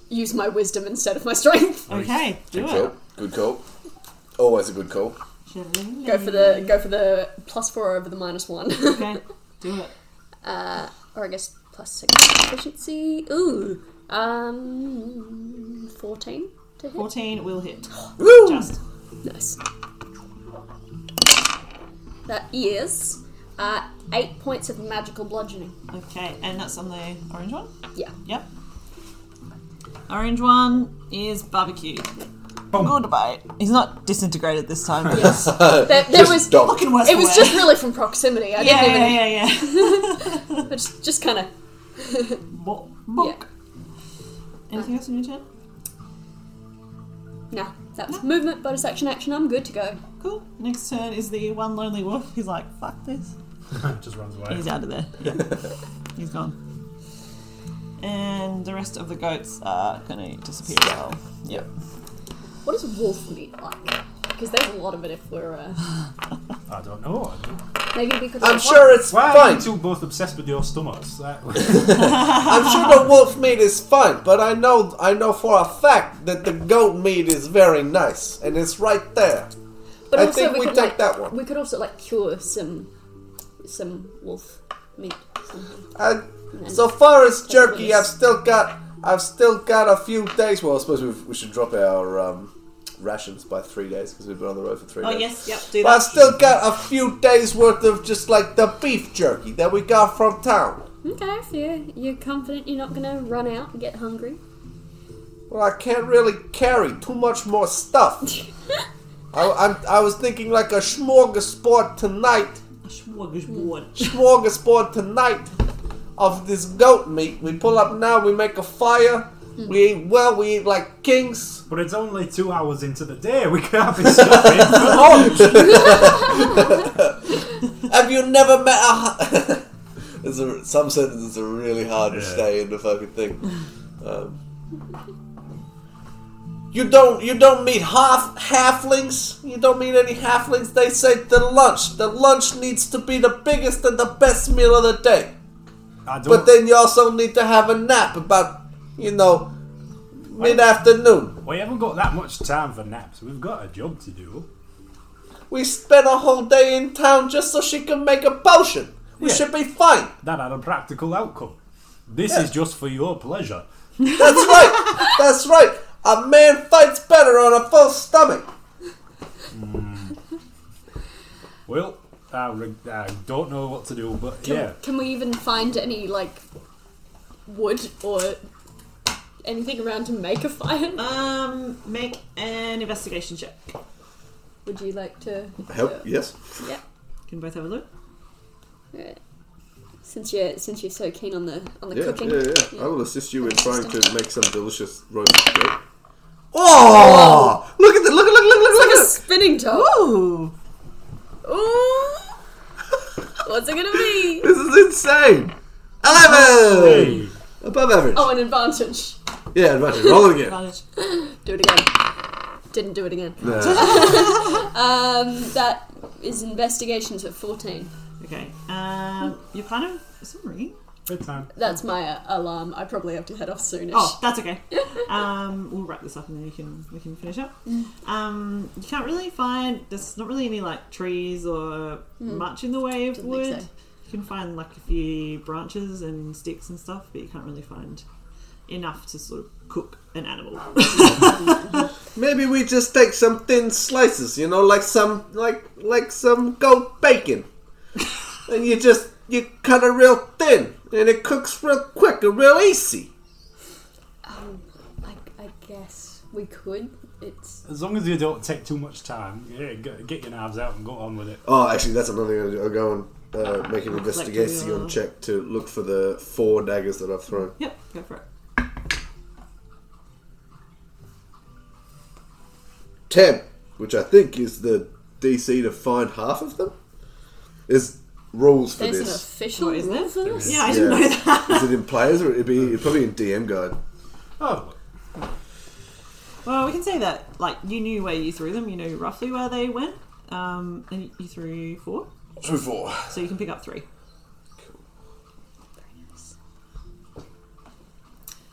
use my wisdom instead of my strength.
Okay, do
Cool.
it.
Good call. Always a good call.
Go for the go for the plus four over the minus one.
Okay, do it.
uh, or I guess plus six efficiency. Ooh, um, fourteen to hit.
14 will hit. Just.
Nice. That is uh, eight points of magical bludgeoning.
Okay, and that's on the orange one?
Yeah.
Yep. Orange one is barbecue. Oh, Goodbye. He's not disintegrated this time. but
Yes.
Uh,
there there was.
Dog.
Fucking worse
It was
for
just
wear.
really from proximity. I
Yeah,
didn't even.
yeah, yeah, yeah.
I just, just kind of.
Bo-
Yeah.
bonk. Anything else in your turn?
No, that was movement, bonus action, action. I'm good to go.
Cool. Next turn is the one lonely wolf. He's like, fuck this.
just runs
He's
away.
out of there. Yeah. He's gone. And the rest of the goats are going to disappear as well. Yep.
What does wolf meat like? Because there's a lot of it if we're. Uh,
I don't know. I don't-
maybe because.
I'm sure it's
Why are you
fine.
two both obsessed with your stomachs? That-
I'm sure the wolf meat is fine, but I know I know for a fact that the goat meat is very nice, and it's right there.
But
I
also
think
we
we
could
take
like,
that one.
We could also like cure some some wolf meat.
I, so far as jerky, I've still got, I've still got a few days. Well, I suppose we've, we should drop our um, rations by three days because we've been on the road for three
Oh,
days.
yes, yep, do
But I've
that.
still got a few days worth of just like the beef jerky that we got from town.
Okay, if you you're confident you're not gonna run out and get hungry.
Well, I can't really carry too much more stuff. I, I'm, I was thinking like a smorgasbord tonight.
Smorgasbord.
smorgasbord tonight of this goat meat. We pull up now, we make a fire, we eat well, we eat like kings.
But it's only two hours into the day. We can't be stopping.
Oh! Have you never met a. hu- It's a- some sentences are really hard to
Yeah.
stay in the fucking thing. Um, you don't you don't meet half halflings. You don't meet any halflings. They say the lunch. The lunch needs to be the biggest and the best meal of the day.
I don't.
But then you also need to have a nap about, you know, mid afternoon.
we haven't got that much time for naps. We've got a job to do.
We spent a whole day in town just so she can make a potion. We
Yeah.
should be fine.
That had a practical outcome. This is just for your pleasure.
That's right. That's right. A man fights better on a full stomach.
Well, I, re- I don't know what to do, but yeah.
Can we even find any like wood or anything around to make a fire?
Um, make an investigation check.
Would you like to
Help? Yes.
Yeah.
Can both have a look?
Alright. Since you're since you're so keen on the on the
Yeah,
cooking.
yeah, yeah, I will assist you in trying to make some delicious roast goat.
Oh! Look at that! Look! Look! Look! Look!
It's
Look!
like a spinning top.
Ooh!
Ooh. What's it gonna be?
This is insane! Eleven!
Hey,
Above average.
Oh, an advantage.
Yeah, advantage. Roll it again.
Advantage.
Do it again. Didn't do it again. um, that is investigations at 14.
Okay. Um, you're kind of. Is it ringing?
good time.
That's my uh, alarm. I probably have to head off soonish.
Oh, that's okay. Um, we'll wrap this up and then you can we can finish up.
Mm.
Um, you can't really find there's not really any like trees or much in the way of
Mm. Didn't think
wood.
so.
You can find like a few branches and sticks and stuff, but you can't really find enough to sort of cook an animal.
Maybe we just take some thin slices, you know, like some like like some goat bacon.
And you just you cut it real thin, and it cooks real quick and real easy.
I, Um, I guess we could. It's.
As long as you don't take too much time, yeah, g- get your knives out and go on with it.
Oh, actually, that's another thing. I'll go and uh, make an
Like,
investigation
uh,
check to look for the four daggers that I've thrown.
yep, go for it.
Ten, which I think is the DC to find half of them. There's rules for
There's an
this.
official
What is
rule
this?
for this?
Yeah, I didn't know that.
Is it in players or it'd be it'd probably in DM guide?
Oh,
Well, we can say that like you knew where you threw them, you knew roughly where they went. Um, and you threw four,
Two four.
so you can pick up three.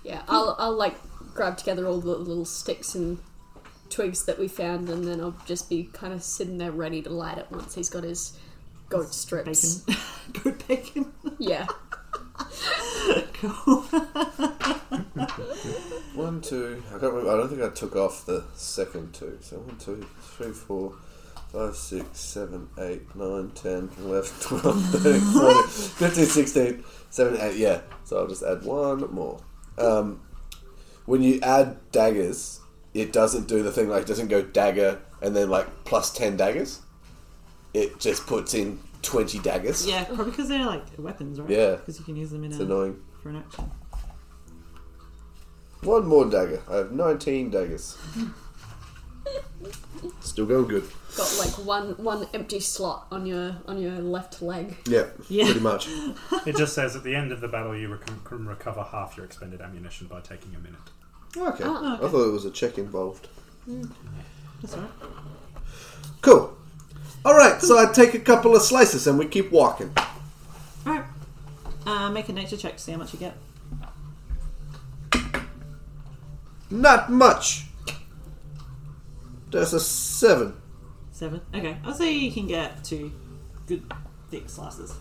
Yeah, I'll, I'll like grab together all the little sticks and twigs that we found, and then I'll just be kind of sitting there ready to light it once he's got his goat strips.
Bacon, good bacon.
Yeah.
Cool.
One, two. I can't remember. I don't think I took off the second two. So one, two, three, four, five, six, seven, eight, nine, ten, eleven, twelve, thirteen, fourteen, fifteen, sixteen, seventeen, eight. Yeah. So I'll just add one more. Um, when you add daggers, it doesn't do the thing like it doesn't go dagger and then like plus ten daggers. It just puts in twenty daggers.
Yeah, probably Oh, because they're like weapons, right?
Yeah.
because you can use them in
It's
a,
annoying.
for an action.
One more dagger. I have nineteen daggers. Still going good.
Got like one one empty slot on your on your left leg.
Yeah,
Yeah.
pretty much.
it just says at the end of the battle you rec- can recover half your expended ammunition by taking a minute.
Okay.
Ah,
I thought it was a check involved.
That's all right.
Cool. All right, so I take a couple of slices and we keep walking.
All right. Uh, make a nature check to see how much you get.
Not much. There's a seven.
Seven. Okay, I'll say you can get two good thick slices.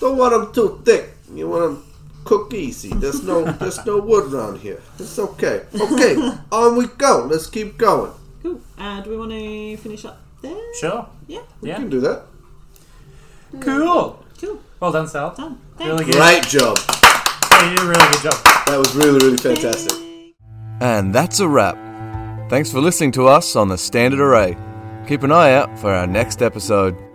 Don't want them too thick. You want them cook easy. There's no there's no wood around here. It's okay. Okay, on we go. Let's keep going.
Cool. Uh, do we want to finish up there?
Sure.
Yeah.
We
Yeah.
can do that.
Cool.
Cool.
Well done, Sal.
Done. Thanks.
Really good.
Great job.
Yeah, you did a really good job.
That was really really fantastic.
And that's a wrap. Thanks for listening to us on the Standard Array. Keep an eye out for our next episode.